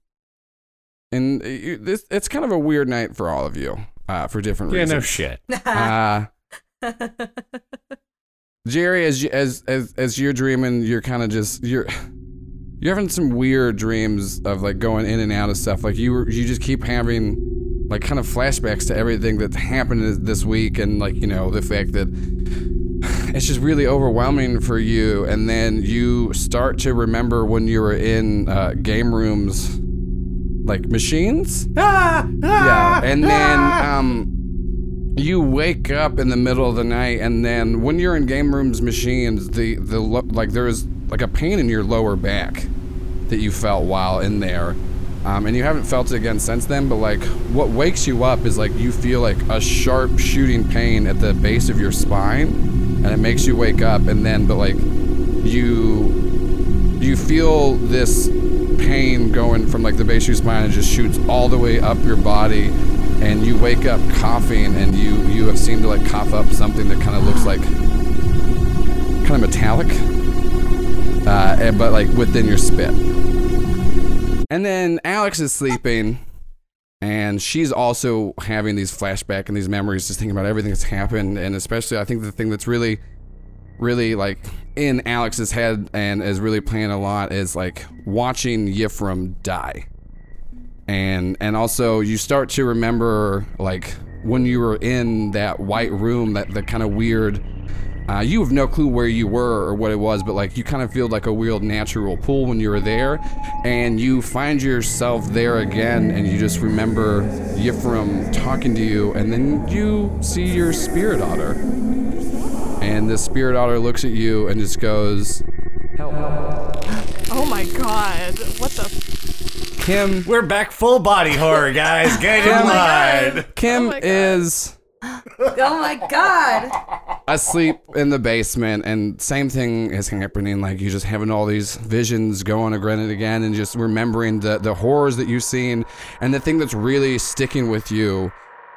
B: and uh, you, this it's kind of a weird night for all of you, uh, for different
C: Yeah,
B: reasons.
C: no shit.
B: Uh, Jerry, as you, as as as you're dreaming, you're kind of just you're you're having some weird dreams of like going in and out of stuff. Like you were, you just keep having like kind of flashbacks to everything that happened this week, and like you know the fact that it's just really overwhelming for you. And then you start to remember when you were in uh, game rooms, like machines. Yeah, and then um. You wake up in the middle of the night, and then when you're in game rooms machines, the the lo- like there's like a pain in your lower back that you felt while in there, um, and you haven't felt it again since then. But like what wakes you up is like you feel like a sharp shooting pain at the base of your spine, and it makes you wake up, and then but like you you feel this pain going from like the base of your spine and just shoots all the way up your body and you wake up coughing and you you have seemed to like cough up something that kind of looks like kind of metallic uh, and, but like within your spit and then alex is sleeping and she's also having these flashback and these memories just thinking about everything that's happened and especially i think the thing that's really really like in Alex's head and is really playing a lot is like watching Yifrim die. And and also you start to remember like when you were in that white room, that the kind of weird uh, you have no clue where you were or what it was, but like you kind of feel like a weird natural pull when you were there, and you find yourself there again, and you just remember Yifrim talking to you, and then you see your spirit otter and the spirit otter looks at you and just goes,
A: Oh my god. What the?
B: "Kim,
C: We're back full body horror, guys.
B: Oh
C: Get in line.
B: Kim
A: God.
B: is
D: Oh my
E: Oh
D: god!
B: asleep in the basement, and same thing is happening. Like you just having all these visions going again and again, and just remembering the the horrors that you've seen, and the thing that's really sticking with you."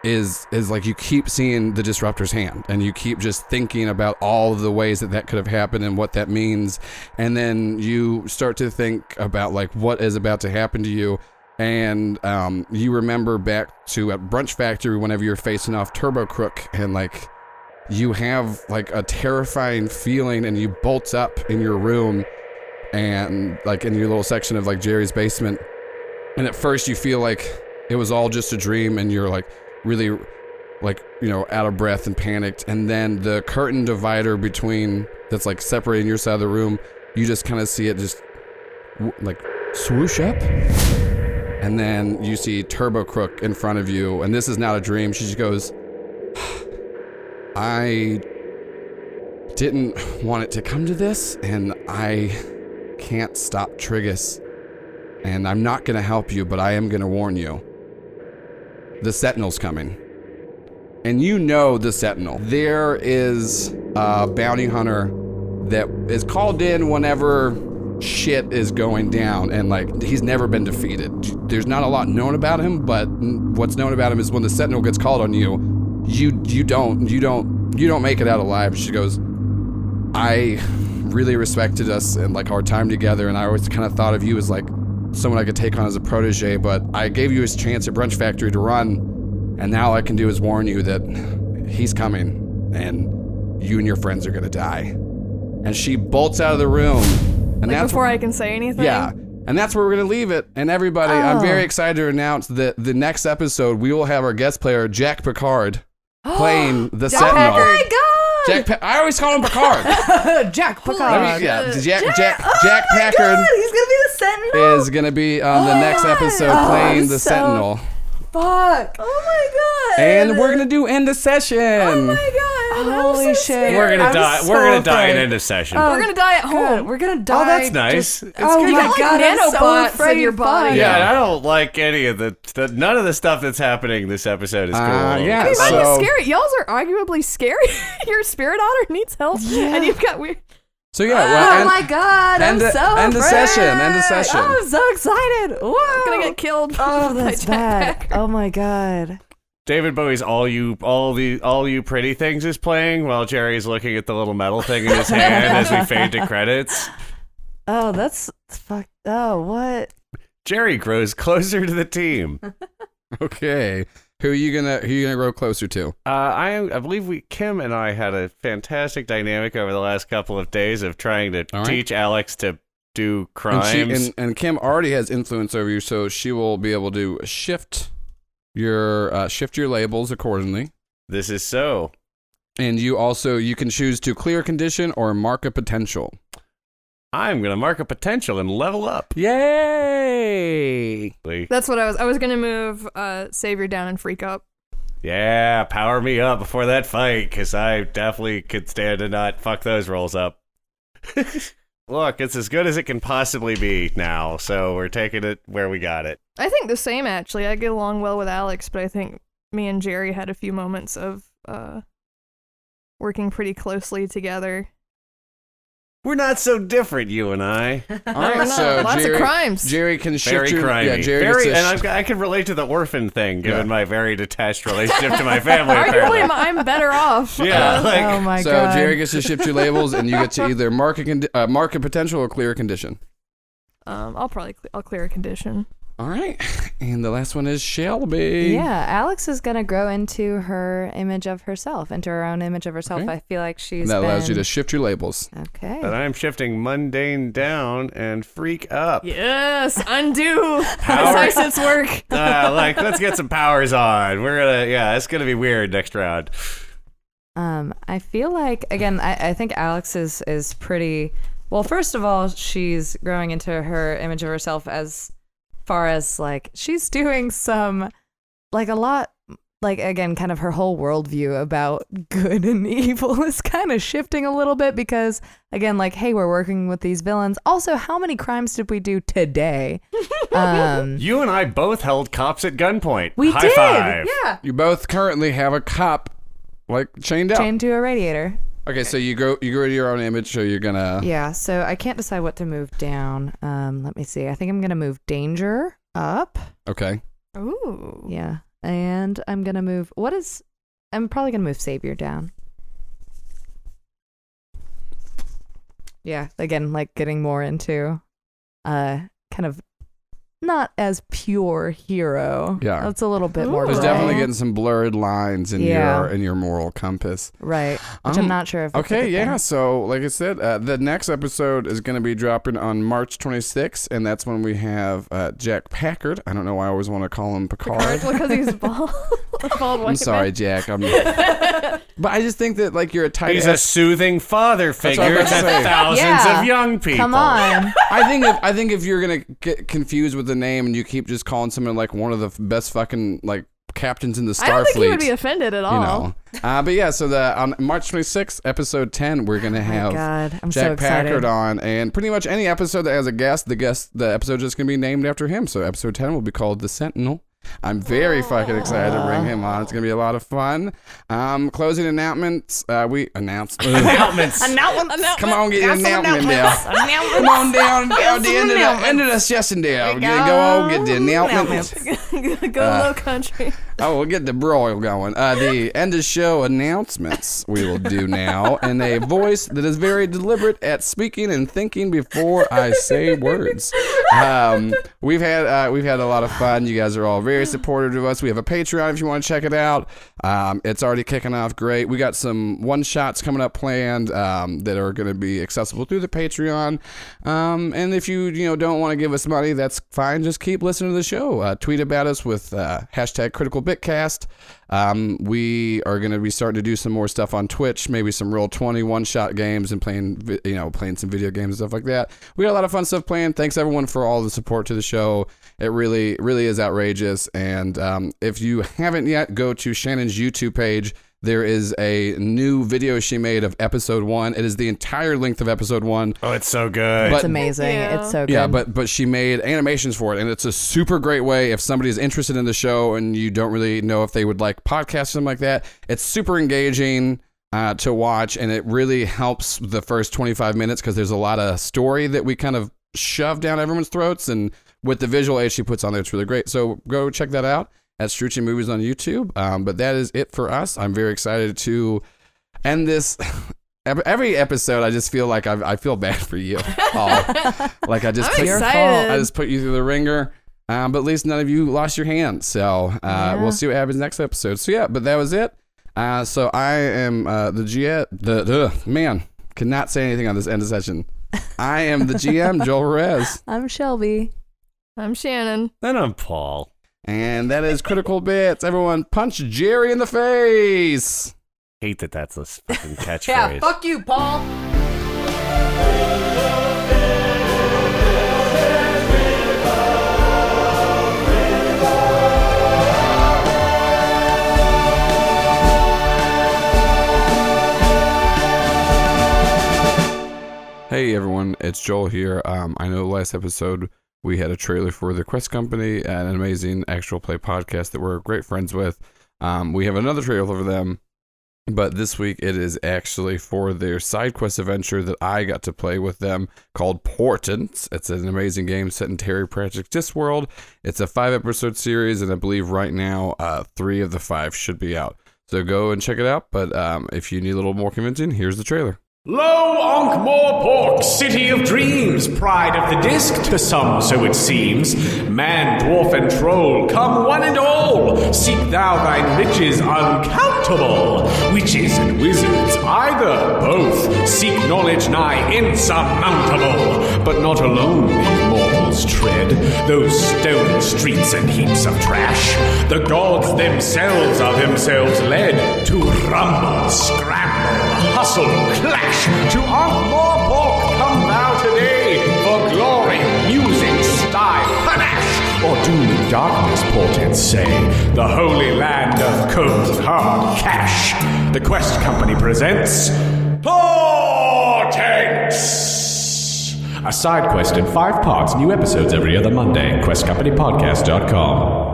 B: Is, is like you keep seeing the disruptor's hand and you keep just thinking about all of the ways that that could have happened and what that means and then you start to think about like what is about to happen to you and um, you remember back to at brunch factory whenever you're facing off turbo crook and like you have like a terrifying feeling and you bolt up in your room and like in your little section of like Jerry's basement. And at first you feel like it was all just a dream and you're like really like you know out of breath and panicked and then the curtain divider between that's like separating your side of the room you just kind of see it just w- like swoosh up and then you see turbo crook in front of you and this is not a dream she just goes I didn't want it to come to this, and I can't stop Trigus. And I'm not gonna help you, but I am gonna warn you. The Sentinel's coming. And you know the Sentinel. There is a bounty hunter that is called in whenever shit is going down, and like he's never been defeated. There's not a lot known about him, but what's known about him is when the Sentinel gets called on you, you you don't you don't you don't make it out alive she goes i really respected us and like our time together and i always kind of thought of you as like someone i could take on as a protege but i gave you his chance at brunch factory to run and now all i can do is warn you that he's coming and you and your friends are going to die and she bolts out of the room and
A: Like
B: that's
A: before I Oh. can say anything?
B: yeah. And that's where we're going to leave it. And everybody, I'm very excited to announce that the next episode, we will have our guest player, Jack Picard, playing the
A: Jack
B: Sentinel.
A: Packard. Oh my
E: God!
B: Jack pa- I always call him Picard.
E: Jack
B: Let
E: Picard.
B: me- yeah, Jack, Jack, Jack,
D: oh
B: Packard
E: he's gonna be the Sentinel.
B: is going to be on the next episode playing
E: I'm
B: the
E: so-
B: Sentinel.
E: Fuck. Oh my god. Oh
B: And we're going to do end the session.
E: god. Holy shit.
C: We're gonna
E: I'm
C: die.
E: so
C: we're gonna die in
E: afraid. Oh
C: end of session.
B: Oh,
A: We're gonna die at home.
E: We're gonna die.
C: oh, that's nice. It's
E: oh
C: good.
E: my
A: got, like,
E: god, I'm so
A: nanobots in
E: afraid.
A: your body.
C: Yeah,
B: Yeah.
C: and I don't like any of the, the none of the stuff that's happening this episode is cool.
B: Uh, yeah,
A: I mean, mine
B: So-
A: was scary. Y'all's are arguably scary. Your spirit otter needs help, and you've got weird.
B: So, yeah. well,
E: oh
B: end-
E: my god,
B: end
E: I'm
B: the-
E: so
B: end the
E: afraid.
B: session, end the session.
E: I'm so excited. Whoa.
A: I'm gonna get killed.
E: Oh,
A: by
E: that's
A: Jack
E: bad.
A: Packard.
E: Oh my god.
C: David Bowie's all you all the all you pretty things is playing while Jerry's looking at the little metal thing in his hand as we fade to credits.
E: Oh, that's fuck. Oh, what?
C: Uh, Jerry grows closer to the team.
B: Okay. Who are you gonna Who are you gonna grow closer to?
C: Uh, I I believe we Kim and I had a fantastic dynamic over the last couple of days of trying to
B: All right.
C: teach Alex to do
B: And,
C: crimes.
B: she, and and Kim already has influence over you, so she will be able to shift your uh, shift your labels accordingly.
C: this is so.
B: And you also you can choose to clear condition or mark a potential.
C: I'm gonna mark a potential and level up.
B: Yay!
C: Lee.
A: That's what I was. I was gonna move uh, Savior down and freak up.
C: Yeah, power me up before that fight, cause I definitely could stand to not fuck those rolls up. Look, it's as good as it can possibly be now, so we're taking it where we got it.
A: I think the same actually. I get along well with Alex, but I think me and Jerry had a few moments of uh, working pretty closely together.
C: We're not so different, you and I.
B: All right,
A: Lots
B: so
A: of- lots
B: Jerry,
A: of crimes.
B: Jerry can shift
C: Very
B: your
C: crimey.
B: yeah. Jerry
C: very,
B: gets to
C: and
B: sh-
C: I've, got- I can relate to the orphan thing, given
B: Yeah.
C: my very detached relationship to my family.
A: Arguably,
C: apparently.
A: I'm better off.
C: Yeah, like
E: oh my
B: so
E: god.
B: Jerry gets to shift your labels, and you get to either mark a condi- uh, mark a potential or clear a condition.
A: Um, I'll probably cle I'll clear a condition.
B: All right, and the last one is Shelby.
D: Yeah, Alex is gonna grow into her image of herself, into her own image of herself.
B: Okay.
D: I feel like she's
B: that allows you
D: been-
B: to shift your labels.
D: Okay.
C: but I'm shifting mundane down and freak up.
A: Yes, undo
C: Power-
A: Isis's work.
C: Ah, like, let's get some powers on. We're gonna, yeah, it's gonna be weird next round.
D: Um, I feel like again, I, I think Alex is is pretty well. First of all, she's growing into her image of herself as far as like she's doing some like a lot like again kind of her whole worldview about good and evil is kind of shifting a little bit because again like hey we're working with these villains also how many crimes did we do today um
C: You and I both held cops at gunpoint.
D: we
C: High
D: did
C: five.
D: yeah
B: You both currently have a cop like chained up.
D: chained to a radiator
B: Okay, so you go you go to your own image, so you're gonna
D: Yeah, so I can't decide what to move down. Um, let me see. I think I'm gonna move danger up.
B: okay.
A: Ooh.
D: Yeah, and I'm gonna move. What is? I'm probably gonna move savior down. Yeah, again, like getting more into, uh, kind of not as pure hero.
B: Yeah.
D: that's a little bit more.
A: Ooh.
B: There's
A: Right.
B: definitely getting some blurred lines in
D: Yeah.
B: your in your moral compass.
D: right, which I'm
B: Um,
D: not sure if. it's a
B: Okay,
D: good
B: yeah.
D: thing.
B: So, like I said, uh, the next episode is going to be dropping on March 26th, and that's when we have uh, Jack Packard. I don't know why I always want to call him Picard.
A: Because he's bald. bald white
B: I'm sorry, Jack. I'm, but I just think that like you're a tight.
C: He's a
B: ass-
C: soothing father
B: what I
C: figure to
B: was gonna say.
C: thousands
D: Yeah.
C: of young people.
D: Come on.
B: I think if, I think if you're gonna get confused with the name and you keep just calling someone like one of the f- best fucking like captains in the Starfleet.
A: I don't think he would be offended at all.
B: you know. Uh, but yeah, so the on March 26th, episode 10, we're
A: Oh
B: gonna have
D: God, I'm so
B: Jack
D: excited.
B: Packard on, and pretty much any episode that has a guest, the guest, the episode is gonna be named after him. So episode 10 will be called the Sentinel. I'm very fucking excited to bring him on. It's gonna be a lot of fun. Um, closing announcements. Uh, we announced.
C: Announcements.
B: Come on, get your announcement down. Come on down, down the end of the end of the session there. Go on, get the announcements.
A: Go
B: Uh,
A: low country.
B: Oh, we'll get the broil going. Uh, the end of show announcements we will do now in a voice that is very deliberate at speaking and thinking before I say words. Um, we've had uh, we've had a lot of fun. You guys are all very supportive of us. We have a Patreon if you want to check it out. Um, it's already kicking off great. We got some one shots coming up planned um, that are going to be accessible through the Patreon. Um, and if you you know don't want to give us money, that's fine. Just keep listening to the show. Uh, tweet about us with uh, hashtag Critical Bitcast. Um, we are going to be starting to do some more stuff on Twitch, maybe some real 20 one shot games and playing vi- you know playing some video games and stuff like that. We got a lot of fun stuff planned. Thanks everyone for all the support to the show. It really really is outrageous. And um, if you haven't yet, go to Shannon's YouTube page there is a new video she made of episode one. It is the entire length of episode one.
C: Oh, it's so good.
B: But-
D: It's amazing.
A: Yeah.
D: It's so good.
B: Yeah, but but she made animations for it, and it's a super great way if somebody's interested in the show and you don't really know if they would like podcasts or something like that. It's super engaging uh, to watch, and it really helps the first 25 minutes because there's a lot of story that we kind of shove down everyone's throats, and with the visual aid she puts on there, it's really great. So go check that out at Strucci Movies on YouTube. Um, but that is it for us. I'm very excited to end this. ev- Every episode, I just feel like I've, I feel bad for you. all. like I just
A: I'm
B: put,
A: excited.
B: I just put you through the ringer. Um, but at least none of you lost your hand. So uh,
D: Yeah.
B: we'll see what happens next episode. So yeah, but that was it. Uh, so I am uh, the GM. The, the man cannot say anything on this end of session. I am the GM, Joel Perez,
D: I'm Shelby.
A: I'm Shannon.
C: Then I'm Paul.
B: and that is Critical Bits. Everyone, punch Jerry in the face.
C: Hate that that's a s- fucking catchphrase.
E: Yeah, fuck you, Paul.
B: Hey everyone, it's Joel here. Um, I know last episode we had a trailer for The Quest Company, an amazing actual play podcast that we're great friends with. Um, we have another trailer for them, but this week it is actually for their side quest adventure that I got to play with them called Portents. It's an amazing game set in Terry Pratchett's Discworld. It's a five episode series, and I believe right now uh, three of the five should be out. So go and check it out. But um, if you need a little more convincing, here's the trailer.
F: Lo Ankh-Morpork, city of dreams, pride of the disk to some, so it seems. Man, dwarf, and troll, come one and all, seek thou thine riches uncountable. Witches and wizards, either, both, seek knowledge nigh insurmountable. But not alone these mortals tread those stone streets and heaps of trash. The gods themselves are themselves led to rumble, scramble, hustle, clash. To Ankh-Morpork come thou today for glory, music, style, panache. Or do the darkness portents say, the holy land of cold, hard cash. The Quest Company presents Portents! A side quest in five parts, new episodes every other Monday. QuestCompanyPodcast.com.